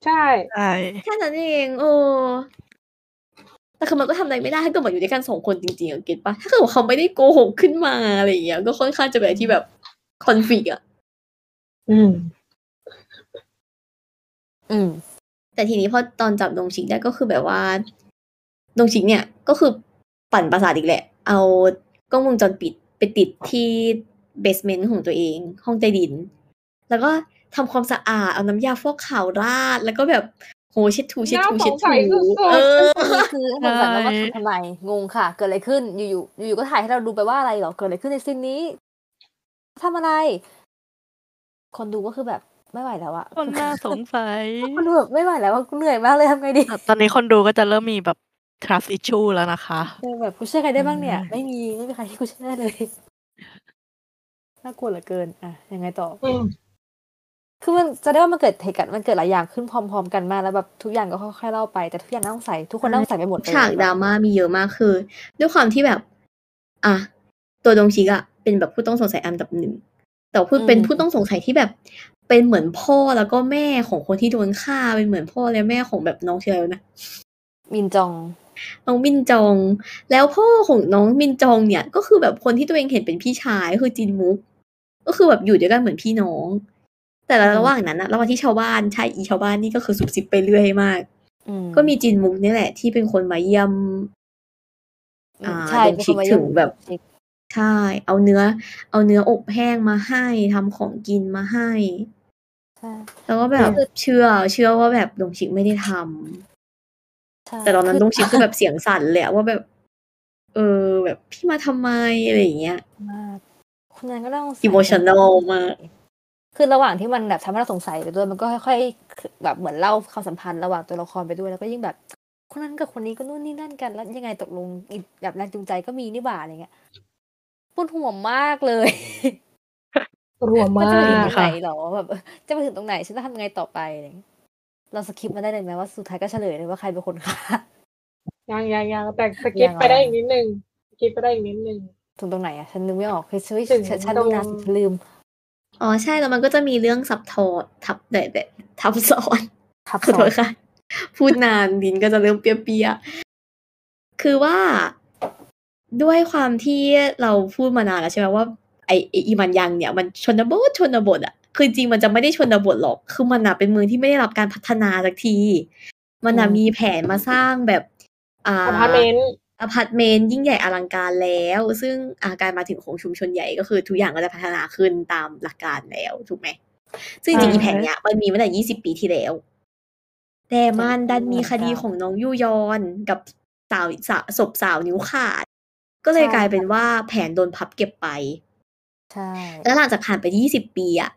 ใช่ ใช่ แค่นั้นเองโอ้แต่คือมันก็ทำอะไรไม่ได้ถ้าเกิดมันอยู่ด้วยกันสองคนจริงๆอะเก็ตปะถ้าเกิดว่าเขาไม่ได้โกหกขึ้นมาอะไรอย่างเงี้ยก็ค่อนข้างจะเป็นอะไรที่แบบคอนฟ lict อะ อืม อืม แต่ทีนี้พอตอนจับดงชิกได้ก็คือแบบว่าดงชิกเนี่ยก็คือปั่นประสาทอีกแหละ เอากล้องวงจรปิดไปติดที่เบสเมนต์ของตัวเอง ห้องใต้ดิน แล้วก็ทำความสะอาด เอาน้ำยาฟอกขาวราด แล้วก็แบบโหเช็ดถูเช็ดถูเช็ด น่าสงสั ถู ยสุดๆ เออ นี่คือสงสัยว่าว่าทำไมงงค่ะ เกิดอะไรขึ้นอยู่ๆอยู่ๆก็ถ่ายให้เราดูไปว่าอะไรเหรอเกิดอะไรขึ้นในซีนนี้ทำอะไร คนดูก็คือแบบไม่ไหวแล้วอะ คนน่าสงสัย คนดูแบบไม่ไหวแล้วอะกูเหนื่อยมากเลยทำไงดี อ่ะตอนนี้คนดูก็จะเริ่มมีแบบ trust issue แล้วนะคะ เออแบบกูเชื่อใครได้บ้างเนี่ย ไม่มีไม่มีใครที่กูเชื่อได้เลยน่ากลัวเหลือเกินอ่ะยังไงต่อ อืม คือมันจะได้ว่ามันเกิดเหตุการณ์มันเกิดหลายอย่างขึ้นพร้อม ๆ กันมากแล้วแบบทุกอย่างก็ค่อยๆเล่าไปแต่ทุกอย่างน่าสงสัยทุกคนน่าสงสัยไปหมดเลย ฉากดราม่ามีเยอะมากคือ ด้วยความที่แบบ อ่ะตัวดงชิกอะเป็นแบบผู้ต้องสงสัยอันดับหนึ่งแต่พูดเป็นผู้ต้องสงสัยที่แบบ เป็นเหมือนพ่อแล้วก็แม่ของคนที่โดนฆ่าเป็นเหมือนพ่อและแม่ของแบบน้องเชลนะ มินจอง น้องมินจอง แล้วพ่อของน้องมินจองเนี่ย ก็คือแบบคนที่ตัวเองเห็นเป็นพี่ชายคือจินมุก ก็คือแบบอยู่ด้วยกันเหมือนพี่น้อง แต่ระหว่างนั้นอะระหว่างที่ชาวบ้านใช่อีชาวบ้านนี่ก็คือสุบซิบไปเรื่อยมาก อื ก็มีจินมุกเนี่ยแหละ ที่เป็นคนมาเยี่ยม อืม อ่า ใช่ ดง เป็นค ชิ น ก มา ถึ เยี่ยม งแบบ ดงชิก ใช่ เอาเนื้อ เอาเนื้ออบแห้งมาให้ทำของกินมาให้ ใช่ แล้วก็แบบเชื่อ เชื่อว่าแบบดงชิกไม่ได้ทำ ใช่ แต่ตอนนั้น คื ดงชิกคือแบบเสียงสั่นเลยอะว่าแบบ เออ แบบพี่มาทำไมอะไรอย่างเงี้ย มากคนนั้นก็ต้อง อิโมชันแนลมาก คือระหว่างที่มันแบบทำให้เราสงสัยไปด้วยมันก็ค่อยๆแบบเหมือนเล่าความสัมพันธ์ระหว่างตัวละครไปด้วยแล้วก็ยิ่งแบบ คนนั้นกับคนนี้ก็นู่นนี่นั่นกันแล้วยังไงตกลงอีกแบบแรงจูงใจก็มีนี่บ่าอะไรเงี้ยปวดหัวมาก เลย รัวมา ว่าจะไปถึงต ก รงไหนหรอแบบจะไปถึงตรงไหนฉันจะทำยังไงต่อไปอะไรเงี้ยเราสคิปมาได้เลยไหมว่าสุดท้ายก็เฉลยเลยว่าใครเป็นคนฆ่า ยังยังยังแต่สกิป ยัง ไปได้ อะไร อีกนิดนึงสกิปไปได้อีกนิดนึง ถึงตรงไหนอะฉันนึกไม่ออกคือฉัน ถึง ฉันดู ตรง นานสิฉันลืม ๆ อ๋อใช่แล้วมันก็จะมีเรื่องซับทอทับแต่แต่ทับซ้อน ทับ ขอ ซ้ โท อน ษค่ะ พูดนานดินก็จะเริ่มเปรียกๆคือว่าด้วยความที่เราพูดมานานแล้วใช่ไหมว่าไอไอ้อีมันยังเนี่ย มันชนบทชนบทอะคือจริงมันจะไม่ได้ชนบทหรอก คือมันอะเป็นเมืองที่ไม่ได้รับการพัฒนาสักที มันอะมีแผนมาสร้างแบบอ่า อพาร์ตเมนต์ อพาร์ตเมนต์ยิ่งใหญ่อลังการแล้ว ซึ่งอาการมาถึงของชุมชนใหญ่ก็คือทุกอย่างก็จะพัฒนาขึ้นตามหลักการแล้วถูกไหม ซึ่งจริงๆอีแผนเนี้ยมันมีมาตั้งแต่ยี่สิบปีที่แล้ว แต่มันดันมีคดีของน้องยุยอนกับสาวสาวศพสาวนิ้วขาด ก็เลยกลายเป็นว่าแผนโดนพับเก็บไป ใช่ แล้วหลังจากผ่านไปยี่สิบปีอะ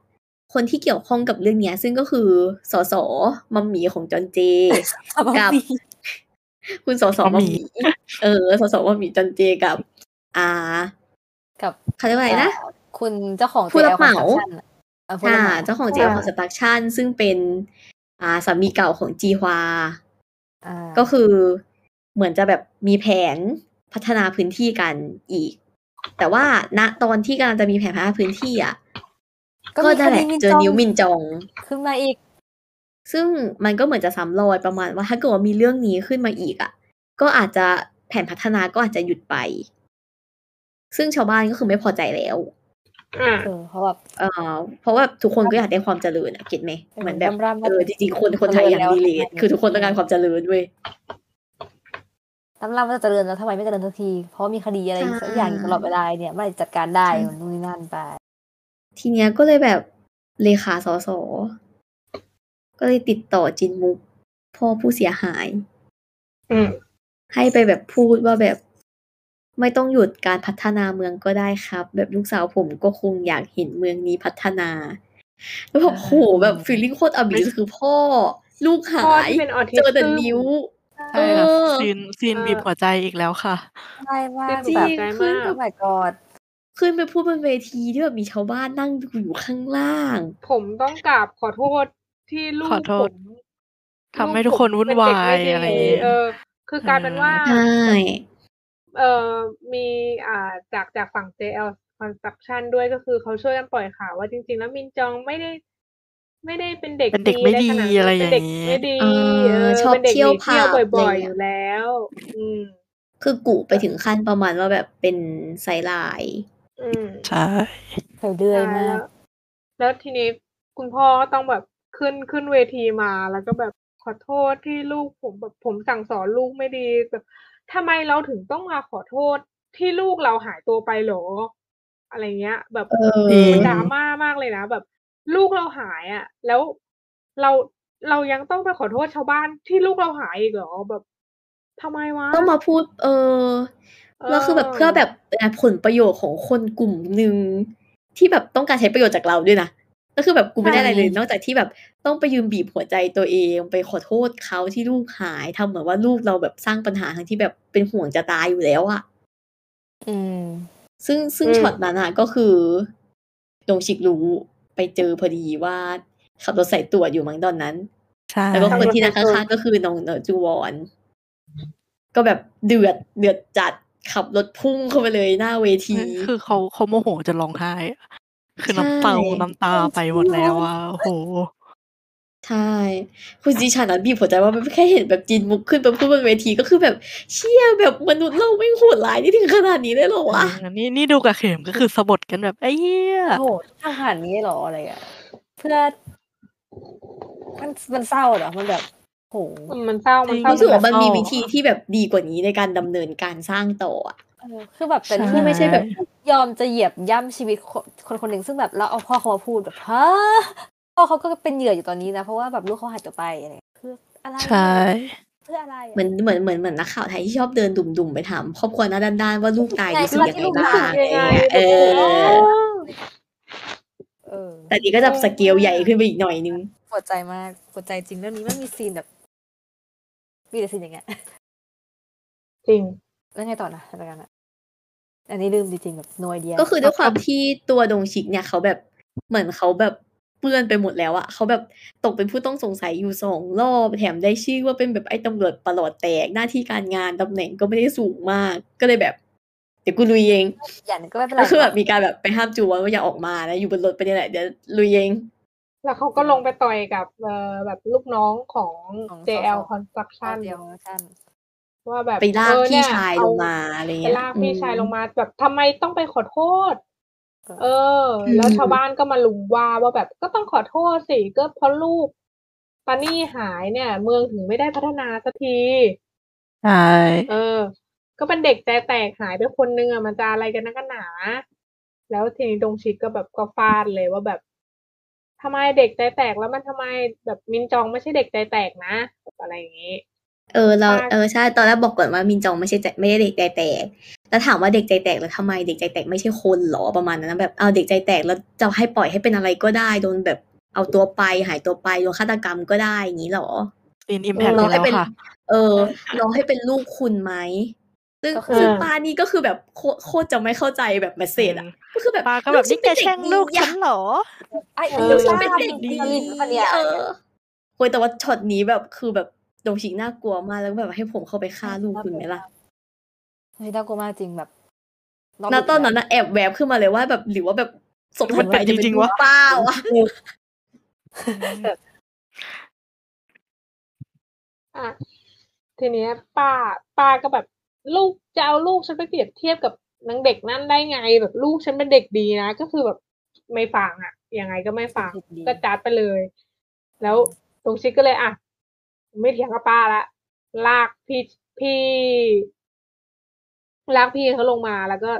คนที่เกี่ยวข้องกับเรื่องเนี้ย ซึ่งก็คือสสมัมหมีของจอนเจ ทับซ้อน กับ คุณสส บะ มั หมหมี่มีเออสสมัมหมีจอนเจกับ อ่า กับ เขาเรียกว่าอะไรนะ เอ่อคุณเจ้าของ ผู้รับเหมา จ้ของ Construction อะเอ่อผู้รับ ค่ะ เหมา เจ้าของเจลคอนสตรักชั่นซึ่งเป็นอ่าสามีเก่าของจีฮวา อ่า ก็คือเหมือนจะแบบมีแผนพัฒนาพื้นที่กันอีก แต่ว่าณตอนที่กำลังจะมีแผนพัฒนาพื้นที่อ่ะ ก็ ก็ มี ได้แหคดี ละ มิน เจอ จอง นิ้วมินจอง ขึ้นมาอีก ซึ่งมันก็เหมือนจะซ้ำรอยประมาณว่าถ้าเกิดว่ามีเรื่องนี้ขึ้นมาอีกอ่ะ ก็อาจจะแผนพัฒนาก็อาจจะหยุดไป ซึ่งชาวบ้านก็คือไม่พอใจแล้ว อ่า เออเพราะแบบ เอ่อเพราะว่าทุกคนก็อยากได้ความเจริญอะเก็ตไหม เออ เหมือนแบบ ร่ำๆว่า เออจริงๆคนคนไทยอย่างดีเล เจริญ ท แล้ว คือทุกคนต้องการความเจริญเว้ย ตำรามันจะเจริญแล้วทำไมไม่เจริญสักที เพราะมีคดีอะไร ใช่ สักอย่างอยู่ตลอดเวลาเนี่ยไม่จัดการได้ ใช่ นู่นนี่นั่นไป ทีเนี้ยก็เลยแบบเลขาสอสอก็เลยติดต่อจินมุกพ่อผู้เสียหาย อืม ให้ไปแบบพูดว่าแบบไม่ต้องหยุดการพัฒนาเมืองก็ได้ครับ แบบลูกสาวผมก็คงอยากเห็นเมืองนี้พัฒนา แล้วแบบ อ่า โหแบบฟีลลิ่งโคตรอบิสคือพ่อ ลูกหา พ่อย ที่เป็นออทิส เจอแต่ ซึม นิ้ว ใช่ค่ะ เออ ซีนซีน เออ บีบหัวใจอีกแล้วค่ะ ใช่มาก จริง แบบ ใจมาก ขึ้น โอ้ แบบ my god ขึ้นไปพูดบนเวทีที่แบบมีชาวบ้านนั่งดูอยู่ข้างล่าง ผมต้องกราบขอโทษที่ลู ขอก โท ผ ษ ม ทำให้ทุกคนวุ่นวาย ลูกผมเป็นเด็กม่ดี อะไรอย่างงี้ เออ คือกลายเป็นว่า ใช่ เออมีอ่าจากจากฝั่ง JL Construction ด้วยก็คือเขาช่วยกันปล่อยข่าวว่าจริง ๆ แล้วมินจองไม่ได้ ไม่ได้เป็นเด็ก เป็นเด็กไม่ดี ขนานั้น อะไรอย่างงี้ เป็นเด็กไม่ดี เออชอบเป็นด็ก เที่ยว หนีเที่ยว ผับ บ่อย อะไรเงี้ยๆ อยู่แล้ว อืม คือกูไปถึงขั้นประมาณว่าแบบเป็นไซไลาย อืม ใช่ เคยเดือย ใช่ มาก แล้วแล้วทีนี้คุณพ่อก็ต้องแบบขึ้นขึ้นเวทีมาแล้วก็แบบขอโทษที่ลูกผมแบบผมสั่งสอนลูกไม่ดีแบบทำไมเราถึงต้องมาขอโทษที่ลูกเราหายตัวไปหรอ อะไรเงี้ย แบบ เออ จริง ดราม่ามากเลยนะแบบ ลูกเราหายอ่ะ แล้วเราเรายังต้องไปขอโทษชาวบ้านที่ลูกเราหายอีกเหรอแบบทำไมวะ ต้องมาพูด เออแล้วคือแบบเพื่อแบบผลประโยชน์ของคนกลุ่มหนึ่งที่แบบต้องการใช้ประโยชน์จากเราด้วยนะก็คือแบบกูไม่ได้อะไรเลย นอกจากที่แบบต้องไปยืมบีบหัวใจตัวเองไปขอโทษเขาที่ลูกหายทำเหมือนว่าลูกเราแบบสร้างปัญหาทั้งที่แบบเป็นห่วงจะตายอยู่แล้วอะ อืม ซึ่งซึ่ง อืม ช็อตนั้นอะก็คือดงชิกรู้ไปเจอพอดีว่าขับรถสายตรวจอยู่มั้งตอนนั้น ใช่ แล้วก็คนที่นั่งข้างๆก็คือน้องเนอจูวอน ก็แบบเดือดเดือดจัดขับรถพุ่งเข้าไปเลยหน้าเวที คือเขาเขาโมโหจะร้องไห้อะคือน้ำตา ใช่ น้ำตาไปหมดแล้วอ่ะโอ้โห ใช่ คุณดิฉันอะบีบหัวใจว่ามันแค่เห็นแบบจีนมุกขึ้นไปพูดบนเวทีก็คือแบบเชี่ยแบบมนุษย์เราไม่งโหดร้ายนี่ถึงขนาดนี้ได้เหรอวะ เออนี่นี่ดูกับเข็มก็คือสะบัดกันแบบไอ้เหี้ย โอ้โหอาหารนี้เหรออะไรอ่ะ เพื่อ มันมันเศร้าเหรอ มันแบบโห มันเศร้ามันเศร้า รู้สึกว่ามันมี แบบ วิธีที่แบบดีกว่านี้ในการดำเนินการสร้างต่ออะ เออคือแบบแต่ ใช่ นี่ไม่ใช่แบบ ยอมจะเหยียบย่ำชีวิตคนคนคนหนึ่งซึ่งแบบเราเอาพ่อเขามาพูดแบบฮะพ่อเขาก็เป็นเหยื่ออยู่ตอนนี้นะ เพราะว่าแบบลูกเขาหายตัวไปอะไรเงี้ยคืออะไร ใช่ เพื่ออะไร เหมือนเหมือนเหมือนเหมือนนักข่าวไทยที่ชอบเดินดุ่มๆไปถามครอบครัวหน้าด้านๆว่าลูกตายรู้สึกยังไงบ้างอะไรเงี้ยเออ เออ แต่นี่ก็จะสเกลใหญ่ขึ้นไปอีกหน่อยนึง ปวดใจมากปวดใจจริงเรื่องนี้มันมีซีนแบบมีแต่ซีนอย่างเงี้ย จริง แล้วไงต่อนะรายการอะอันนี้ลืมจริงๆแบบนวยเดีย ก็คือด้วยความที่ตัวดงชิกเนี่ยเขาแบบเหมือนเขาแบบเปื้อนไปหมดแล้วอะเขาแบบตกเป็นผู้ต้องสงสัยอยู่สองรอบแถมได้ชื่อว่าเป็นแบบไอ้ตำรวจประหลอดแตกหน้าที่การงานตำแหน่งก็ไม่ได้สูงมาก ก็เลยแบบ เดี๋ยวกูลุยเอง อย่างนั้นก็ไม่เป็นไร ก็คือแบบมีการแบบไปห้ามจูไว้ว่าอย่าออกมานะอยู่บนรถไปเนี่ยแหละเดี๋ยวลุยเอง แล้วเขาก็ลงไปต่อยกับเอ่อแบบลูกน้องของ ของ JL สส Construction เดียวกัน ว่าแบบ ไปลาก เออ พี่ เนี่ย ชาย เอ ลงมาอะไร ไป เงี้ย ลากพี่ชายลง อื มาแบบทำไมต้องไปขอโทษ เออ อืม แล้วชาวบ้านก็มาลุมว่าว่าแบบก็ต้องขอโทษสิก็เพราะลูกปานี่หายเนี่ย เมืองถึงไม่ได้พัฒนาสักที ใช่ เออ ก็เป็นเด็กแต่แตกหายไปคนนึงอ่ะมันจะอะไรกันนักกันหนา แล้วทีนี้ดงชิกก็แบบก็ฟาดเลยว่าแบบทำไมเด็กใจแตกแล้วมันทำไมแบบมินจองไม่ใช่เด็กใจแตกนะอะไรอย่างนี้ เออเรา ใช่ เออใช่ตอนแรกบอกก่อนว่ามินจองไม่ใช่ใจไม่ได้เด็กใจแตก แล้วถามว่าเด็กใจแตกแล้วทำไมเด็กใจแตกไม่ใช่คนเหรอประมาณนั้นนะแบบเอาเด็กใจแตกแล้วจะให้ปล่อยให้เป็นอะไรก็ได้โดนแบบเอาตัวไปหายตัวไปโดนฆาตกรรมก็ได้อย่างนี้เหรอ อินอิมแพค เออ แล้ว เป็น ค่ะ เออรอให้เป็นลูกคุณไหมซึ่ง ก็คือ ซึ่งป้านี่ก็คือแบบโคโคตรจะไม่เข้าใจแบบเมสเซจอะก็คือแบบ ป้าก็แบบ ฉั นี่แก เป็เด็ แช่ง ดี ลูก อย่า ฉันเหรอ ไอ้ เออ ลูก ฉั บ้าน เป็น ทำ เด็กดี ดีลินปะเนี่ย เออโอ้ยแต่ว่าช็อตนี้แบบคือแบบโดงชิงน่ากลัวมากแล้วแบบให้ผมเข้าไปฆ่าลูกคุณไหมล่ะ เฮ้ยน่ากลัวมากจริงแบบ ณตอนนั้นนะแอบแวบขึ้นมาเลยว่าแบบหรือว่าแบบศพถัดไปจะ มันเป็นจ เป็ ริ น งๆวะ เป้าวะ อ่ะทีเนี้ย ป้า ป้าก็แบบ ลูกจะเอาลูกฉันไปเปรียบเทียบกับนางเด็กนั่นได้ไงแบบลูกฉันเป็นเด็กดีนะก็คือแบบไม่ฟังอ่ะยังไงก็ไม่ฟัง ก็จัดไปเลย แล้วตรงชิกก็เลยอ่ะ ไม่เถียงกับป้าละ ลากพี่พี่ ลากพี่เขาลงมาแล้วก็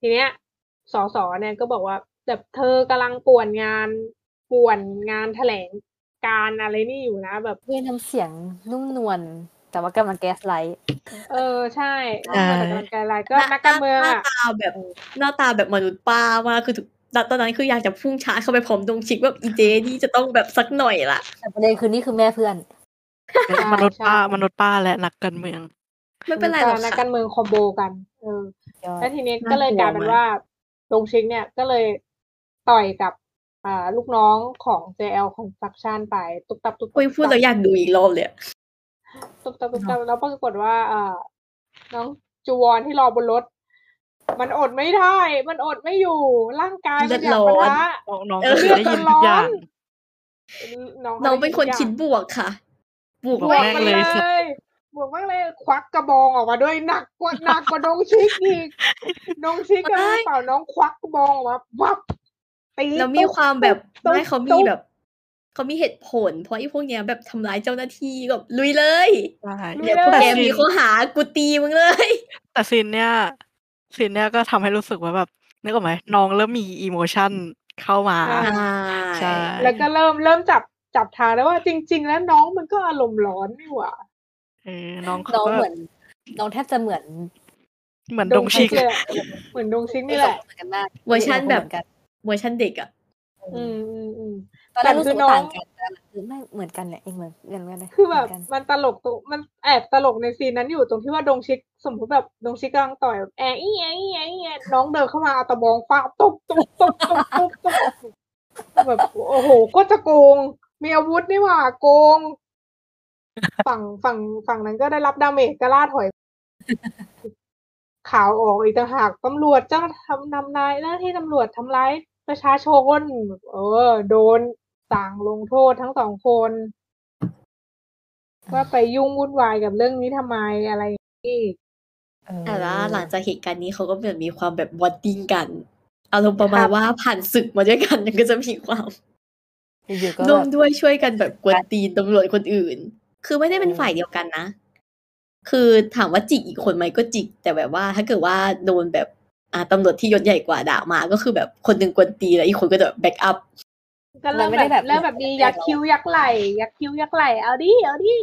ทีเนี้ยสอสอเนี่ยก็บอกว่าแบบเธอกำลังป่วนงานป่วนงานแถลงการอะไรนี่อยู่นะแบบ เพื่อนทำเสียงนุ่มนวลแต่ว่ากำลังแก๊สไลท์ เออใช่ ใช่ นักการเมืองอะไรก็นักการเมือง หน้า อ่ะ ตาแบบหน้าตาแบบมนุษย์ป้ามากคือถึงตอนนั้นคืออยากจะพุ่งชาร์จเข้าไปพร้อมดงชิกแบบอีเจนี่จะต้องแบบสักหน่อยละ แต่ประเด็นคือนี่คือแม่เพื่อน มนุษย์ป้ามนุษย์ป้าและนักการเมือง ไม่เป็นไรหร จะ อก นักกา ค่ะ รเมืองคอมโบกันเออแล้วทีนี้ น่ากลัว ก็เลยกลายเป็น มาก ว่าดงชิงเนี่ยก็เลยต่อยกับอ่าลูกน้องของ JL Construction ไปตุบตับตุบตับ อุ้ยพูดแล้วอยากดูอีกรอบเลยอะ ตุบตับตุบตับแล้วปรากฏว่าอ่าน้องจูวอนที่รอบนรถ มันอดไม่ได้ มันอดไม่อยู่ ร่างกายมันอยากปะทะ น้องๆก็คือได้ยินทุกอย่าง ก็ น้องเป็นคน ทุกย่า คิดบวกค่ะ บวก บวก แม่งแม่ง เล เลย ย บวกมากเลยควักกระบองออกมาด้วยหนักกว่า หนักกว่าดงชิกอีกดงชิกกำลังเป่าน้องควักกระบองออกมาวับตี แล้วมีความแบบ ตุ๊ ไม่เขามี ตุ๊ แบบเขามีเหตุผล เพราะไอ้พวกเนี้ยแบบทำร้ายเจ้าหน้าที่แบบลุยเลย ใช่ เดี๋ยวพวก แต่ แก ซี มี น ข้อหากูตีมึงเลย แต่ซีนเนี้ยซีนเนี้ยก็ทำให้รู้สึกว่าแบบนึกออกไหมน้องเริ่มมีอีโมชันเข้ามา ใช่ แล้วก็เริ่มเริ่มจับจับทางแล้วว่าจริง ๆ แล้วน้องมันก็อารมณ์ร้อนนี่หว่า เออน้อง น้ เขา อง ก็ เหมือน น้องแทบจะเหมือน เหมือนดงชิก เนี่ยเหมือนดงชิกนี่แหละ เหมือนกันมาก เวอร์ชันแบบ เหมือกั เวอร์ชันเด็กอะ อืมอืมอืม ตอนแรกรู้สึกว่า แต่คือน้อง ต่างกันแต่คือไม่เหมือนกันเนี่ยเองเหมือนเหมือนกันเลย คือแบบ เหมืนกัน มันตลกตรงมันแอบตลกในซีนนั้นอยู่ตรงที่ว่าดงชิกสมมติแบบดงชิกกำลังต่อยแบบแอะอี้แอะอี้แอะอี้แอะน้องเดินเข้ามาเอาตะบองฟาดตบตบตบตบตบตบแบบโอ้โหก็จะโกง มีอาวุธนี่หว่าโกง ฝั่งฝั่งฝั่งนั้นก็ได้รับดาเมจก็ล่าถอย ข่าวออกอีกต่างหากตำรวจเจ้าทำนำนายหน้าที่ตำรวจทำร้ายประชาชนเออ โดนสั่งลงโทษทั้งสองคน ว่าไปยุ่งวุ่นวายกับเรื่องนี้ทำไมอะไรอีก เออ แต่ว่าหลังจากเหตุการณ์นี้เขาก็เหมือนมีความแบบวอดดิ้งกัน อารมณ์ประมาณครับ ว่าผ่านศึกมาด้วยกัน มันก็จะมีความ อยู่ๆก็ ร่วม แบบ ด้วยช่วยกันแบบกวนตีนตำรวจคนอื่น คือไม่ได้เป็นฝ่ายเดียวกันนะ คือถามว่าจิกอีกคนไหมก็จิก แต่แบบว่า ถ้าเกิดว่าโดนแบบอ่าตำรวจที่ยศใหญ่กว่าด่ามา ก็คือแบบคนหนึ่งกวนตีนแล้วอีกคนก็จะแบ็กอัพ ก็เริ่มแบบเริ่มแบบมียักษ์คิ้วยักษ์ไหล่ยักษ์คิ้วยักษ์ไหล่เอาดิเอาดิ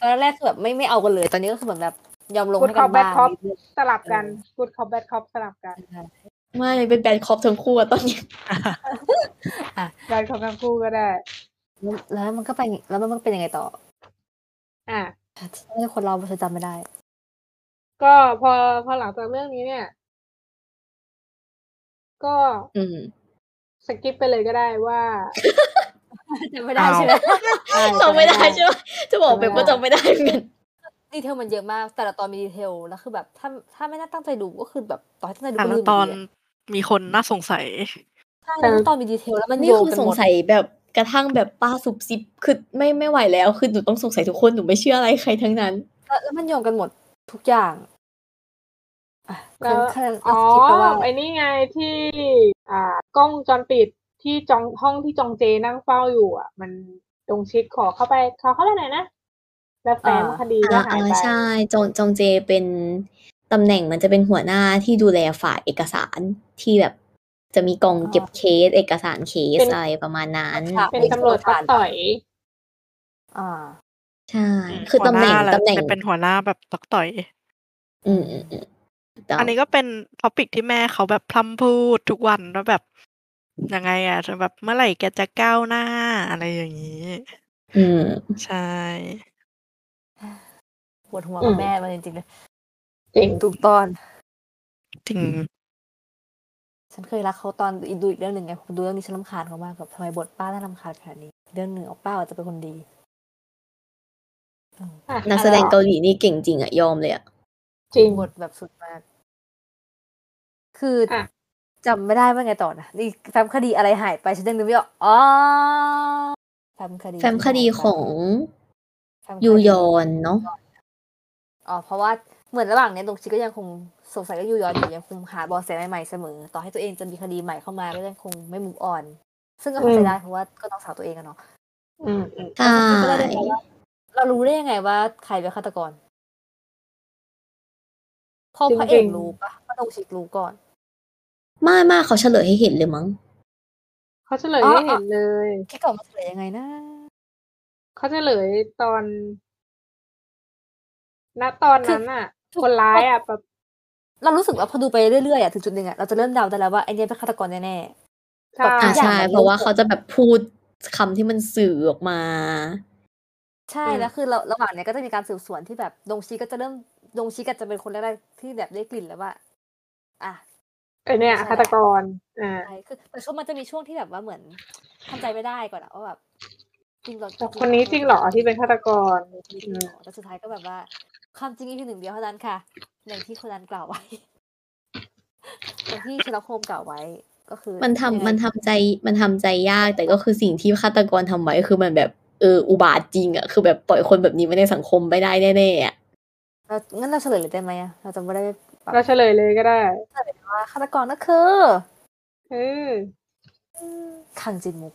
ตอนแรกคือแบบไม่ไม่เอากันเลย ตอนนี้ก็คือเหมือนแบบยอมลง พูด ให้กัน เข้า บ้าง back cop สลับกันกูดคอปแบทคอปสลับกัน ไม่เป็นแบนคอปทั้งคู่อะตอนนี้ แบทคอปทั้งคู่ก็ได้ แล้วแล้วมันก็ไปแล้วมันเป็นยังไงต่อ อ่ะ คนเราจำไม่ได้ ก็พอพอหลังจากเรื่องนี้เนี่ย ก็ อืม สกิปไปเลยก็ได้ว่า จำไม่ได้ใช่ไหม จำไม่ได้ใช่ไหมจะบอกแบบว่าจำไม่ได้เหมือนกัน จ ดีเทลมันเยอะมาก แต่ละตอนมีดีเทลแล้วคือแบบถ้าถ้าไม่น่าตั้งใจดูก็คือแบบต่อให้ตั้งใจดู แต่ ก็ ละ ลืม ต ยู่ อน ดีะ มีคนน่าสงสัย ใช่แล้วตอนมีดีเทลแล้วมัน นี่ โยง คือ กัน ส ห ง มด สัยแบบกระทั่งแบบป้าซุบซิบคือไม่ไม่ไหวแล้วคือหนูต้องสงสัยทุกคนหนูไม่เชื่ออะไรใครทั้งนั้น แล้วแล้วมันโยงกันหมดทุกอย่างอ่ะ แล้ว คะแนน อ๋อ คิดไปว่า ไอ้นี่ไงที่ อ่ากล้องวงจรปิดที่จองห้องที่จองเจนั่งเฝ้าอยู่ อ่ะ มันตรงชิดขอเข้าไปขอเข้าไปหน่อยนะแล้วแฟ้มคดีก็ อ่า หาย อ่า ไป ใช่จงจงเจเป็นตำแหน่งมันจะเป็นหัวหน้าที่ดูแลฝ่ายเอกสารที่แบบจะมีกองเก็บเคส เอกสารเคสอะไรประมาณนั้น เป็นตำรวจปักต่อย อ่า ใช่ คือตำแหน่ง หัวา ตำแหน่ง จะเป็นหัวหน้าแบบตักต่อย อืมอืมอืมถูกต้อง อันนี้ก็เป็นท็อปิกที่แม่เขาแบบพร่ำพูดทุกวันว่าแบบยังไงอะแบบเมื่อไหร่แกจะก้าวหน้าอะไรอย่างนี้ อืม ใช่ ปวดหัว อื กับ ม แม่มาจริงๆเลย จริง ทุกตอน จริง ฉันเคยรักเขาตอนอีกดูอีกเรื่องหนึ่งไงผมดูเรื่องนี้ฉันรำคาญเขามากแบบทำไมบทป้าน่ารำคาญขนาดนี้ เรื่องหนึ่งเอาป้าอาจจะเป็นคนดี อ่ะ นักแสดงเกาหลีนี่เก่งจริงอะยอมเลยอะ จริง บทแบบสุดมาก คืออะ จำไม่ได้ว่าไงต่อนะนี่แฟ้มคดีอะไรหายไปฉันยังนึกไม่ออกอ๋อแฟ้มคดี แฟ้มคดีของ แฟ้มคดี ยูยอนเนาะ อ๋อเพราะว่าเหมือนระหว่างเนี้ยดงชิก็ยังคงสงสัยก็ยูยอนอยู่ยังคงหาเบอแสใหม่ๆเสมอ ต่อให้ตัวเองจะมีคดีใหม่เข้ามาก็ยังคงไม่มุกอ่อน ซึ่งก็เข้าใจได้เพราะว่าก็ต้องสาวตัวเองอะเนาะ อืมอืม ใช่ ก็เลยบอกว่าเรารู้ได้ยังไงว่าใครเป็นฆาตกรเพราะพระเอกรู้ปะพระดงชิกรู้ก่อน ไม่ไม่เขาเฉลยให้เห็นเลยมั้ง เขาเฉลยให้เห็นเลย คิดก่อนมาเฉลยยังไงนะ เขาเฉลยตอน ณตอนนั้นอ่ะ คนร้ายอ่ะแบบ เรารู้สึกว่าพอดูไปเรื่อยๆอ่ะถึงจุดหนึ่งอ่ะเราจะเริ่มเดาได้แล้วว่าไอเนี้ยเป็นฆาตกรแน่ ใช่ อ่าใช่ เพราะว่าเขาจะแบบพูดคำที่มันสื่อออกมา ๆใช่แล้วคือเราระหว่างเนี้ยก็จะมีการสืบสวนที่แบบดงชิก็จะเริ่มดงชิก็จะเป็นคนแรกๆที่แบบได้กลิ่นแล้วว่า อ่ะ ไอเนี่ย ใช่ ฆาตกรอ่า ใช่คือแต่ช่วงมันจะมีช่วงที่แบบว่าเหมือนทำใจไม่ได้ก่อนอะว่าแบบจริงเหรอ คนนี้จริงเหรอที่เป็นฆาตกร คนนี้จริงเหรอแต่สุดท้ายก็แบบว่า ความจริงมีเพียงหนึ่งเดียวเท่านั้นค่ะอย่างที่คนนั้นกล่าวไว้ อย่างที่เชลโคมกล่าวไว้ก็คือ มันทำ ยังไง มันทำใจมันทำใจยาก แต่ก็คือสิ่งที่ฆาตกรทำไว้คือมันแบบเอออุบาทจริงอะคือแบบปล่อยคนแบบนี้ไว้ในสังคมไม่ได้แน่ๆอะ เรางั้นเราเฉลยเลยได้ไหมอะเราจะไม่ได้ เราเฉลยเลยก็ได้ ว่าฆาตกรก็คือ เออ คังจินมุก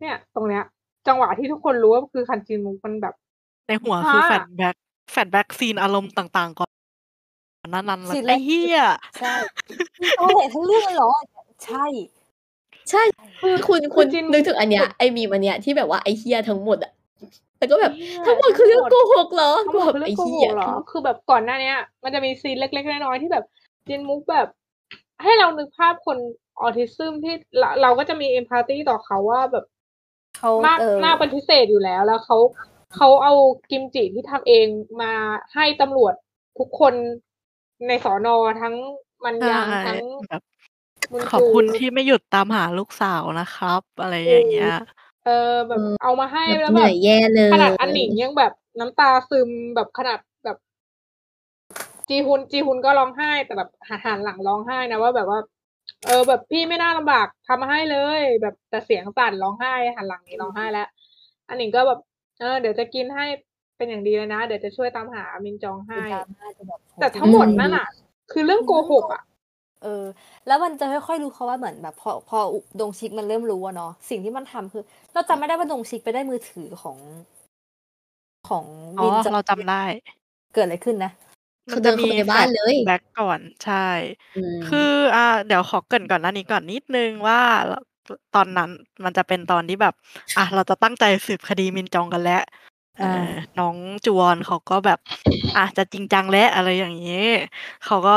เนี่ย ตรงเนี้ย จังหวะที่ทุกคนรู้ว่าคือคันจินมุกมันแบบ ในหัวคือ ค่ะ แฟลชแบ็กแฟลชแบ็กซีนอารมณ์ต่างๆก่อนนั้นนั้นๆแล้ว ซีนแร ไอ้ ก เหี้ย ใช่ เอาแหละทั้งเรื่องเลยเหรอ ใช่ ใช่คือคุณคุณ จริง นึกถึงอันเนี้ยไอมีมอันเนี้ยที่แบบว่าไอเฮียทั้งหมดอะแล้วก็แบบทั้งหมด เย คือเรื่องโกหกเหรอ ทั้งหมดคือ แบบ เรื่ ไอ องโก เฮี ห ย กเหรอ คือแบบก่อนหน้าเนี้ย มันจะมีซีนเล็กๆน้อยๆที่แบบจินมุกแบบ ให้เรานึกภาพคนออทิซึมที่เราเราก็จะมีเอมพัตตีต่อเขาว่าแบบ เขา มาก เออ หน้าปฏิเสธอยู่แล้ว แล้วเขาเขาเอากิมจิที่ทำเองมาให้ตำรวจทุกคนในสอนอทั้งมันยาง ใช่ ทั้ง แบบ บุญ ขอบคุณ ชู ที่ไม่หยุดตามหาลูกสาวนะครับ อะไรอย่างเงี้ย เออแบบเอามาให้ แบ แล้ บ ว เห แบ นื่อบยแย่เลย ขนาดอันหนิงยังแบบน้ำตาซึมแบบขนาดแบบ จีฮุนจีฮุนก็ร้องไห้แต่แบบหันหลังร้องไห้นะว่าแบบว่า เออ แบบพี่ไม่น่าลำบากทำมาให้เลย แบบแต่เสียงสั่นร้องไห้หันหลังนี้ร้องไห้แล้วอันหนิงก็แบบเออเดี๋ยวจะกินให้เป็นอย่างดีเลยนะ เดี๋ยวจะช่วยตามหามินจองให้ ดราม่าจะบบโห แต่ทั้งหมดนั่นอ่ะ คือเรื่องโกหกอ่ะ เออแล้วมันจะค่อยๆรู้เขาว่าเหมือนแบบ พอพอดงชิกมันเริ่มรู้อะเนาะสิ่งที่มันทำคือ เราจำไม่ได้ว่าดงชิกไปได้มือถือของ ของ อ๋อ วิน เราจำได้ เกิดอะไรขึ้นนะ เขาเดินเข้าไปในบ้านเลย แบ็กก่อนใช่ อืม คืออ่าเดี๋ยวขอเกรินก่อนหน้านี้ก่อนนิดนึงว่าตอนนั้นมันจะเป็นตอนที่แบบ อ่ะเราจะตั้งใจสืบคดีมินจองกันแล้วเอ่อน้องจวนเขาก็แบบ อ่ะจะจริงจังแล้วอะไรอย่างนี้ เขาก็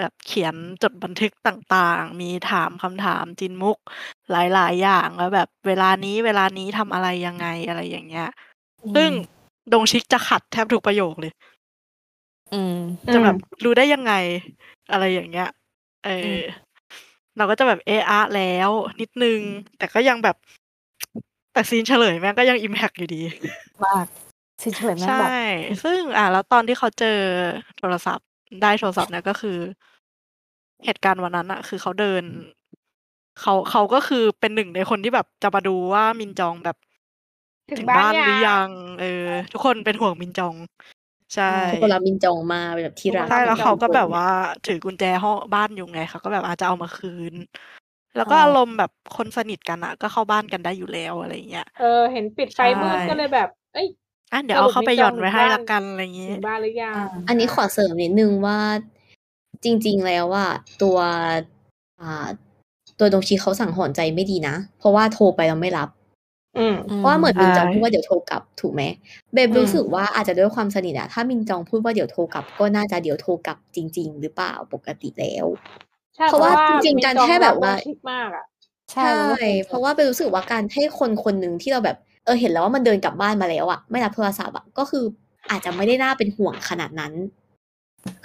แบบเขียนจดบันทึกต่างๆ มีถามคำถามจินมุกหลายๆ อย่างว่าแบบเวลานี้เวลานี้ทำอะไรยังไงอะไรอย่างเงี้ย ซึ่งดงชิกจะขัดแทบทุกประโยคเลย อืม จะแบบรู้ได้ยังไงอะไรอย่างเงี้ย เอออ ม เราก็จะแบบเอะอะแล้วนิดนึง แต่ก็ยังแบบ แต่ซีนเฉลยแม่งก็ยังอิมแพกอยู่ดี มาก ชื่นชมแม่ง ใช่ แบบ ซึ่งอ่ะแล้วตอนที่เขาเจอโทรศัพท์ได้โทรศัพท์เนี่ยก็คือ เหตุการณ์วันนั้นอะคือเขาเดินเขาเขาก็คือเป็นหนึ่งในคนที่แบบจะมาดูว่ามินจองแบบ ถึงบ้าน หรือ ยั ยัง ง เออ ทุกคนเป็นห่วงมินจอง ใช่ ทุกคนรับมินจองมาเป็นแบบที่รัก ใช่แล้วเขาก็แบบ จอง ว่าถือกุญแจห้องบ้านอยู่ไงเขาก็แบบอาจจะเอามาคืน แล้วก็อารมณ์แบบคนสนิทกันอะก็เข้าบ้านกันได้อยู่แล้วอะไรอย่างเงี้ย เออ เห็นปิดไฟมืด ใช่ ก็เลยแบบ เอ้ย อ่ะเดี๋ยวเอาเข้าไปหย่อนไว้ให้ละกันอะไรอย่างงี้ ถึงบ้านหรือยัง อันนี้ขอเสริมนิดนึงว่าจริง ๆ แล้วว่าตัวอ่าตัวดงชีเขาสั่งหอนใจไม่ดีนะ เพราะว่าโทรไปเราไม่รับ อืม เพราะว่าเหมือน ใช่ มินจองพูดว่าเดี๋ยวโทรกลับถูกไหมเบม อืม รู้สึกว่าอาจจะด้วยความสนิทอะถ้ามินจองพูดว่าเดี๋ยวโทรกลับ ก็น่าจะเดี๋ยวโทรกลับจริง ๆ หรือเปล่าปกติแล้ว ใช่ เพราะว่าจริงๆการแค่แบบว่า ชิดมากอ่ะ ใช่มันก็คง เพราะว่าเบลรู้สึกว่าการให้คนคนหนึ่งที่เราแบบเออเห็นแล้วว่ามันเดินกลับบ้านมาแล้วอะไม่รับโทรศัพท์อะก็คืออาจจะไม่ได้น่าเป็นห่วงขนาดนั้น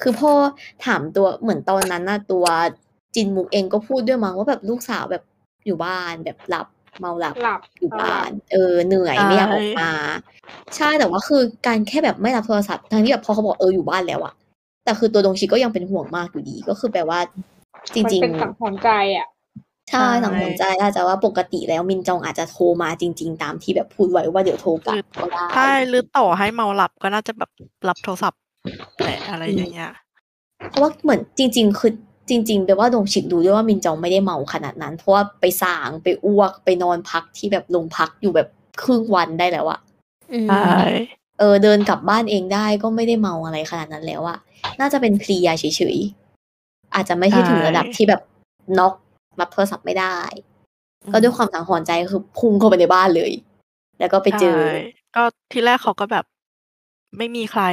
คือพ่อถามตัวเหมือนตอนนั้นน่ะตัวจินมุกเองก็พูดด้วยมั้งว่าแบบลูกสาวแบบอยู่บ้านแบบหลับเมาหลับ หลับ อยู่บ้าน เออเหนื่อยไม่อยากออกมา ใช่แต่ว่าคือการแค่แบบไม่รับโทรศัพท์ทั้งที่แบบพอเขาบอกเอออยู่บ้านแล้วอะแต่คือตัวดงชิก็ยังเป็นห่วงมากอยู่ดีก็คือแปลว่าจ มัน ริง เป็น ๆ สังหรณ์ใจอ่ะ ใช่ ใช่ สังหรณ์ใจอาจจะว่าปกติแล้วมินจองอาจจะโทรมาจริง ๆ ตามที่แบบพูดไว้ว่าเดี๋ยวโทรกลับก็ได้ ใช่หรือต่อให้เมาหลับก็น่าจะแบบรับโทรศัพท์แหละอะไรอย่างเงี้ย เพราะว่าเหมือนจริง ๆ คือจริง ๆแปลว่าดงฉิกดูด้วยว่ามินจองไม่ได้เมาขนาดนั้น เพราะว่าไปสางไปอ้วกไปนอนพักที่แบบโรงพักอยู่แบบครึ่งวันได้แล้วอะ อืม ใช่ เออเดินกลับบ้านเองได้ก็ไม่ได้เมาอะไรขนาดนั้นแล้วอะน่าจะเป็นเพลียเฉยๆอาจจะไม่ใช่ถึงระดับ ใช่ ที่แบบน็อกรับโทรศัพท์ไม่ได้ ก็ด้วยความสังหรณ์ใจคือพุ่งเข้าไปในบ้านเลย แล้วก็ไปเจอ ใช่ก็ทีแรกเขาก็แบบ ไม่มีใคร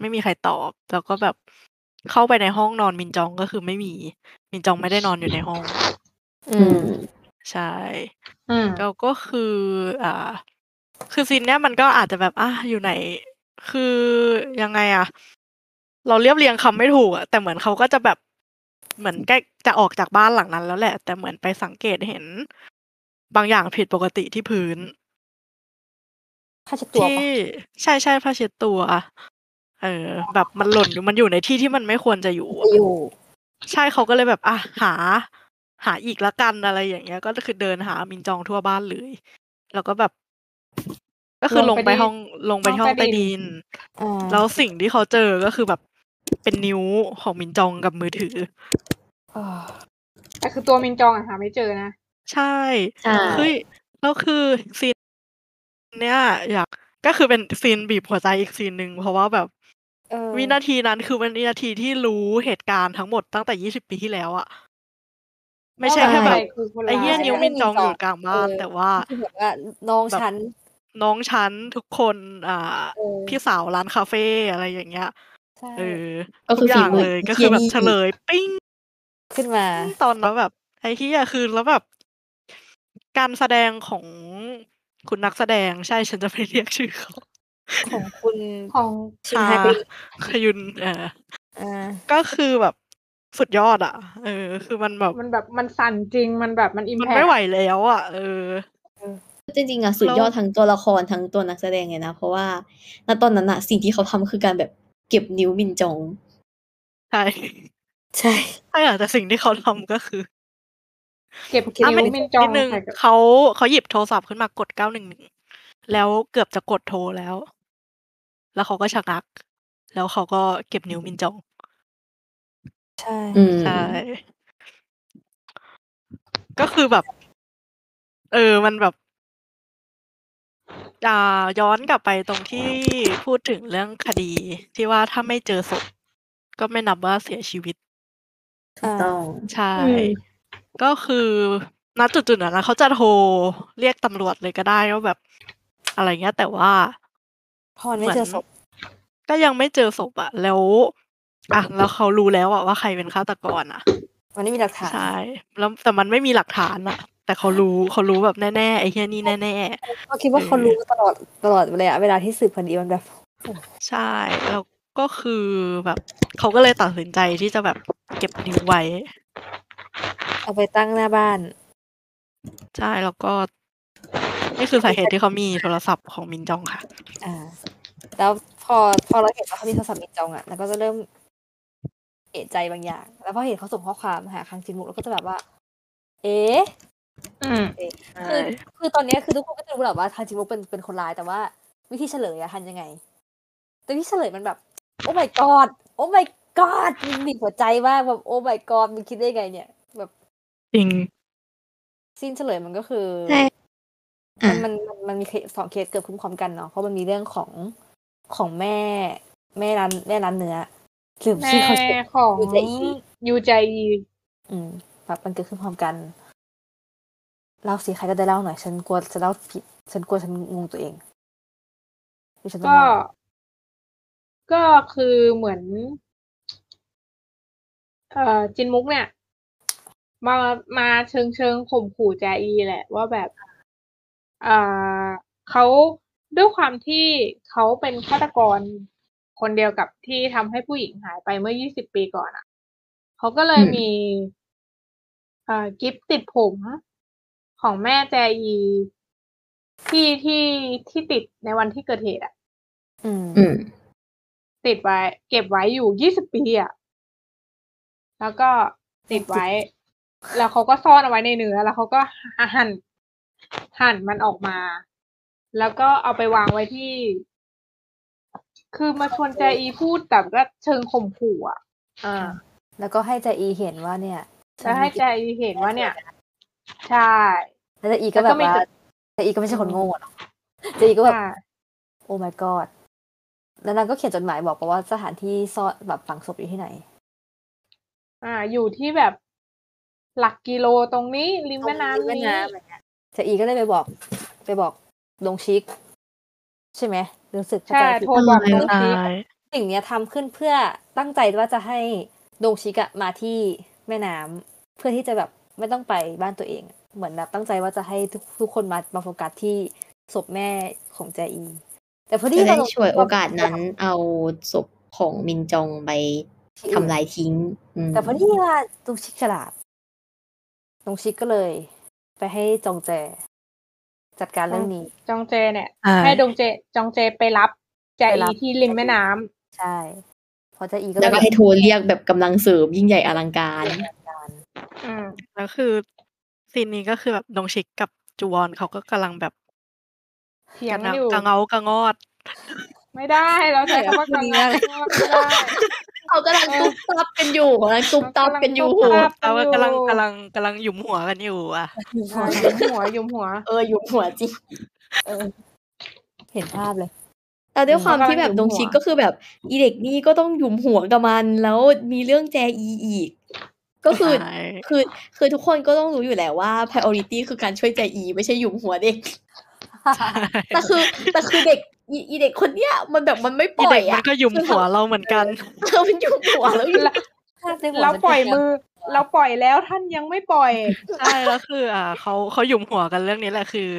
ไม่มีใครตอบ แล้วก็แบบเข้าไปในห้องนอนมินจองก็คือไม่มี มินจองไม่ได้นอนอยู่ในห้อง อื อื ม ม ใช่ อืม แล้วก็คือ อ่า คือซีนเนี้ยมันก็อาจจะแบบอ่ะอยู่ไหน คือยังไงอะเราเรียบเรียงคำไม่ถูกอะแต่เหมือนเขาก็จะแบบเหมือนใกล้จะออกจากบ้านหลังนั้นแล้วแหละ แต่เหมือนไปสังเกตเห็น บางอย่างผิดปกติที่พื้น ค่าเช็ดตัว ที่ ปะ ใช่ใช่ผ้าเช็ดตัวอะเออ แบบมันหล่นอยู่มันอยู่ในที่ที่มันไม่ควรจะอยู่อะ อยู่ ใช่เขาก็เลยแบบอ่ะหา หาอีกละกันอะไรอย่างเงี้ย ก็คือเดินหามินจองทั่วบ้านเลย แล้วก็แบบ ก็คือล ล ง ง ไป ไปดิน ห้องลงไปที่ห้อง ห้ ใต้อง ใต้ดิ ดินนอ่า แล้วสิ่งที่เขาเจอก็คือแบบเป็นนิ้วของมินจองกับมือถือ อ่า แต่คือตัวมินจองอะหาไม่เจอนะ ใช่ ใช่ เฮ้ยแล้วคือซีนเนี้ยอยากก็คือเป็นซีนบีบหัวใจอีกซีนหนึ่งเพราะว่าแบบ เออ วินาทีนั้นคือเป็นวินาทีที่รู้เหตุการณ์ทั้งหมดตั้งแต่ 20 ปีที่แล้วอะไม่ใช่แค่แบว่าบใครคือคนร้าย ไอ้เหี้ยนิ้วมินจองอยู่กลางบ้าน แต่ว่า คือแบบว่าน้อง แบบ ฉัน น้องฉันทุกคนอ่า เออ พี่สาวร้านคาเฟ่อะไรอย่างเงี้ย ใช่ เออ ก็ ทุ คือกอ ฝี ย่าง มือ เลย ไอ้ ก็คื เหี้ อย แบบ นี่ เฉลยปิ้ง ขึ้นมา ตอนแล้วแบบไอ้ที่คือแล้วแบบ การแสดงของคุณนักแสดงใช่ฉันจะไปเรียกชื่อ เขา ของคุณ ของ ชินไฮบิน ขยุนเออ อ่า ก็คือแบบสุดยอดอ่ะ เออ คือมันแบบ มันแบบมันสั่นจริง มันแบบมันอิม มัน แพ ไม่ไหวแล้วอ่ะเออ จริงๆอะสุดยอดทั้งตัวละครทั้งตัวนักแสดงเลยนะ เพราะว่าณตอนนั้นอะสิ่งที่เขาทำคือการแบบเก็บนิ้วมินจอง ใช่ ใช่ ใช่อะแต่สิ่งที่เขาทำก็คือ เก็บนิ้อ่ะว ไม่ มินจอง นิดนึง ใส่กับ เขาเขาหยิบโทรศัพท์ขึ้นมากดเก้าหนึ่งหนึ่งแล้วเกือบจะกดโทรแล้ว แล้วเขาก็ชะงัก แล้วเขาก็เก็บนิ้วมินจอง ใช่ อืม ใช่ ก็คือแบบ เออ มันแบบอ่าย้อนกลับไปตรงที่พูดถึงเรื่องคดี ที่ว่าถ้าไม่เจอศพก็ไม่นับว่าเสียชีวิต ถูกต้อง ใช่ ก็คือณจุดๆนั้นนะเขาจะโทรเรียกตำรวจเลยก็ได้ว่าแบบ อะไรเงี้ย แต่ว่า พอไม่เจอศพ ก็ยังไม่เจอศพอะแล้วอ่ะแล้วเขารู้แล้วอะว่าใครเป็นฆาตกรอะ มันไม่มีหลักฐาน ใช่แล้วแต่มันไม่มีหลักฐานอะแต่เขารู้เขารู้แบบแน่ๆไอ้เฮียนี่แน่ๆ ก็คิดว่าเขารู้ตลอดตลอดเลยอะเวลาที่สืบคดีมันแบบ ใช่ แล้วก็คือแบบ เขาก็เลยตัดสินใจที่จะแบบเก็บนิ้วไว้ เอาไปตั้งหน้าบ้าน ใช่ แล้วก็ นี่คือสาเหตุที่เขามีโทรศัพท์ของมินจองค่ะ อ่า แล้วพอพอเราเห็นว่าเขามีโทรศัพท์มีจองอ่ะเราก็จะเริ่มเอะใจบางอย่าง แล้วพอเห็นเขาส่งข้อความหาคังจินมุกเราก็จะแบบว่า เอ๊ะ อืม คือ คือตอนเนี้ยคือทุกคนก็จะรู้แหละว่าคังจินมุกเป็นเป็นคนร้ายแต่ว่าวิธีเฉลยอะทันยังไง แต่วิธีเฉลยมันแบบ โอ้ my god โอ้ my god มันบีบหัวใจมากแบบโอ้ my god มึงคิดได้ไงเนี่ย แบบ จริง สิ้นเฉลยมันก็คือ ใช่ มั อ่ะ นมันมันมันมีเคสสองเคสเกิดขึ้นพร้อมกันเนาะเพราะมันมีเรื่องของของแม่ แม่ร้านแม่ร้านเนื้อลืม แม่ ชื่อเขาเสีย ของ ยูใจอี ยูใจอี อืมแบบมันเกิดขึ้นพร้อมกันเล่าสิใครก็ได้เล่าหน่อย ฉันกลัวจะเล่าผิด ฉันกลัวฉันงงตัวเองดิฉันจะ ก็ เมา ก็คือเหมือน เอ่อจินมุกเนี่ย มามาเชิงเชิงข่มขู่จาอีแหละ ว่าแบบ เอ่อเขาด้วยความที่เขาเป็นฆาตกรคนเดียวกับที่ทำให้ผู้หญิงหายไปเมื่อ 20 ปีก่อนอ่ะเขาก็เลยมี เอ่อกิฟติดผมของแม่แจอีที่ที่ที่ติดในวันที่เกิดเหตุอ่ะ อืม อืม ติดไว้ เก็บไว้อยู่ยี่สิบปีอ่ะ แล้วก็ติดไว้ แล้วเขาก็ซ่อนเอาไว้ในเนื้อ แล้วเขาก็หั่นหั่นมันออกมา แล้วก็เอาไปวางไว้ที่ คือมาชวนแจอีพูดแต่ก็เชิงข่มขู่อ่ะอ่า แล้วก็ให้ใจอีเห็นว่าเนี่ย แล้วให้แจอีเห็นว่าเนี่ย ใช่ แล้วใจอีก็แบบว่าใจอีก็ไม่ใช่คนโง่หรอกใจอีก็แบบ ใช่ โอ้ my god แล้วนางก็เขียนจดหมายบอกไปว่าสถานที่ซ่อนแบบฝังศพอยู่ที่ไหน อ่า อยู่ที่แบบหลักกิโลตรงนี้ ริมแม่น้ำ แม่ นี้ น้ำอะไรเงี้ยแต่อีก็เลยไปบอก ไปบอกลงชิก ใช่ไหมรู้สึกเข้า ใช่ ใจ โทรบอก เอ ตร อ งนี้ สิ่งเนี้ยทำขึ้นเพื่อตั้งใจว่าจะให้ดงชิกอะมาที่แม่น้ำเพื่อที่จะแบบไม่ต้องไปบ้านตัวเอง เหมือนแบบตั้งใจว่าจะให้ทุกทุกคนมามาโฟกัสที่ศพแม่ของแจอี แต่พอดี จะได้ มาลง ช่วยโอกาสนั้นเอาศพของมินจองไปทำลายทิ้งอืม แต่พอดีว่าดงชิกฉลาดดงชิกก็เลย ไปให้จองแจ จัดการเรื่องนี้ จองเจเนี่ย ใช่ ให้ดงเจจองเจไปรับใจ ไปรั อี บ ที่ริมแม่น้ำ ใช่เพอจะอีก็ แล้วก็ให้โทรเรียกแบบกำลังเสริมยิ่งใหญ่อลังการ การ อืม แล้วคือซีนนี้ก็คือแบบดงชิกกับจูวอนเขาก็กำลังแบบ เถียง กะ อยู่ กะเงากะงอด ไม่ได้เราใส่คำว่ากำลังไม่ได้ เขากำลังตุ๊บตับกันอยู่กำลังตุ๊บตับกันอยู่ แล้วก็กำลังกำลังกำลังหยุมหัวกันอยู่อ่ะ อ่ายุมหัวยุมหัว เอออยู่หัวจริง เห็นภาพเลย แต่ด้วยความ กำลัง ที่แบบ หยุ ด ม ง หัว ชิกก็คือแบบอีเด็กนี่ก็ต้องหยุมหัวกับมันแล้วมีเรื่องแจอีอีก ก็คือ ใช่ คือคือทุกคนก็ต้องรู้อยู่แล้วว่า priority คือการช่วยแจอี ไม่ใช่หยุมหัวเด็ก แต่คือแต่คือเด็กอีอีเด็กคนเนี้ยมันแบบมันไม่ป อี ล่อ เด็ ย กมั อะ นก็หยุมหัวเราเหมือนกัน เออมันหยุมหัวแล้วอยู่ ภาพในหัว เรา มัน ปล่อย คื มือ เราปล่อยแล้วท่านยังไม่ปล่อย ใช่แล้วคือ อ่าเขาเขาหยุมหัวกันเรื่องนี้แหละคือ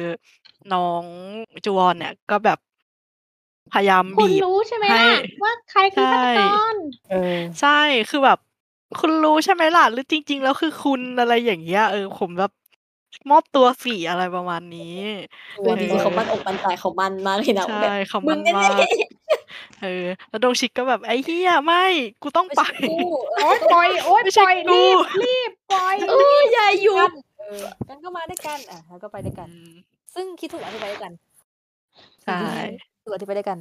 น้องจูวอนเนี่ยก็แบบ พยายาม คุณ บีบ รู้ใช่ไหม ให้ ล่ะว่าใครคือฆาต ใช่ กร เออ ใช่คือแบบ คุณรู้ใช่ไหมล่ะหรือจริง ๆ แล้วคือคุณอะไรอย่างเงี้ยเออผมแบบมอบตัวสี่อะไรประมาณนี้ เออจริงๆเขามันอกมันใจเขามันมากเลยนะ ใช่ แบบ เขา มึ มั ง น แน่ มา ๆ กเออ แล้วดงชิกก็แบบไอ้เฮียไม่ กูต้อง ไม่ ไป ใช่กูเออ โอ๊ยปล่อยโอ๊ย ไม่ใช่ ปล่อย กู รีบรีบปล่อย โอ้ยอยายหยุม เออกันก็มาด้วยกันอ่ะแล้วก็ไปด้วยกัน อืม ซึ่งคิดถูกอธิบายด้วยกัน ใช่ ถูกอธิบายด้วยกัน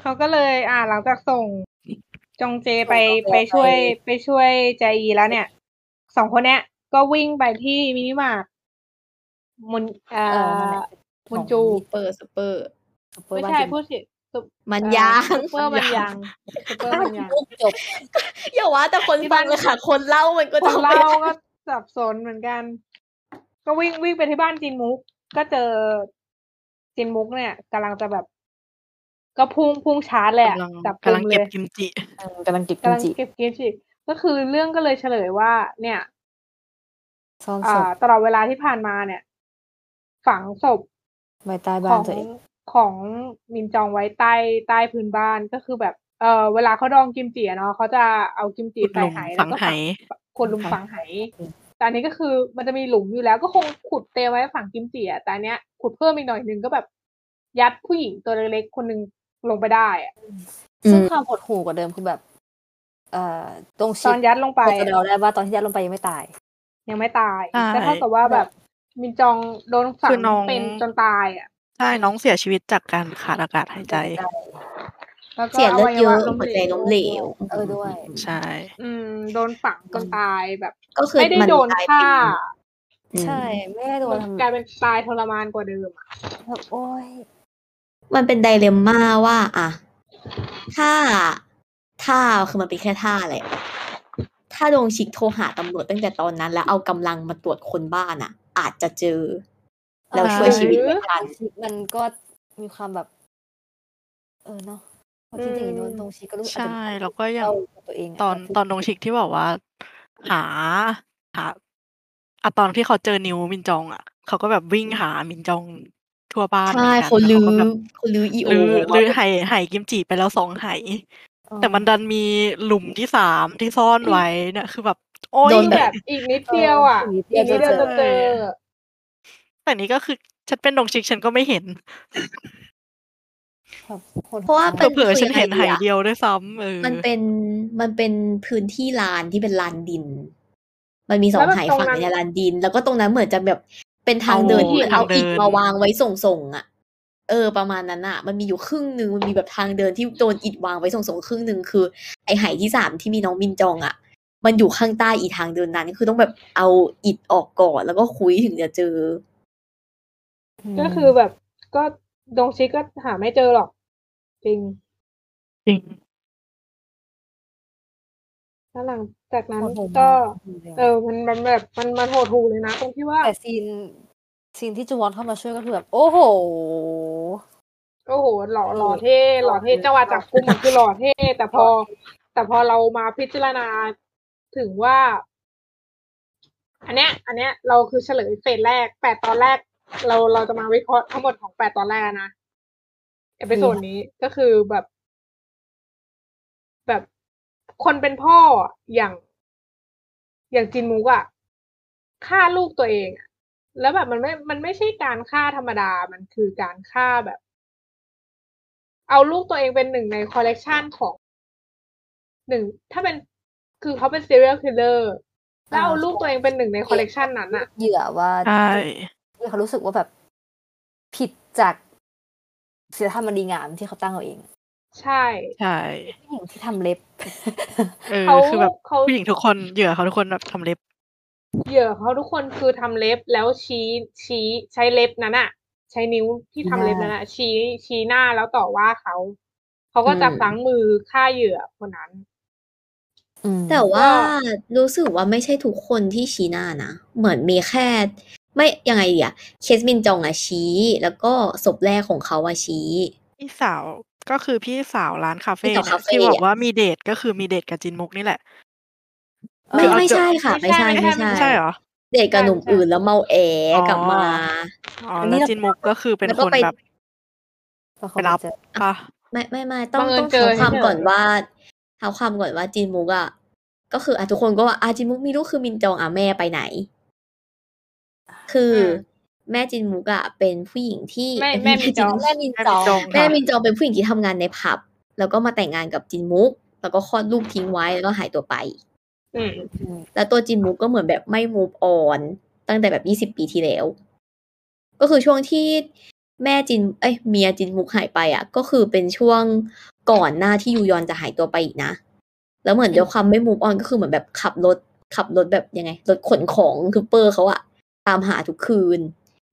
เขาก็เลย อ่า หลังจากส่ง จงเจไป ส่งจงเจ ไปช่วย ไป ไปช่วยใจอีแล้วเนี่ยสองคนเนี้ย ก็วิ่งไปที่มินิมาร์ทมุนเอ่ เออนั่อนแหละ มุนจู ซูเปอร์ซูเปอร์ ของ ไม่ บ้าน ใช่ จิ๋ม พูดผิดซุป มัน เอ่อย าง ซุปเปอร์มันยังซุปเปอร์มัน ยัง ลูกจบ อย่าว่าแต่คนฟังเลยค่ะ คนเล่ามันก็ ค ต้อน ง เล่า ไม่ได้ ก็สับสนเหมือนกัน ก็วิ่งวิ่งไปที่บ้านจินมุก ก็เจอจินมุกเนี่ยกำลังจะแบบ ก็พุ่งพุ่งชาร์จเลยอะ กำลัง จับ กำลัง ม เก็บ ย กิมจิ เออกำลังเก็บกิ กำ ม ลัง จิ เก็บเกมจิก็คือเรื่องก็เลยเฉลยว่า เนี่ย ซ่อนศพ อ่าตลอดเวลาที่ผ่านมาเนี่ย ฝังศพ ไว้ใต้ ข บ้า อน ง ตัวเอง ของมินจองไว้ใต้ใต้พื้นบ้านก็คือแบบ เออเวลาเขาดองกิมจิอะเนาะเขาจะเอากิมจิ ขุดห ใส่ ลุม ไหแล้วก็ฝังไห ขุดหลุมฝังไหแต่อันนี้ก็คือ มันจะมีหลุมอยู่แล้ว ก็คงขุดเตรียมไว้ฝังกิมจิอะแต่อันเนี้ยขุดเพิ่มอีกหน่อยหนึงก็แบบ ยัดผู้หญิงตัวเล็กๆคนหนึ่ง ลงไปได้อะ ซึ่ง อืม ความปวดหูกว่าเดิมคือแบบ เอ่อตรง ต ชิ อนยัดลงไป พอจะเดาได้ว่าตอนที่ยัดลงไปยังไม่ตาย ยังไม่ตาย ใช่ แต่เท่ากับว่าแบบมินจองโดนฝัง คือน้อง เป็นจนตายอ่ะ ใช่น้องเสียชีวิตจากการขาดอากาศหายใจ แล้วก็ เสียเลือดเยอะ วัว หัวใจล้มเหลว เออด้วย ใช่ อืม โดนฝังจนตายแบบ ก็คือ ไม่ได้ มัน โดน ตย ฆ่า เป็น ใช่ ไม่ได้โดนทำ กลายเป็นตายทรมานกว่าเดิมอะ แบบโอ้ย มันเป็นไดเลมม่าว่าอะถ้าถ้าคือมันเป็นแค่ท่าแหละถ้าดงชิกโทรหาตำรวจตั้งแต่ตอนนั้น แล้วเอากำลังมาตรวจคนบ้านอ่ะ อาจจะเจอ แล้ว อ่า ช่วยชีวิตไม่ทัน มันก็มีความแบบ เออเนาะพอคิดอย่างนี้โดนตรงชิก็รู้สึกอาจจะ ใช่แล้วก็อย่าง เศร้กับตัวเองะ ตอน แบบ ตอนดงชิกที่บอกว่า หาหาอะตอนที่เขาเจอนิวมินจองอ่ะ เขาก็แบบวิ่งหามินจองทั่วบ้าน ใช่ เหมืคนอนลืกัแล้อวเขาก็แบบ คนลืออีโอ ลือ ว่า ลือไหไหกิมจิไปแล้วสองไห เออ แต่มันดันมีหลุมที่สามที่ซ่อนไว้เนี่ยคือแบบ โอ้ย โดน คือ แบ แบบ บอีกนิดเดียวอ่ะ เอออี อีกกนิ นิ ด ด เดี เดียยว ว จะจะเจอเจอ แต่นี้ก็คือฉันเป็นดงชิกฉันก็ไม่เห็น แบบโหด เพราะว่า หู ป็ มัน เผื่อๆฉันเห็น คือ ไห ยังไงดีอะ เดียวด้วยซ้ำเออ มันเป็นมันเป็นพื้นที่ลานที่เป็นลานดิน มันมีสอ แล้ ง วมัน หาย ตรง ฝั่ง นั้น ในลานดิน แล้วก็ตรงนั้นเหมือนจะแบบเป็นทางเดินที่เหมือนเอาอิฐมาวางไว้ส่งๆอ่ะ เออ ประมาณนั้นอ่ะ มันมีอยู่ครึ่งหนึ่งมันมีแบบทางเดินที่โดนอิฐวางไว้ส่งๆครึ่งหนึ่งคือ ไอหายที่สามที่มีน้องมินจองอ่ะ มันอยู่ข้างใต้อีทางเดินนั้นคือต้องแบบเอาอิฐออกก่อนแล้วก็คุยถึงจะเจอ ม ก็คือแบบก็ดงชิกก็หาไม่เจอหรอก จริง จริง แล้วหลังจากนั้น โหดหู ก็ มาก เออ มันมันแบบมันมันโหดหูเลยนะตรงที่ว่า แต่ซีนซีนที่จูวอนเข้ามาช่วยก็คือแบบ โอ้โห โอ้โหหล่อหล่อเท่หล่อเท่จังหวะจับกุมมันคือหล่อเท่ แต่พอ แต่พอเรามาพิจารณาถึงว่า อันเนี้ย อันเนี้ยเราคือเฉลยเฟสแรกแปดตอนแรก เราเราจะมาวิเคราะห์ทั้งหมดของแปดตอนแรกนะเอพิโซดนี้ก็คือแบบ แบบคนเป็นพ่ออย่าง อย่างจินมุกอะฆ่าลูกตัวเองอะแล้วแบบมันไม่ มันไม่ใช่การฆ่าธรรมดา มันคือการฆ่าแบบ เอาลูกตัวเองเป็นหนึ่งในคอลเลกชันของหนึ่ง ถ้าเป็นคือเขาเป็น serial killer แล้วเอา อ่า ลูกตัวเองเป็นหนึ่งในคอลเลกชันนั้นอะ เหยื่อว่า ใช่ เขารู้สึกว่าแบบผิดจากศีลธรรมอันดีงามที่เขาตั้งเอาเอง ใช่ ใช่ ผู้หญิงที่ทำเล็บ เออ เขา คือแบบ เขา ผู้หญิงทุกคนเหยื่อเขาทุกคนแบบทำเล็บ เหยื่อเขาทุกคนคือทำเล็บแล้วชี้ชี้ใช้เล็บนั้นอะใช้นิ้วที่ทำเล็บนั้นอะชี้ชี้หน้าแล้วต่อว่าเขา เขาก็จะ อืม พลั้งมือฆ่าเหยื่อคนนั้น อืม แต่ว่ารู้สึกว่าไม่ใช่ทุกคนที่ชี้หน้านะ เหมือนมีแค่ ไม่ยังไงดีอะเคสมินจองอะชี้ แล้วก็ศพแรกของเขาอะชี้ พี่สาวก็คือพี่สาวร้านคาเฟ่ พี่สาว เนี่ย คาเฟ่ ที่บอก อะ ว่ามีเดทก็คือมีเดทกับจินมุกนี่แหละ ไม่ คือเอา ไม่ใช่ค่ะ ไม่ ไม่ ใช่ ใช่ไม่ไม่ใช่ ใช่ ใช่เหรอ เดทกับหนุ่มอื่นแล้วเมาแอ อ๋อ กลับมา อ๋อ อันนี้ แล้ว เรา จินมุกก็คือเป็น แล้ว ค ก็ น ไป แบบ แล้ว ไป เขาก็ รับ เจอ ปะ ไม่ไม่ไม่ต้อ บั ง งเอิญ ต้อง เจ เท้าคอวาม เฉยๆ ก่อนว่าเท้าความก่อนว่าจินมุกอะก็คืออะทุกคนก็ว่าอาจินมุกมีลูกคือมินจองอะแม่ไปไหน คืออ ม แม่จินมุกอะเป็นผู้หญิงที่ แม่ เย แม่มินจอง แม่มินจอง ค่ะ แม่มินจองเป็นผู้หญิงที่ทำงานในผับ แล้วก็มาแต่งงานกับจินมุก แล้วก็คลอดลูกทิ้งไว้แล้วก็หายตัวไป อืม แล้วตัวจินมุกก็เหมือนแบบไม่ move on ตั้งแต่แบบยี่สิบปีที่แล้ว ก็คือช่วงที่แม่จิน เอ้ยเมียจินมุกหายไปอ่ะ ก็คือเป็นช่วงก่อนหน้าที่ยูยอนจะหายตัวไปอีกนะ แล้วเหมือนด้วยความไม่ move on ก็คือเหมือนแบบขับรถขับรถแบบยังไงรถขนของคือเปอร์เขาอะตามหาทุกคืน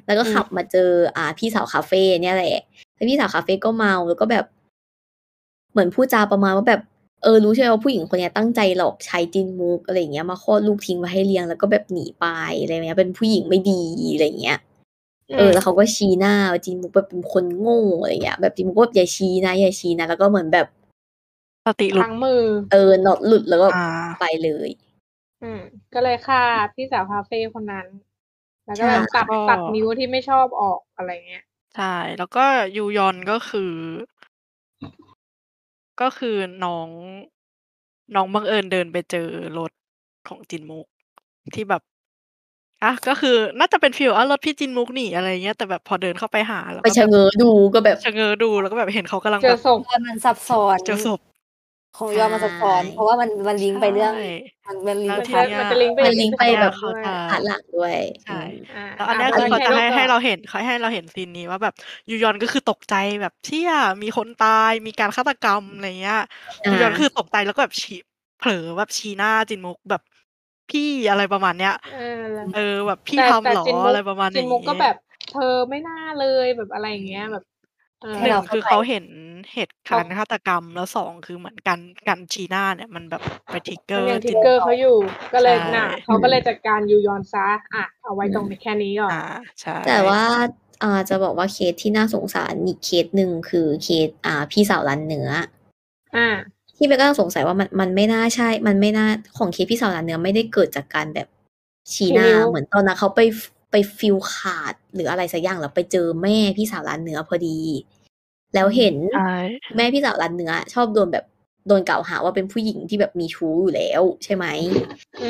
แล้วก็ขับมาเจออ่าพี่สาวคาเฟ่เนี่ยแหละแล้วพี่สาวคาเฟ่ก็เมาแล้วก็แบบ เหมือนพูดจาประมาณว่าแบบ เออรู้ใช่ไหมว่าผู้หญิงคนเนี้ยตั้งใจหลอกใช้จินมุกอะไรอย่างเงี้ยมาคลอดลูกทิ้งไว้ให้เลี้ยงแล้วก็แบบหนีไปอะไรเงี้ยเป็นผู้หญิงไม่ดีอะไรอย่างเงี้ยเออ แล้วเขาก็ชี้หน้าว่าจินมุกแบบเป็นคนโง่อะไรอย่างเงี้ยแบบจินมุกก็แบบอย่าชี้นะอย่าชี้นะแล้วก็เหมือนแบบ สติหพลุด ลั้งมือ เออน็อตหลุดแล้วก็ อ่า ไปเลย อืม ก็เลยฆ่าพี่สาวคาเฟ่คนนั้น แล้วก็แบบ ใช่ ตัด ก็ ตัดนิ้วที่ไม่ชอบออกอะไรเงี้ย ใช่แล้วก็ยูยอนก็คือ ก็คือน้องน้องบังเอิญเดินไปเจอรถของจินมุกที่แบบ อ่ะก็คือน่าจะเป็นฟิลอ่ะรถพี่จินมุกหนีอะไรเงี้ยแต่แบบพอเดินเข้าไปหาแล้ว ไปชะ อ เง้อดูก็แบบ ชะเง้อดูแล้วก็แบบเห็นเขากำลัง เจ แบ อบศพ ยอมมันซับซ้อน เจอศพ ของยอมมันซับซ้อน ใช่ เพราะว่ามันมันลิงก์ไปเรื่อง ใช่ มันมันลิงก์ไป ใช่ เรื่อง มันจะลิงก์ไป มันลิงก์ไปแบบ ด้วย ผ่านหลังด้วย ใช่ อ่า แล้วอันเนี้ย ะ คือเขาจะ ใคก่อนให้ให้เราเห็นเขาให้เราเห็นซีนนี้ว่าแบบยูยอนก็คือตกใจแบบเชี่ยมีคนตายมีการฆาตกรรมอะไรเงี้ยยูยอนคือตกใจแล้วก็แบบชี้เผลอแบบชี้หน้าจินมุกแบบพี่อะไรประมาณเนี้ย เออแล้ว เออแบบพี่ แต่ ทำเหรอ แต่จินมุก อะไรประมาณนี้ จินมุกก็แบบ เธอไม่น่าเลยแบบอะไรอย่างเงี้ยแบบเออ หนึ่ง ให้เราเข้า คือ ใจ เขาเห็นเหตุการณ์ เขา ฆาตกรรมแล้วสองคือเหมือนกันการชี้หน้าเนี่ยมันแบบไปทริกเกอ มัน ร์ ยังทริ จิ ก น เกอร์เขาอยู่ ก็เลย ใช่ น่ะเขาก็เลยจัดการยูยอนซะอ่ะเอาไว้ตรงนี้แค่นี้ก่อน อ่าใช่ แต่ว่าอ่าจะบอกว่าเคสที่น่าสงสารอีกเคสหนึ่งคือเคสอ่าพี่สาวร้านเนื้อ อ่า ที่เบลก็สงสัยว่ามันมันไม่น่าใช่ มันไม่น่าของเคสพี่สาวร้านเนื้อไม่ได้เกิดจากการแบบชี้หน้า ชี้นิ้ว เหมือนตอนนั้นเขาไปไปฟิลขาดหรืออะไรสักอย่างแล้วไปเจอแม่พี่สาวร้านเนื้อพอดี แล้วเห็น ใช่ แม่พี่สาวร้านเนื้อ ชอบโดนแบบโดนกล่าวหาว่าเป็นผู้หญิงที่แบบมีชู้อยู่แล้วใช่ไหม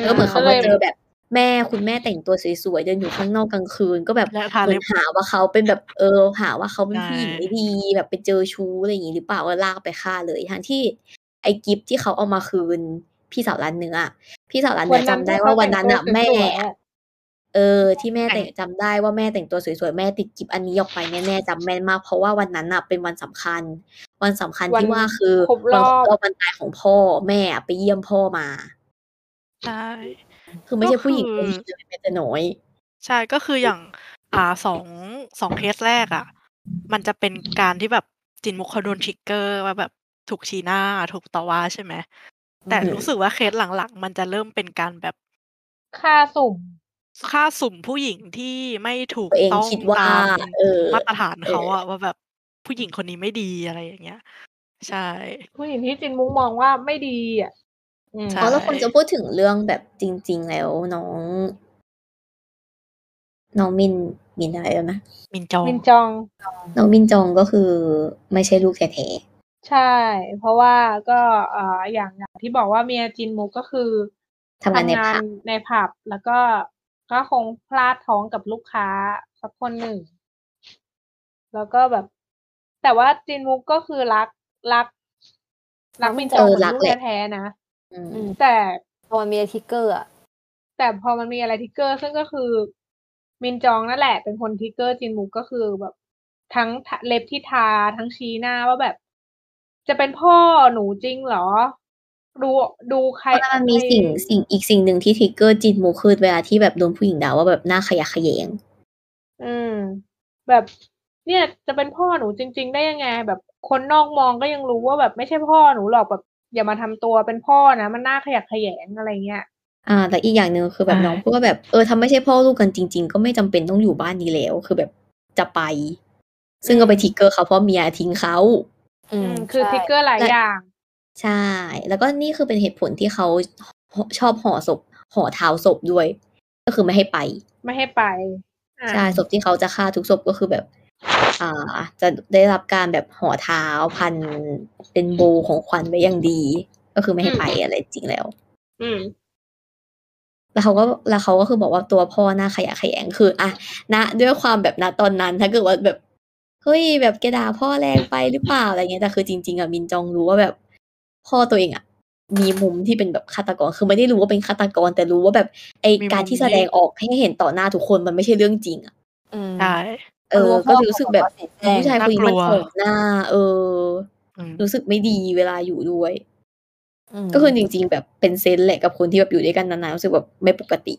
แล้วก็เหมือนเขามาเจอแบบแม่คุณแม่แต่งตัวสวยๆเดินอยู่ข้างนอกกลางคืน ก็แบบ และทา เหมื เล็ อน บ หาว่าเขาเป็นแบบเออหาว่าเขาเป็น ใช่ ผู้หญิงไม่ดีแบบไปเจอชู้อะไรอย่างนี้หรือเปล่าก็ลากไปฆ่าเลยทั้งที่ไอ้กิฟที่เขาเอามาคืนพี่สาวร้านเนื้อพี่สาวร้านเนื้อจำได้ว่าวันนั้นอะแม่อะเออ ที่แม่แต่งจำได้ว่าแม่แต่งตัวสวยๆแม่ติดกิฟอันนี้ออกไปแน่ๆจำแม่นมาก เพราะว่าวันนั้นอะเป็นวันสำคัญ วันสำคัญที่ วัน ว่าคือ ครบร วั อบ ครบรอบวันตายของพ่อแม่อะไปเยี่ยมพ่อมา ใช่ คือไม่ใช่ ก็ ผู้หญิง คืคอนนี้เลยแม้แต่น้อย ใช่ก็คืออย่างอ่าสองสองเคสแรกอ่ะ มันจะเป็นการที่แบบจินมุกเขาโดนทริกเกอร์ว่าแบบถูกชี้หน้าถูกต่อว่าใช่ไหมแต่ อืม รู้สึกว่าเคสหลังๆ มันจะเริ่มเป็นการแบบ ค่าสุ่ม ค่าสุ่มผู้หญิงที่ไม่ถูก ตัวเอง ต้อง คิดว่า ตาม เออ มาตรฐานเขาอะว่าแบบผู้หญิงคนนี้ไม่ดีอะไรอย่างเงี้ย ใช่ ผู้หญิงที่จินมุ้งมองว่าไม่ดีอ่ะอืม ใช่ อ๋อแล้วคนจะพูดถึงเรื่องแบบจริง ๆ แล้วน้อง น้องมินมินอะไรแล้วนะ มินจอง มินจอง น้องมินจองก็คือไม่ใช่ลูกแท้ ใช่ เพราะว่าก็เอ่ออย่างอย่างที่บอกว่าเมียจินมุกก็คือ ๆทำงานใน ทำงา ผั น บ ในผับแล้วก็ก็คงพลาดท้องกับลูกค้าสักคนหนึ่ง แล้วก็แบบ แต่ว่าจินมุกก็คือรักรักรักมินจองเหมือนลูกแท้ๆนะ อืม อืม แต่ พอมันมีอะไรทิกเกอร์อะ แต่พอมันมีอะไรทิกเกอร์ซึ่งก็คือ มินจองนั่นแหละ เป็นคนทิกเกอร์จินมุกก็คือแบบ ทั้งทะเล็บที่ทาทั้งชี้หน้าว่าแบบ จะเป็นพ่อหนูจริงเหรอ ดูดูใคร เพราะว่ามันมีสิ่งสิ่งอีกสิ่งหนึ่งที่ทริกเกอร์จินโมคือเวลาที่แบบโดนผู้หญิงด่าว่าแบบหน้าขยะแขยง อืม แบบ เนี่ย จะเป็นพ่อหนูจริง ๆ ได้ยังไง แบบคนนอกมองก็ยังรู้ว่าแบบไม่ใช่พ่อหนูหรอกแบบอย่ามาทำตัวเป็นพ่อนะมันหน้าขยักขยงอะไรเงี้ย อ่า แต่อีกอย่างหนึ่งคือแบบน้องพูดว่าแบบเออถ้าไม่ใช่พ่อลูกกันจริง ๆ ก็ไม่จำเป็นต้องอยู่บ้านนี้แล้ว คือแบบจะไป ซึ่งก็ไปทริกเกอร์เขาเพราะเมียทิ้งเขา อื อื ม ม คือ ใช่ ทิกเกอร์หลาย และ อย่าง ใช่ แล้วก็นี่คือเป็นเหตุผลที่เขาชอบห่อศพห่อเท้าศพด้วย ก็คือไม่ให้ไป ไม่ให้ไปอ่ะ ใช่ศพที่เขาจะฆ่าทุกศพก็คือแบบ อ่า จะได้รับการแบบห่อเท้าพันเป็นโบของขวัญไว้อย่างดี ก็คือไม่ให้ไป อืม อะไรจริงแล้ว อืม แล้วเขาก็แล้วเขาก็คือบอกว่าตัวพ่อหน้าขยะแขยงคืออะณด้วยความแบบณตอนนั้นถ้าเกิดว่าแบบเฮ้ยแบบแกด่าพ่อแรงไปหรือเปล่าอะไรเงี้ยแต่คือจริง ๆอะมินจองรู้ว่าแบบ พ่อตัวเองอะมีมุมที่เป็นแบบฆาตกรคือไม่ได้รู้ว่าเป็นฆาตกร แต่รู้ว่าแบบไอ มีมุม การที่ ที่ แสดงออกให้เห็นต่อหน้าทุกคนมันไม่ใช่เรื่องจริงอะ อืม ใช่ เออ ก็เลยรู้สึกแบบผู้ชายคนนี้มัน น่ากลัว โสดหน้า เออ อืม รู้สึกไม่ดีเวลาอยู่ด้วย ม ก็คือจริง ๆ แบบเป็นเซนส์แหละกับคนที่แบบอยู่ด้วยกันนานๆรู้สึกแบบไม่ปกติ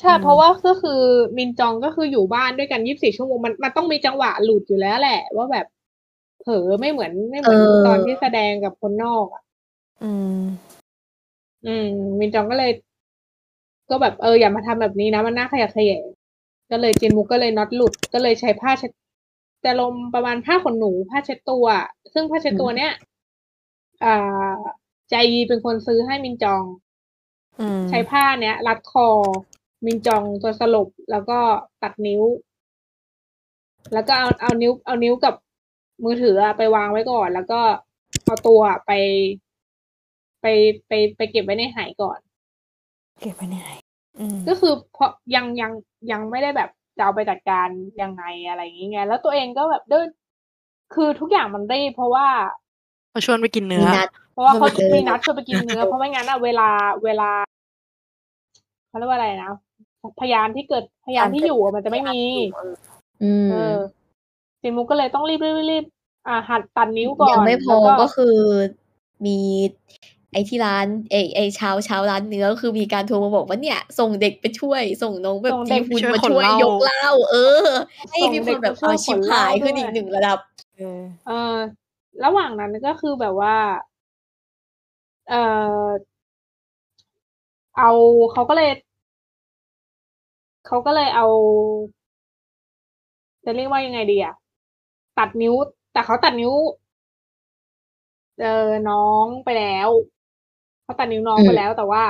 ใช่ เพราะว่าก็คือมินจองก็คืออยู่บ้านด้วยกันยี่สิบสี่ชั่วโมงมันมันต้องมีจังหวะหลุดอยู่แล้วแหละ ว่าแบบ เผลอไม่เหมือนไม่เหมือน เออ ตอนที่แสดงกับคนนอกอะ อืม อืม มินจองก็เลย ก็แบบเอออย่ามาทำแบบนี้นะมันน่าขยะแขยงก็เลยจินมุกก็เลยน็อตหลุด ก็เลยใช้ผ้าเช็ดจะลมประมาณผ้าขนหนูผ้าเช็ดตัว ซึ่งผ้าเช็ดตัวเนี้ยอ่าใจยีเป็นคนซื้อให้มินจอง อืม ใช้ผ้าเนี้ยรัดคอ มินจองจนสลบแล้วก็ตัดนิ้ว แล้วก็เอาเอานิ้ว เอานิ้วกับมือถืออะไปวางไว้ก่อน แล้วก็เอาตัวไป ไปไปไปเก็บไว้ในหายก่อน เก็บไว้ไหน อืม ก็คือเพราะยังยังยังไม่ได้แบบจะเอาไปจัดการยังไงอะไรอย่างเงี้ยแล้วตัวเองก็แบบเดินคือทุกอย่างมันรีบเพราะว่า เขาชวนไปกินเนื้ มี อ นัด เพราะว่าเขา เออ มี นัดชวนไปกินเนื้อ เพราะไม่งั้นอะเวลาเวลาเขาเรียกว่าอะไรนะพยานที่เกิดพยานที่อยู่อะมันจะไม่มี อืม เออจินมุกก็เลยต้องรีบรีบรีบรีบอ่าหัดตัดนิ้วก่อน ยังไม่พอ แล้ว ก็คือมี ไอ้ที่ร้านไอ้ไอ้เช้าเช้าร้านเนื้อก็คือมีการโทรมาบอกว่าเนี่ย ส่งเด็กไปช่วย ส่งน้องแบบ ส่ง จี เด็ก หุ่น ช่วย มา ขน ช่วย เหล้าย ย กเหล้าเออ ให้มีคนแบบเอาชิบหายขึ้นอีกหนึ่งระดับ เออ เออระหว่างนั้นก็คือแบบว่า เออเอาเขาก็เลยเขาก็เลยเอา จะเรียกว่ายังไงดีอะตัดนิ้ว แต่เขาตัดนิ้ว เออน้องไปแล้วเขาตัดนิ้วน้อง อืม ไปแล้ว แต่ว่า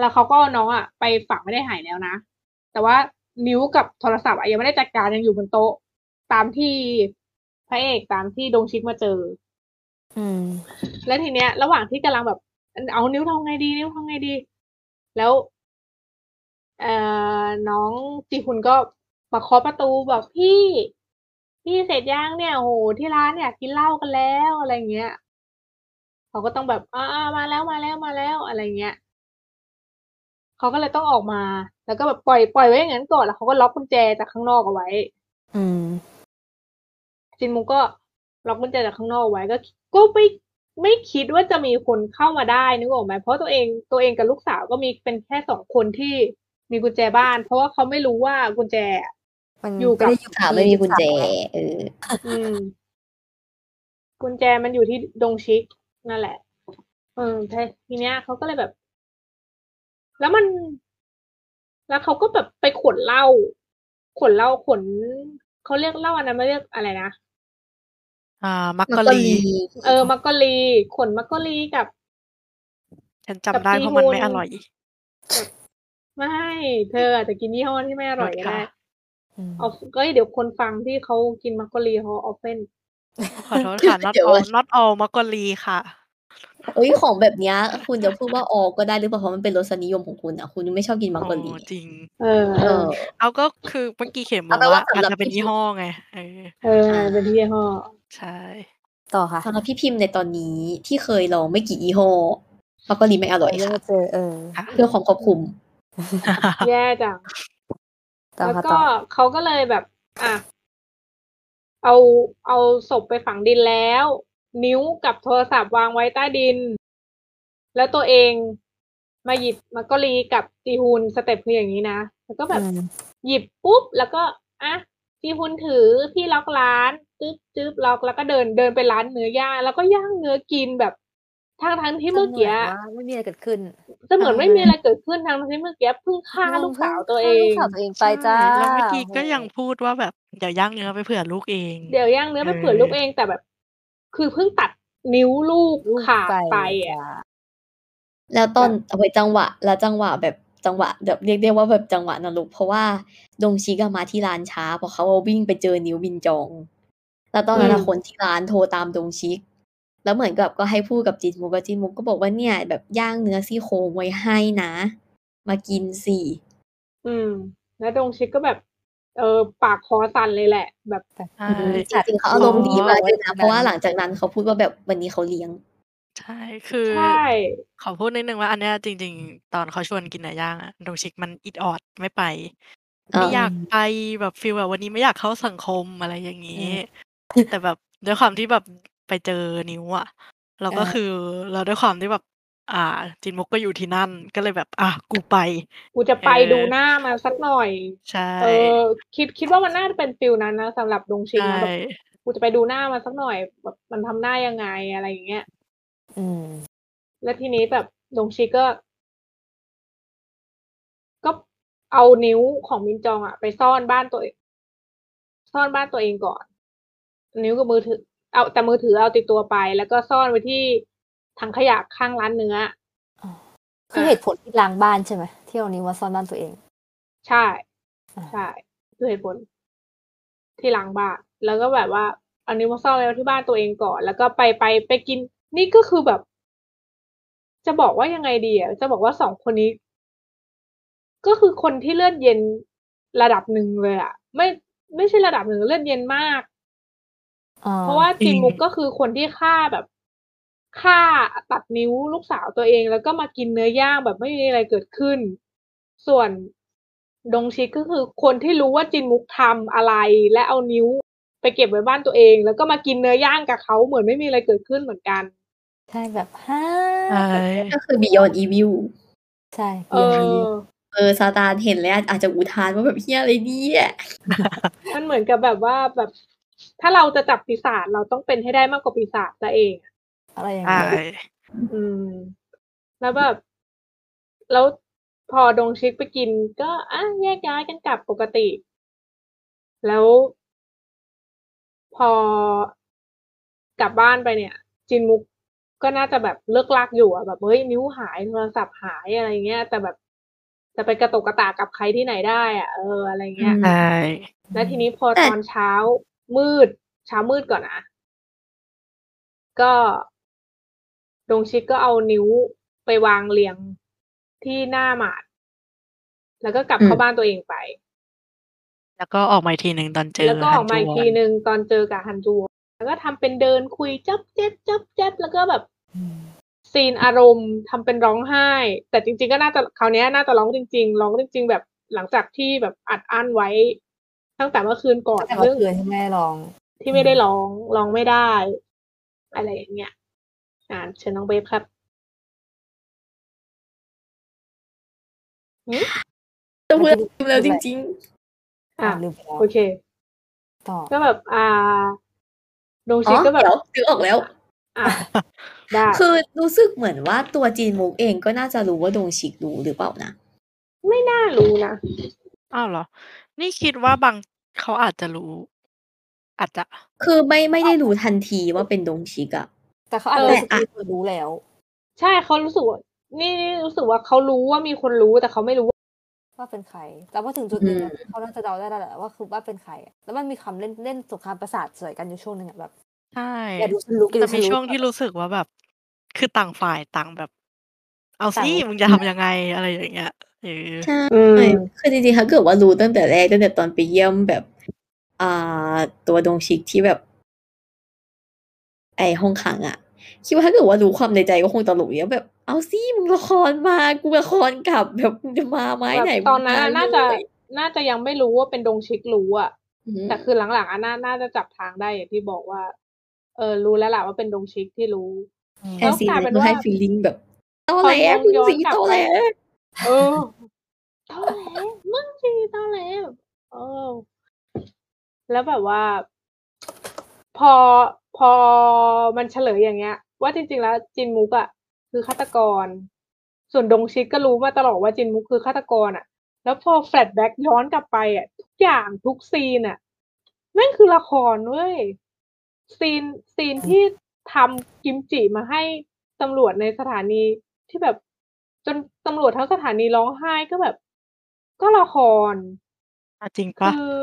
แล้วเขาก็เอาน้องอะไปฝังไม่ได้หายแล้วนะ แต่ว่านิ้วกับโทรศัพท์อะยังไม่ได้จัดการยังอยู่บนโต๊ะ ตามที่พระเอกตามที่ดงชิกมาเจอ อืม และทีเนี้ย ระหว่างที่กำลังแบบ เอานิ้วทำไงดี นิ้วทำไงดี แล้ว เอ่อน้องจีฮุนก็มาเคาะประตูบอกพี่พี่เสร็จยังเนี่ยโหที่ร้านเนี่ย กินเหล้ากันแล้วอะไรเงี้ยเขาก็ต้องแบบอ่าๆมาแล้วมาแล้วมาแล้วอะไรเงี้ยเขาก็เลยต้องออกมา แล้วก็แบบปล่อยปล่อยไว้อย่างนั้นก่อนแล้วเขาก็ล็อกกุญแจจากข้างนอกเอาไว้ อืม จินมุกก็ล็อกกุญแจจากข้างนอกไว้ก็ก็ไม่ไม่คิดว่าจะมีคนเข้ามาได้นึกออกไหมเพราะตัวเองตัวเองกับลูกสาวก็มีเป็นแค่สองคนที่มีกุญแจบ้าน เพราะว่าเขาไม่รู้ว่ากุญแจ มัน อยู่กับ ไม่ได้ ค่ะไม่มีกุญแจเออ อืม กุญแจมันอยู่ที่ดงชิกนั่นแหละ เออใช่ทีเนี้ยเขาก็เลยแบบ แล้วมัน แล้วเขาก็แบบไปขนเหล้าขนเหล้าขนเขาเรียกเหล้าอันนั้นไม่เรียกอะไรนะ อ่า มัก มัก กะ กะ ลี ลี เออ มักกะลีขนมักกะลีกับ ฉันจำได้เพราะมันไม่อร่อย ไม่เธออาจจะกินยี่ห้อที่ไม่อร่อยก็ได้ รสค่ะ อืม ออฟก็เดี๋ยวคนฟังที่เขากินมักกะลีเขาออฟเฟน ขอโทษค่ะ not all not all มักกะลีค่ะ เอ้ยของแบบเนี้ยคุณจะพูดว่าออกก็ได้หรือเปล่าเพราะมันเป็นรสนิยมของคุณอ่ะคุณไม่ชอบกินมักกะลี โอ้จริง เออ เออ เอาก็คือเมื่อกี้เข็มบอ เอา ก แปลว่า ว่า สำหรับ อาจจะเป็นยี่ห้อไงเออ เออเป็นยี่ห้อ ใช่ ต่อค่ะ สำหรับพี่พิมพ์ในตอนนี้ที่เคยลองไม่กี่ยี่ห้อมักกะลีไม่อร่อย เรื่ ค่ะ เจอเออ ค่ะ เพื่อความครอบคลุม แย่จัง ต่อ แล้ว ค่ะ ก็ ต่อ เขาก็เลยแบบ อ่ะ เอาเอาศพไปฝังดินแล้ว นิ้วกับโทรศัพท์วางไว้ใต้ดิน แล้วตัวเองมาหยิบมักกะลีกับจีฮูนสเต็ปคืออย่างนี้นะแล้วก็แบบ อืม หยิบปุ๊บ แล้วก็อ่ะพี่คุณถือพี่ล็อกร้านจึ๊บจึ๊บล็อกแล้วก็เดินเดินไปร้านเนื้อย่าง แล้วก็ย่างเนื้อกินแบบทั้งทั้งที่เมื่อกี้ จะหนว่าไม่มีอะไรเกิดขึ้น จะเหมือนไม่มีอะไรเกิดขึ้นทั้งที่เมื่อกี้เพิ่งฆ่าลูกสาวตัวเองฆ่าลูกสาวตัวเองไปจ้า ใช่แล้วเมื่อกี้ก็ยัง โ พูดว่าแบบเดี๋ยวย่างเนื้อไปเผื่อลูกเอง เดี๋ยวย่างเนื้อไป เออ เผื่อลูกเองแต่แบบ คือเพิ่งตัดนิ้วลูก ลูก ขาดไป จ้า อ่ะ แล้วตอนเอาไว้จังหวะ แล้วจังหวะแบบจังหวะแบบเรียกได้ว่าแบบจังหวะนรกเพราะว่าดงชิกามาที่ร้านช้าเพราะเขาว่าวิ่งไปเจอนิ้วบินจอง แล้วตอนนั้นอะคนที่ร้านโทรตามดงชิก แล้วเหมือนกับก็ให้พูดกับจินมุกแล้วจินมุกก็บอกว่าเนี่ย แบบย่างเนื้อซี่โครงไว้ให้นะ มากินสิ อืม แล้วดงชิกก็แบบ เออปากคอสั่นเลยแหละ แบบ ใช่ จริงๆเขาอารมณ์ดีมากเลยนะ อ๋อ เพราะว่าหลังจากนั้นเขาพูดว่าแบบวันนี้เขาเลี้ยง ใช่คือ ใช่ ขอพูดนิดนึงว่าอันเนี้ยจริง ๆ ตอนเขาชวนกินเนื้อย่างอะดงชิกมันอิดออดไม่ไป อ่า ไม่อยากไปแบบฟีลแบบวันนี้ไม่อยากเข้าสังคมอะไรอย่างนี้ แต่แบบด้วยความที่แบบไปเจอนิ้วอะเราก็ อ่า คือเราด้วยความที่แบบ อ่า จินมุกก็อยู่ที่นั่นก็เลยแบบอ่ะกูไป กูจะไป เออ ดูหน้ามาสักหน่อย ใช่ เออคิดคิดว่ามันน่าจะเป็นฟิลนั้นนะสำหรับดงชิง ใช่ นะแบบกูจะไปดูหน้ามันสักหน่อยแบบมันทำหน้ายังไงอะไรอย่างเงี้ย อืม แล้วทีนี้แบบดงชิงก็ ก็เอานิ้วของมินจองอะไปซ่อนบ้านตัวเองซ่อนบ้านตัวเองก่อน นิ้วกับมือถือ เอาแต่มือถือเอาติดตัวไป แล้วก็ซ่อนไว้ที่ถังขยะข้างร้านเนื้อ คือเหตุผลที่ล้างบ้านใช่ไหมที่เอานิ้วมาซ่อนบ้านตัวเอง ใช่ อ่า ใช่ด้วยเหตุผลที่หลังบ้านแล้วก็แบบว่าเอานิ้วมาซ่อนไว้ที่บ้านตัวเองก่อน แล้วก็ไปไปไปกิน นี่ก็คือแบบ จะบอกว่ายังไงดีอ่ะจะบอกว่าสองคนนี้ ก็คือคนที่เลือดเย็นระดับหนึ่งเลยอะไม่ไม่ใช่ระดับหนึ่งเลือดเย็นมาก อ๋อ เพราะว่า จริ จิ ง มุกก็คือคนที่ฆ่าแบบฆ่าตัดนิ้วลูกสาวตัวเอง แล้วก็มากินเนื้อย่างแบบไม่มีอะไรเกิดขึ้น ส่วนดงชิก็คือคนที่รู้ว่าจินมุกทำอะไร และเอานิ้วไปเก็บไว้บ้านตัวเอง แล้วก็มากินเนื้อย่างกับเขาเหมือนไม่มีอะไรเกิดขึ้นเหมือนกัน ใช่แบบฮ่า ใช่ ก็คือ beyond evil ใช่ เออ เออซาตานเห็นแล้ว อาจจะอุทานว่าแบบเฮียอะไรเนี่ย มันเหมือนกับแบบว่าแบบ ถ้าเราจะจับปีศาจเราต้องเป็นให้ได้มากกว่าปีศาจตัวเอง อะไรอย่าง ใช่ เงี้ย อืม แล้วแบบ แล้วพอดงชิคไปกิน ก็อ่ะแยกย้ายกันกลับปกติ แล้ว พอกลับบ้านไปเนี่ย จินมุกก็น่าจะแบบเลิกลากอยู่อะแบบเฮ้ยนิ้วหายโทรศัพท์หายอะไรเงี้ย แต่แบบจะไปกระตกกระตากกับใครที่ไหนได้อะเอออะไรเงี้ย ใช่ แล้วทีนี้พอตอนเช้ามืด เช้ามืดก่อนนะก็ดงชิดก็เอานิ้วไปวางเรียงที่หน้าหมาด แล้วก็กลับเข้าบ้านตัวเองไป แล้วก็ออกมาอีกทีหนึ่งตอนเจอ แล้วก็ออกมาอีกที ฮันหจูวนึ่งตอนเจอกับฮันจูวอนแล้วก็ทำเป็นเดินคุยจับเจ็บจับเจ็บแล้วก็แบบซีนอารมณ์ทำเป็นร้องไห้ แต่จริง ๆ ก็น่าจะคราวเนี้ยน่าจะร้องจริง ๆ ร้องจริง ๆ แบบหลังจากที่แบบอัดอั้นไว้ ตั้งแต่เมื่อคืนก่อน แต่เมื่ ซึ่ อง คืนที่แม่ลอง ที่ไม่ได้ร้องร้องไม่ได้ อะไรอย่างเงี้ย อ่านเชิญน้องเบฟครับ จะพูดอะไรลืมแล้วจริง อ่า อ่าลืมไปแล้ว โอเค ต่อ ก็แบบ อ่าดง ๆ อ๋ ชิ อ ก็แบบ เดี๋ยวนึกออกแล้ว อ่าได้ คือรู้สึกเหมือนว่าตัวจีนมุกเองก็น่าจะรู้ว่าดงชิกรู้หรือเปล่านะ น่ารู้นะ อ้าวเหรอ นี่คิดว่าบางเขาอาจจะรู้ อาจจะ คือไม่ไม่ได้รู้ทันทีว่าเป็นดงชิกอะ แต่เขาอาจจะ เออ รู้สึก อ่ะ ว่ามีคนรู้แล้ว ใช่เขารู้สึกว่านี่นี่รู้สึกว่าเขารู้ว่ามีคนรู้แต่เขาไม่รู้ว่า ว่าเป็นใคร แต่ว่าถึงจุดหนึ่ง อืม เขาน่าจะเดาได้แล้วแหละว่าคือว่าเป็นใครอะแล้วมันมีคำเล่นเล่นสงครามประสาทสวยกันอยู่ช่วงหนึ่งอะแบบ ใช่ อย่าดูฉันรู้อย่า จะ ดูฉันมีรู้ ช่วงที่รู้สึกว่าแบบ คือต่างฝ่ายต่างแบบ เอา ต่า สิ ง มึงจะทำยังไงอะไรอย่างเงี้ยเออ ใช่ อืม คือจริงๆถ้าเกิดว่ารู้ตั้งแต่แรกตั้งแต่ตอนไปเยี่ยมแบบ อ่า ตัวดงชิกที่แบบ ไอห้องขังอะคิดว่าถ้าเกิดว่ารู้ความในใจก็คงตลกเยอะแบบ เอาสิมึงละครมากูละครกลับแบบมึงจะมาไหม แบบ ไหน ตอนนั้นอะ มึงม น่าจะ เลย น่าจะยังไม่รู้ว่าเป็นดงชิกรู้อะ อืม แต่คือหลังๆอะน่าน่าจะจับทางได้อย่างที่บอกว่า เออ รู้แล้วล่ะว่าเป็นดงชิกที่รู้ แค่ซีนนั้นก็ให้ฟีลลิ่งแบบโตแหล้ พอมอง มึง ย้อน สี กลับ โต ไป แหล้ เออตอแหลมึงสิตอแหลเออ แล้วแบบว่า พอพอมันเฉลยอย่างเงี้ย ว่าจริงๆแล้วจินมุกอะคือฆาตกร ส่วนดงชิดก็รู้มาตลอดว่าจินมุกคือฆาตกรอะแล้วพอแฟลชแบ็กย้อนกลับไปอะทุกอย่างทุกซีนอะนั่นคือละครเว้ยซีนซีนที่ทำกิมจิมาให้ตำรวจในสถานี ที่แบบจนตำรวจทั้งสถานีร้องไห้ก็แบบ ก็ละคร อ่ะจริงปะ คือ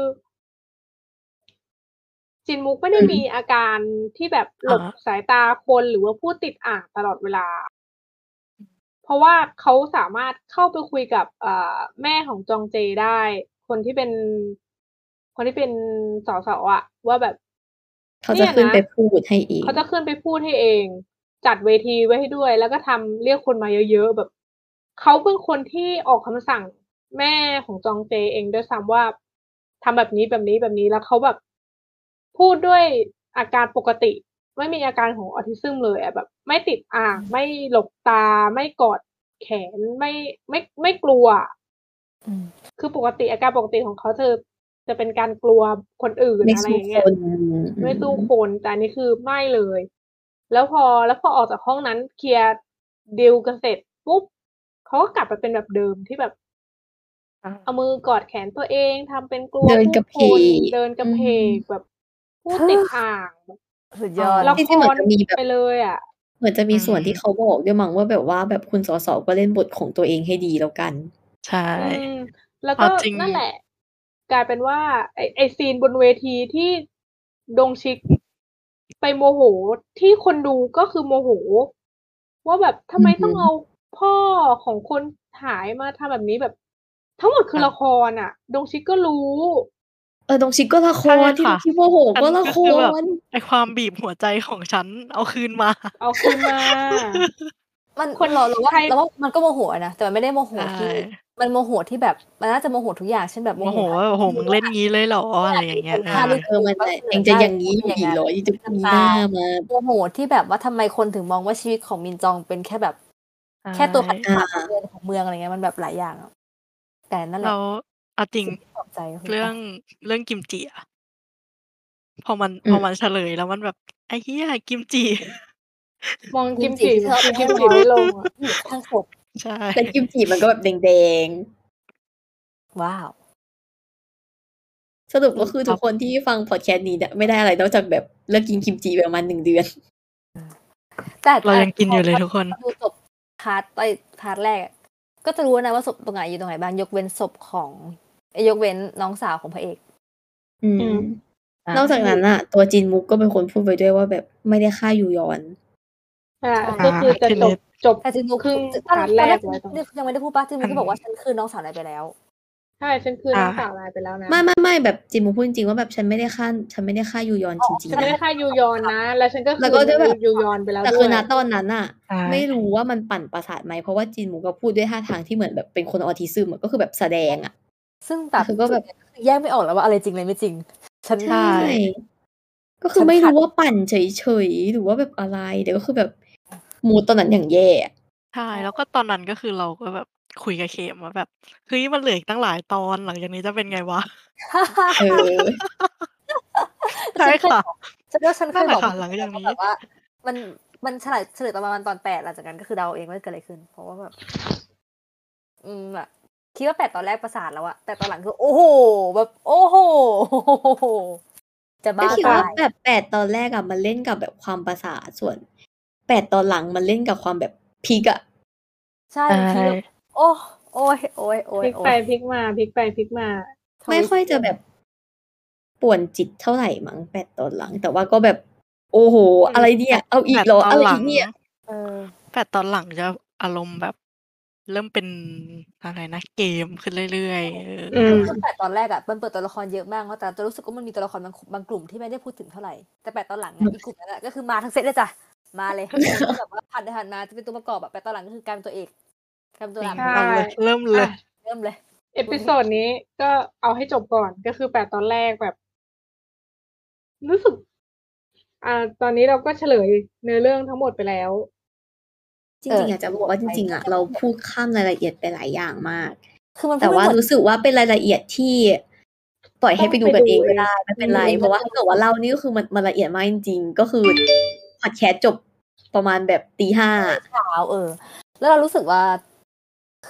จินมุกไม่ได้มีอาการที่แบบหลบ อ่า สายตาคนหรือว่าพูดติดอ่างตลอดเวลา เพราะว่าเขาสามารถเข้าไปคุยกับเอ่อแม่ของจองเจได้ คนที่เป็น คนที่เป็นสสอ่ะ ว่าแบบ เขาจะขึ้นไปพูดให้อีก เขาจะขึ้นไปพูดให้เอง จัดเวทีไว้ให้ด้วย แล้วก็ทำเรียกคนมาเยอะๆแบบเขาเป็นคนที่ออกคำสั่งแม่ของจองเจเองด้วยซ้ำว่าทำแบบนี้แบบนี้แบบนี้แล้วเขาแบบพูดด้วยอาการปกติ ไม่มีอาการของออทิซึมเลยอะแบบ ไม่ติดอ่าง ไม่หลบตา ไม่กอดแขนไม่ไม่ไม่กลัว อืม คือปกติอาการปกติของเขาเธอจะเป็นการกลัวคนอื่น ไม่ อะไร สู้ อย่าคงเงี้ย น ไม่สู้คนแต่อันนี่คือไม่เลย แล้วพอแล้วพอออกจากห้องนั้นเคลียร์ดิวกันเสร็จปุ๊บเขาก็กลับไปเป็นแบบเดิมที่แบบ อ่า เอามือกอดแขนตัวเองทำเป็นกลัว เดินกระเพ ผู้คน ก เดินกระเพกแบบพูดติดอ่างแบบ สุดยอด ละ จ ค ริงๆเหมือน ร จะมีแบบ ไปเลยอ่ะ เหมือนจะมี อืม ส่วนที่เขาบอกด้วยมั้งว่าแบบว่าแบบคุณสสก็เล่นบทของตัวเองให้ดีแล้วกัน ใช่ อืมแล้วก็ เอาจริง นั่นแหละ กลายเป็นว่า ไอไอซีนบนเวทีที่ดงชิกไปโมโหที่คนดูก็คือโมโห ว่าแบบทำไม อือฮึ ต้องเอาพ่อของคนหายมาทำแบบนี้แบบ ทั้งหมดคือละครอ่ะ ดงชิดก็รู้ เออตรงชิคก็ละคร ใช่ ที่ ค่ะ คิดโมโหก็ละค อันนี้ก็คือแบบ ร ไอความบีบหัวใจของฉันเอาคืนมา เอาขึ้นมา มัน คน เราเราว่า ใคร เราว่ามันก็โมโหนะแต่มันไม่ได้โมโหที่ ใช่ มันโมโหที่แบบ มันน่าจะโมโหทุกอย่างเช่นแบบ โมโหว่าโอ้โหมึงเล่นงี้เลยเหรออะไรอย่างเงี้ยเอ ถ้า อ ลูก เออมัน ก็ จะ เสน ยังจะ ได้ อย่างนี้อยู่ ย่าง อีก นั้น เหรอยังจะมีหน้ามา โมโหที่แบบว่าทำไมคนถึงมองว่าชีวิตของมินจองเป็นแค่แบบ แค่ตัวผัด อ่า ผาดของเมืองของเมืองอะไรเงี้ยมันแบบหลายอย่างอะแต่นั่นแหละ เราเอาจริง สิ่ที่ปลอบใจก็คื เรื่องเรื่องกิมจิอะพอมัน อืม พอมันเฉลยแล้วมันแบบไอ้เหี้ยกิมจิ มองกิมจิกินกิมจิไม่ลงอะ อยู่ข้างศพ ใช่ แต่กิมจิมันก็แบบแดง ว้าว ๆ สรุปก็คือทุกคนที่ฟังพอดแคสต์นี้เนี่ยไม่ได้อะไรนอกจากแบบเลิกกินกิมจิไปประมาณหนึ่งเดือน แต่ เรายังกินอยู่เลยทุกคน ดูศพพาร์ทไปพาร์ทแรกอะก็จะรู้นะว่าศพตรงไหนอยู่ตรงไหนบ้างยกเว้นศพของเอ้ยยกเว้นน้องสาวของพระเอก อืม อ่ะ นอกจากนั้นอะตัวจินมุกก็เป็นคนพูดไปด้วยว่าแบบไม่ได้ฆ่ายูยอน อ่ะก็คือจะจบจบ แต่จินมุก ครึ่ง ตอน พาร์ทแรก ตอน ไว้ แรก ตรง ยังไม่ได้พูดป้าจินมุกก็บอกว่าฉันคือน้องสาวนายไปแล้ว ใช่ฉันคือน้องสาวลายไปแล้วนะ ไม่ไม่ไม่แบบจินมุกพูดจริงๆว่าแบบฉันไม่ได้ฆ่าฉันไม่ได้ฆ่ายูยอนจริง ฉัน ๆ ไม่ได้ นะ ฆ่ายูยอนนะ แล้วฉันก็คื แล้ อ วก็ได้แบบ ยูยอนไปแล้ว แต่ ด้ คื ว อย นะตอนนั้นอะ ใช่ ไม่รู้ว่ามันปั่นประสาทไหมเพราะว่าจินมุกก็พูดด้วยท่าทางที่เหมือนแบบเป็นคนออทิซึมอะก็คือแบบแสดงอะ ซึ่งแบบ คือก็แบบ แยกไม่ออกแล้วว่าอะไรจริงอะไรไม่จริง ฉัน ใช่ ก็คือไม่รู้ว่าปั่นเฉยๆ หรือว่าแบบอะไร เดี๋ยวก็คือแบบมูดตอนนั้นอย่างแย่อะ ใช่แล้วก็ตอนนั้นก็คือเราก็แบบคุยกับเคมว่าแบบเฮ้ยมันเหลืออีกตั้งหลายตอนหลังจากนี้จะเป็นไงวะ เออ ใช่ค่ะ ฉันก็ฉันเคยบอก นั่นแหละค่ะหลังจากนี้ แบบว่า มันมันฉลาดเฉลยตอนประมาณตอนแปดหลังจากนั้นก็คือเดาเองว่าเกิดอะไรขึ้น เพราะว่าแบบอืมแบบคิดว่าแปดตอนแรกประสาทแล้วอะแต่ตอนหลังคือ โอ้โห แบบ โอ้โห จะ ก็ บ้า คิดว่า ตาย แบบแปดตอนแรกอะมันเล่นกับแบบความประสาทส่วนแปดตอนหลังมันเล่นกับความแบบพีกอะ ใช่คิดว่าโอ้โอ้ยโอ้ยโอ้ย พลิก โอ้ ไป ย พลิกมาพลิกไปพลิกมา ทวิต ไม่ค่อยจะแบบป่วนจิตเท่าไหร่มั้งแปดตอนหลัง แต่ว่าก็แบบ โอ้โห อะไรเนี่ยเอาอี แป ก ด เหรอ ตอ อะ น ไร หลั อี ง กเนี่ย เออ แปดตอนหลังจะอารมณ์แบบ เริ่มเป็นอะไรนะเกมขึ้นเรื่อยๆเอออ ม คือแปดตอนแรกอะมันเปิดตัวละครเยอะมากแล้วแต่จะรู้สึกว่ามันมีตัวละครบางบางกลุ่มที่ไม่ได้พูดถึงเท่าไหร่ แต่แปดตอนหลังอะอีกกลุ่มนั้นอะก็คือมาทั้งเซตเลยจ้ะ มาเลย แบบว่าผ่านไปผ่านมาจะเป็นตัวประกอบแบบแปดตอนหลังก็คือกลารตัวเอกกลารตัวหลัก ใช่ เอาเลยเริ่มเลย อ่ะ เริ่มเลย เอพิโซดนี้ก็เอาให้จบก่อนก็คือแปดตอนแรกแบบ รู้สึก อ่า ตอนนี้เราก็เฉลยเนื้อเรื่องทั้งหมดไปแล้ว จริงๆอยากจะบอกว่าจริงๆอะเราพูดข้ามรายละเอียดไปหลายอย่างมาก คือมัน แต่ว่า พูดไม่หมด รู้สึกว่าเป็นรายละเอียดที่ปล่อยให้ไปดูกันเองก็ได้ ไม่เป็นไร อืม เพราะว่าถ้าเกิดว่าเล่านี่ก็คือมันมันละเอียดมากจริงๆ ก็คือพอดแคสต์จบประมาณแบบตีห้า ขาวเออ แล้วเรารู้สึกว่า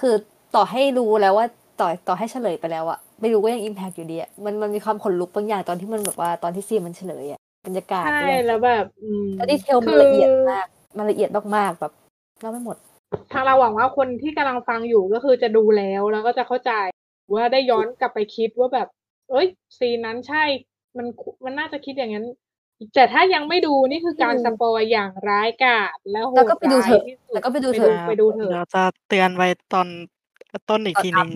คือต่อให้รู้แล้วว่าต่อต่อให้เฉลยไปแล้วอะไม่รู้ก็ยังอิมแพกอยู่ดีอะมันมันมีความขนลุกบางอย่างตอนที่มันแบบว่าตอนที่ซีนมันเฉลยอะบรรยากาศ ใช่ อะไรอย่างเงี้ย แล้วแบบอืม แล้วดีเทลมันละเอียดมาก มันละเอียดมากๆแบบเล่าไม่หมด คือทางเราหวังว่าคนที่กำลังฟังอยู่ก็คือจะดูแล้วแล้วก็จะเข้าใจว่าได้ย้อนกลับไปคิดว่าแบบ เอ้ย ซีนนั้นใช่ มันมันน่าจะคิดอย่างนั้น แต่ถ้ายังไม่ดูนี่คือการสปอยอย่างร้ายกาจและโหด แล้วก็ไปดูเถอะ ร้ายที่สุ แล้วก็ไปดูเถอะ ไปดูเถอะ เดี๋ยวจะเตือนไว้ตอนต้นอีกทีหนึ่ง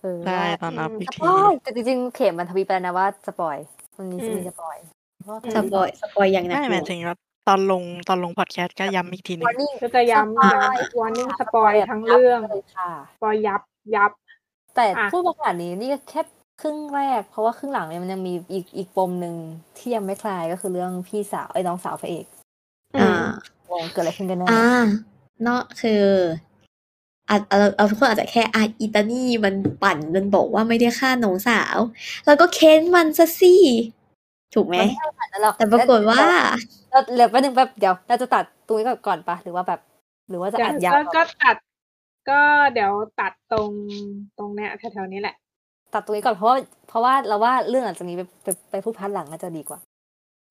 เออ ได้ ว่า ตอนอัพอีก ส ที ปอยแต่จริงๆ เข็มมันทวีตไปแล้วนะว่าสปอยมันมี อืม มีสปอยเพราะว่า สปอยสปอยอย่างหนัก ไม่ ห ห น่ มา วย ง ถึงว่าตอนลงตอนลงพอดแคสต์ก็ย้ำอีกทีหนึ่ วอง ร์นิ่ง ก็จะย้ำย้ำวันนี้สปอยทั้งเรื่อง เลยค่ะ สปอยยับยับ แต่ อ่ะ พูดมาขนาดนี้นี่ก็แค่ครึ่งแรก เพราะว่าครึ่งหลังเนี่ยมันยังมีอีกอีกปมหนึ่งที่ยังไม่คลายก็คือเรื่องพี่สาวไอ้ยน้องสาวพระเอก อ่า วงเกิดอะไรขึ้นกันแน่ อ่าเนาะคืออาจเอาเอาทุกคนอาจจะแค่อาอิตานี่มันปั่นมันบอกว่าไม่ได้ฆ่าน้องสาว แล้วก็เค้นมันซะสิถูกไหม มันไม่ใช่ขนาดนั้นหรอก แต่ปรากฏว่า เราเดี๋ยวแป๊บนึงแป๊บเดี๋ยวเราจะตัดตรงนี้ก่อนปะหรือว่าแบบ หรือว่าจะอัดยาว ก็ก็ก่อนตัด ก็เดี๋ยวตัดตรงตรงเนี้ยแถวๆนี้แหละ ตัดตรงนี้ก่อนเพราะว่าเพราะว่าเราว่าเรื่องหลังจากนี้ไปไปไปพูดพาร์ทหลังน่าจะดีกว่า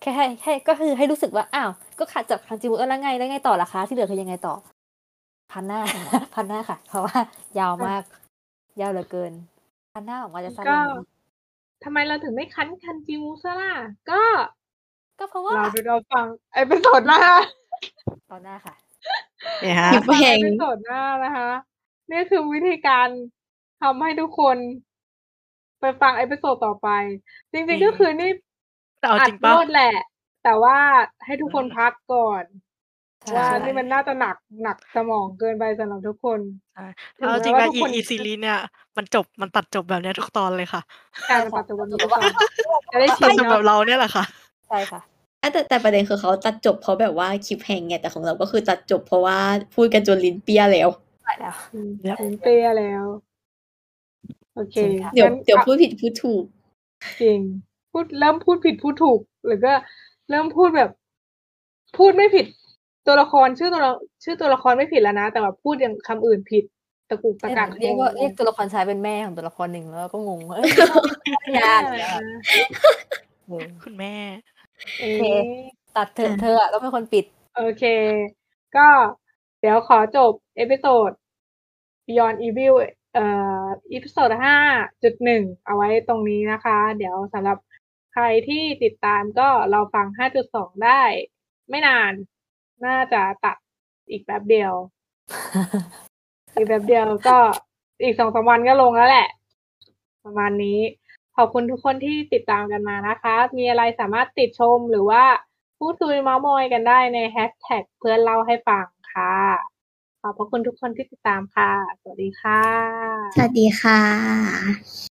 แค่ให้ให้ก็คือให้รู้สึกว่าอ้าวก็ขาดจากทางจิมุกแล้วไงแล้วไงต่อล่ะคะที่เหลือคือยังไงต่อพันหน้า พันหน้าค่ะ เพราะว่ายาวมาก ยาวเหลือเกินพันหน้าออกมาจะสั้นล ก็ งนิด ทำไมเราถึงไม่คั้นคันจิมูซะล่ะ ก็ ก็เพราะว่า เราดูเราฟังเอพิโซดหน้า ตอนหน้าค่ะ เนี่ยฮะ คลิป ฟัง แห่ เอง พิโซดหน้านะคะ นี่คือวิธีการ ทำให้ทุกคนไปฟังเอพิโซดต่อไป จริงๆก็คือนี่ แต่เอา อัดจริง โน ปะ ดแหละ แต่ว่าให้ทุกคนพักก่อน ใช่ ว่า ใช่ นี่มันน่าจะหนักหนักสมองเกินไปสำหรับทุกคน แต่เอาจริงนะ ถึงแม้ว่าอีทุกคน อีซีรีส์เนี่ย มันจบมันตัดจบแบบเนี้ยทุกตอนเลยค่ะ แต่ในปัจจุบันนี้ แต่ว่า จะได้ชิ ตั น ดจบแบ เนาะ บเราเนี่ยแหละค่ะ ใช่ค่ะ อ่ะแต่แต่ประเด็นคือเขาตัดจบเพราะแบบว่าคลิปแหงไงแต่ของเราก็คือตัดจบเพราะว่าพูดกันจนลิ้นเปียแล้ว ใช่แล้ว อืม แบบ ถึงเตี้ยแล้ว โอเค จริงค่ะ เดี๋ยว งั้น เดี๋ยว อ่ะ พูดผิดพูดถูก จริงพูดเริ่มพูดผิดพูดถูก หรือก็เริ่มพูดแบบ พูดไม่ผิดตัวละครชื่อตัวละชื่อตัวละครไม่ผิดแล้วนะ แต่ว่าพูดอย่างคำอื่นผิดตะกุกตะกัก เรียกว่าเรียกตัวละครชายเป็นแม่ของตัวละครหนึ่งแล้วก็งงว่าเอ้ยไม่ชอบไม่ได้อะไรอย่างเงี้ยเออ คุณแม่ เอ โอเค อ ตัดเธอะเธออะต้องเป็นคนปิด โอเค ก็เดี๋ยวขอจบเอพิโซด Beyond Evil เอ่ออีพิโซดห้าจุดหนึ่งเอาไว้ตรงนี้นะคะ เดี๋ยวสำหรับใครที่ติดตามก็เราฟังห้าจุดสองได้ ไม่นาน น่าจะตัดอีกแป๊บเดียว อีกแป๊บเดียวก็อีกสองสามวันก็ลงแล้วแหละ ประมาณนี้ ขอบคุณทุกคนที่ติดตามกันมานะคะ มีอะไรสามารถติดชมหรือว่าพูดคุยเมาส์มอยกันได้ในแฮชแท็กเพื่อนเล่าให้ฟังค่ะ ขอบพระคุณทุกคนที่ติดตามค่ะ สวัสดีค่ะ สวัสดีค่ะ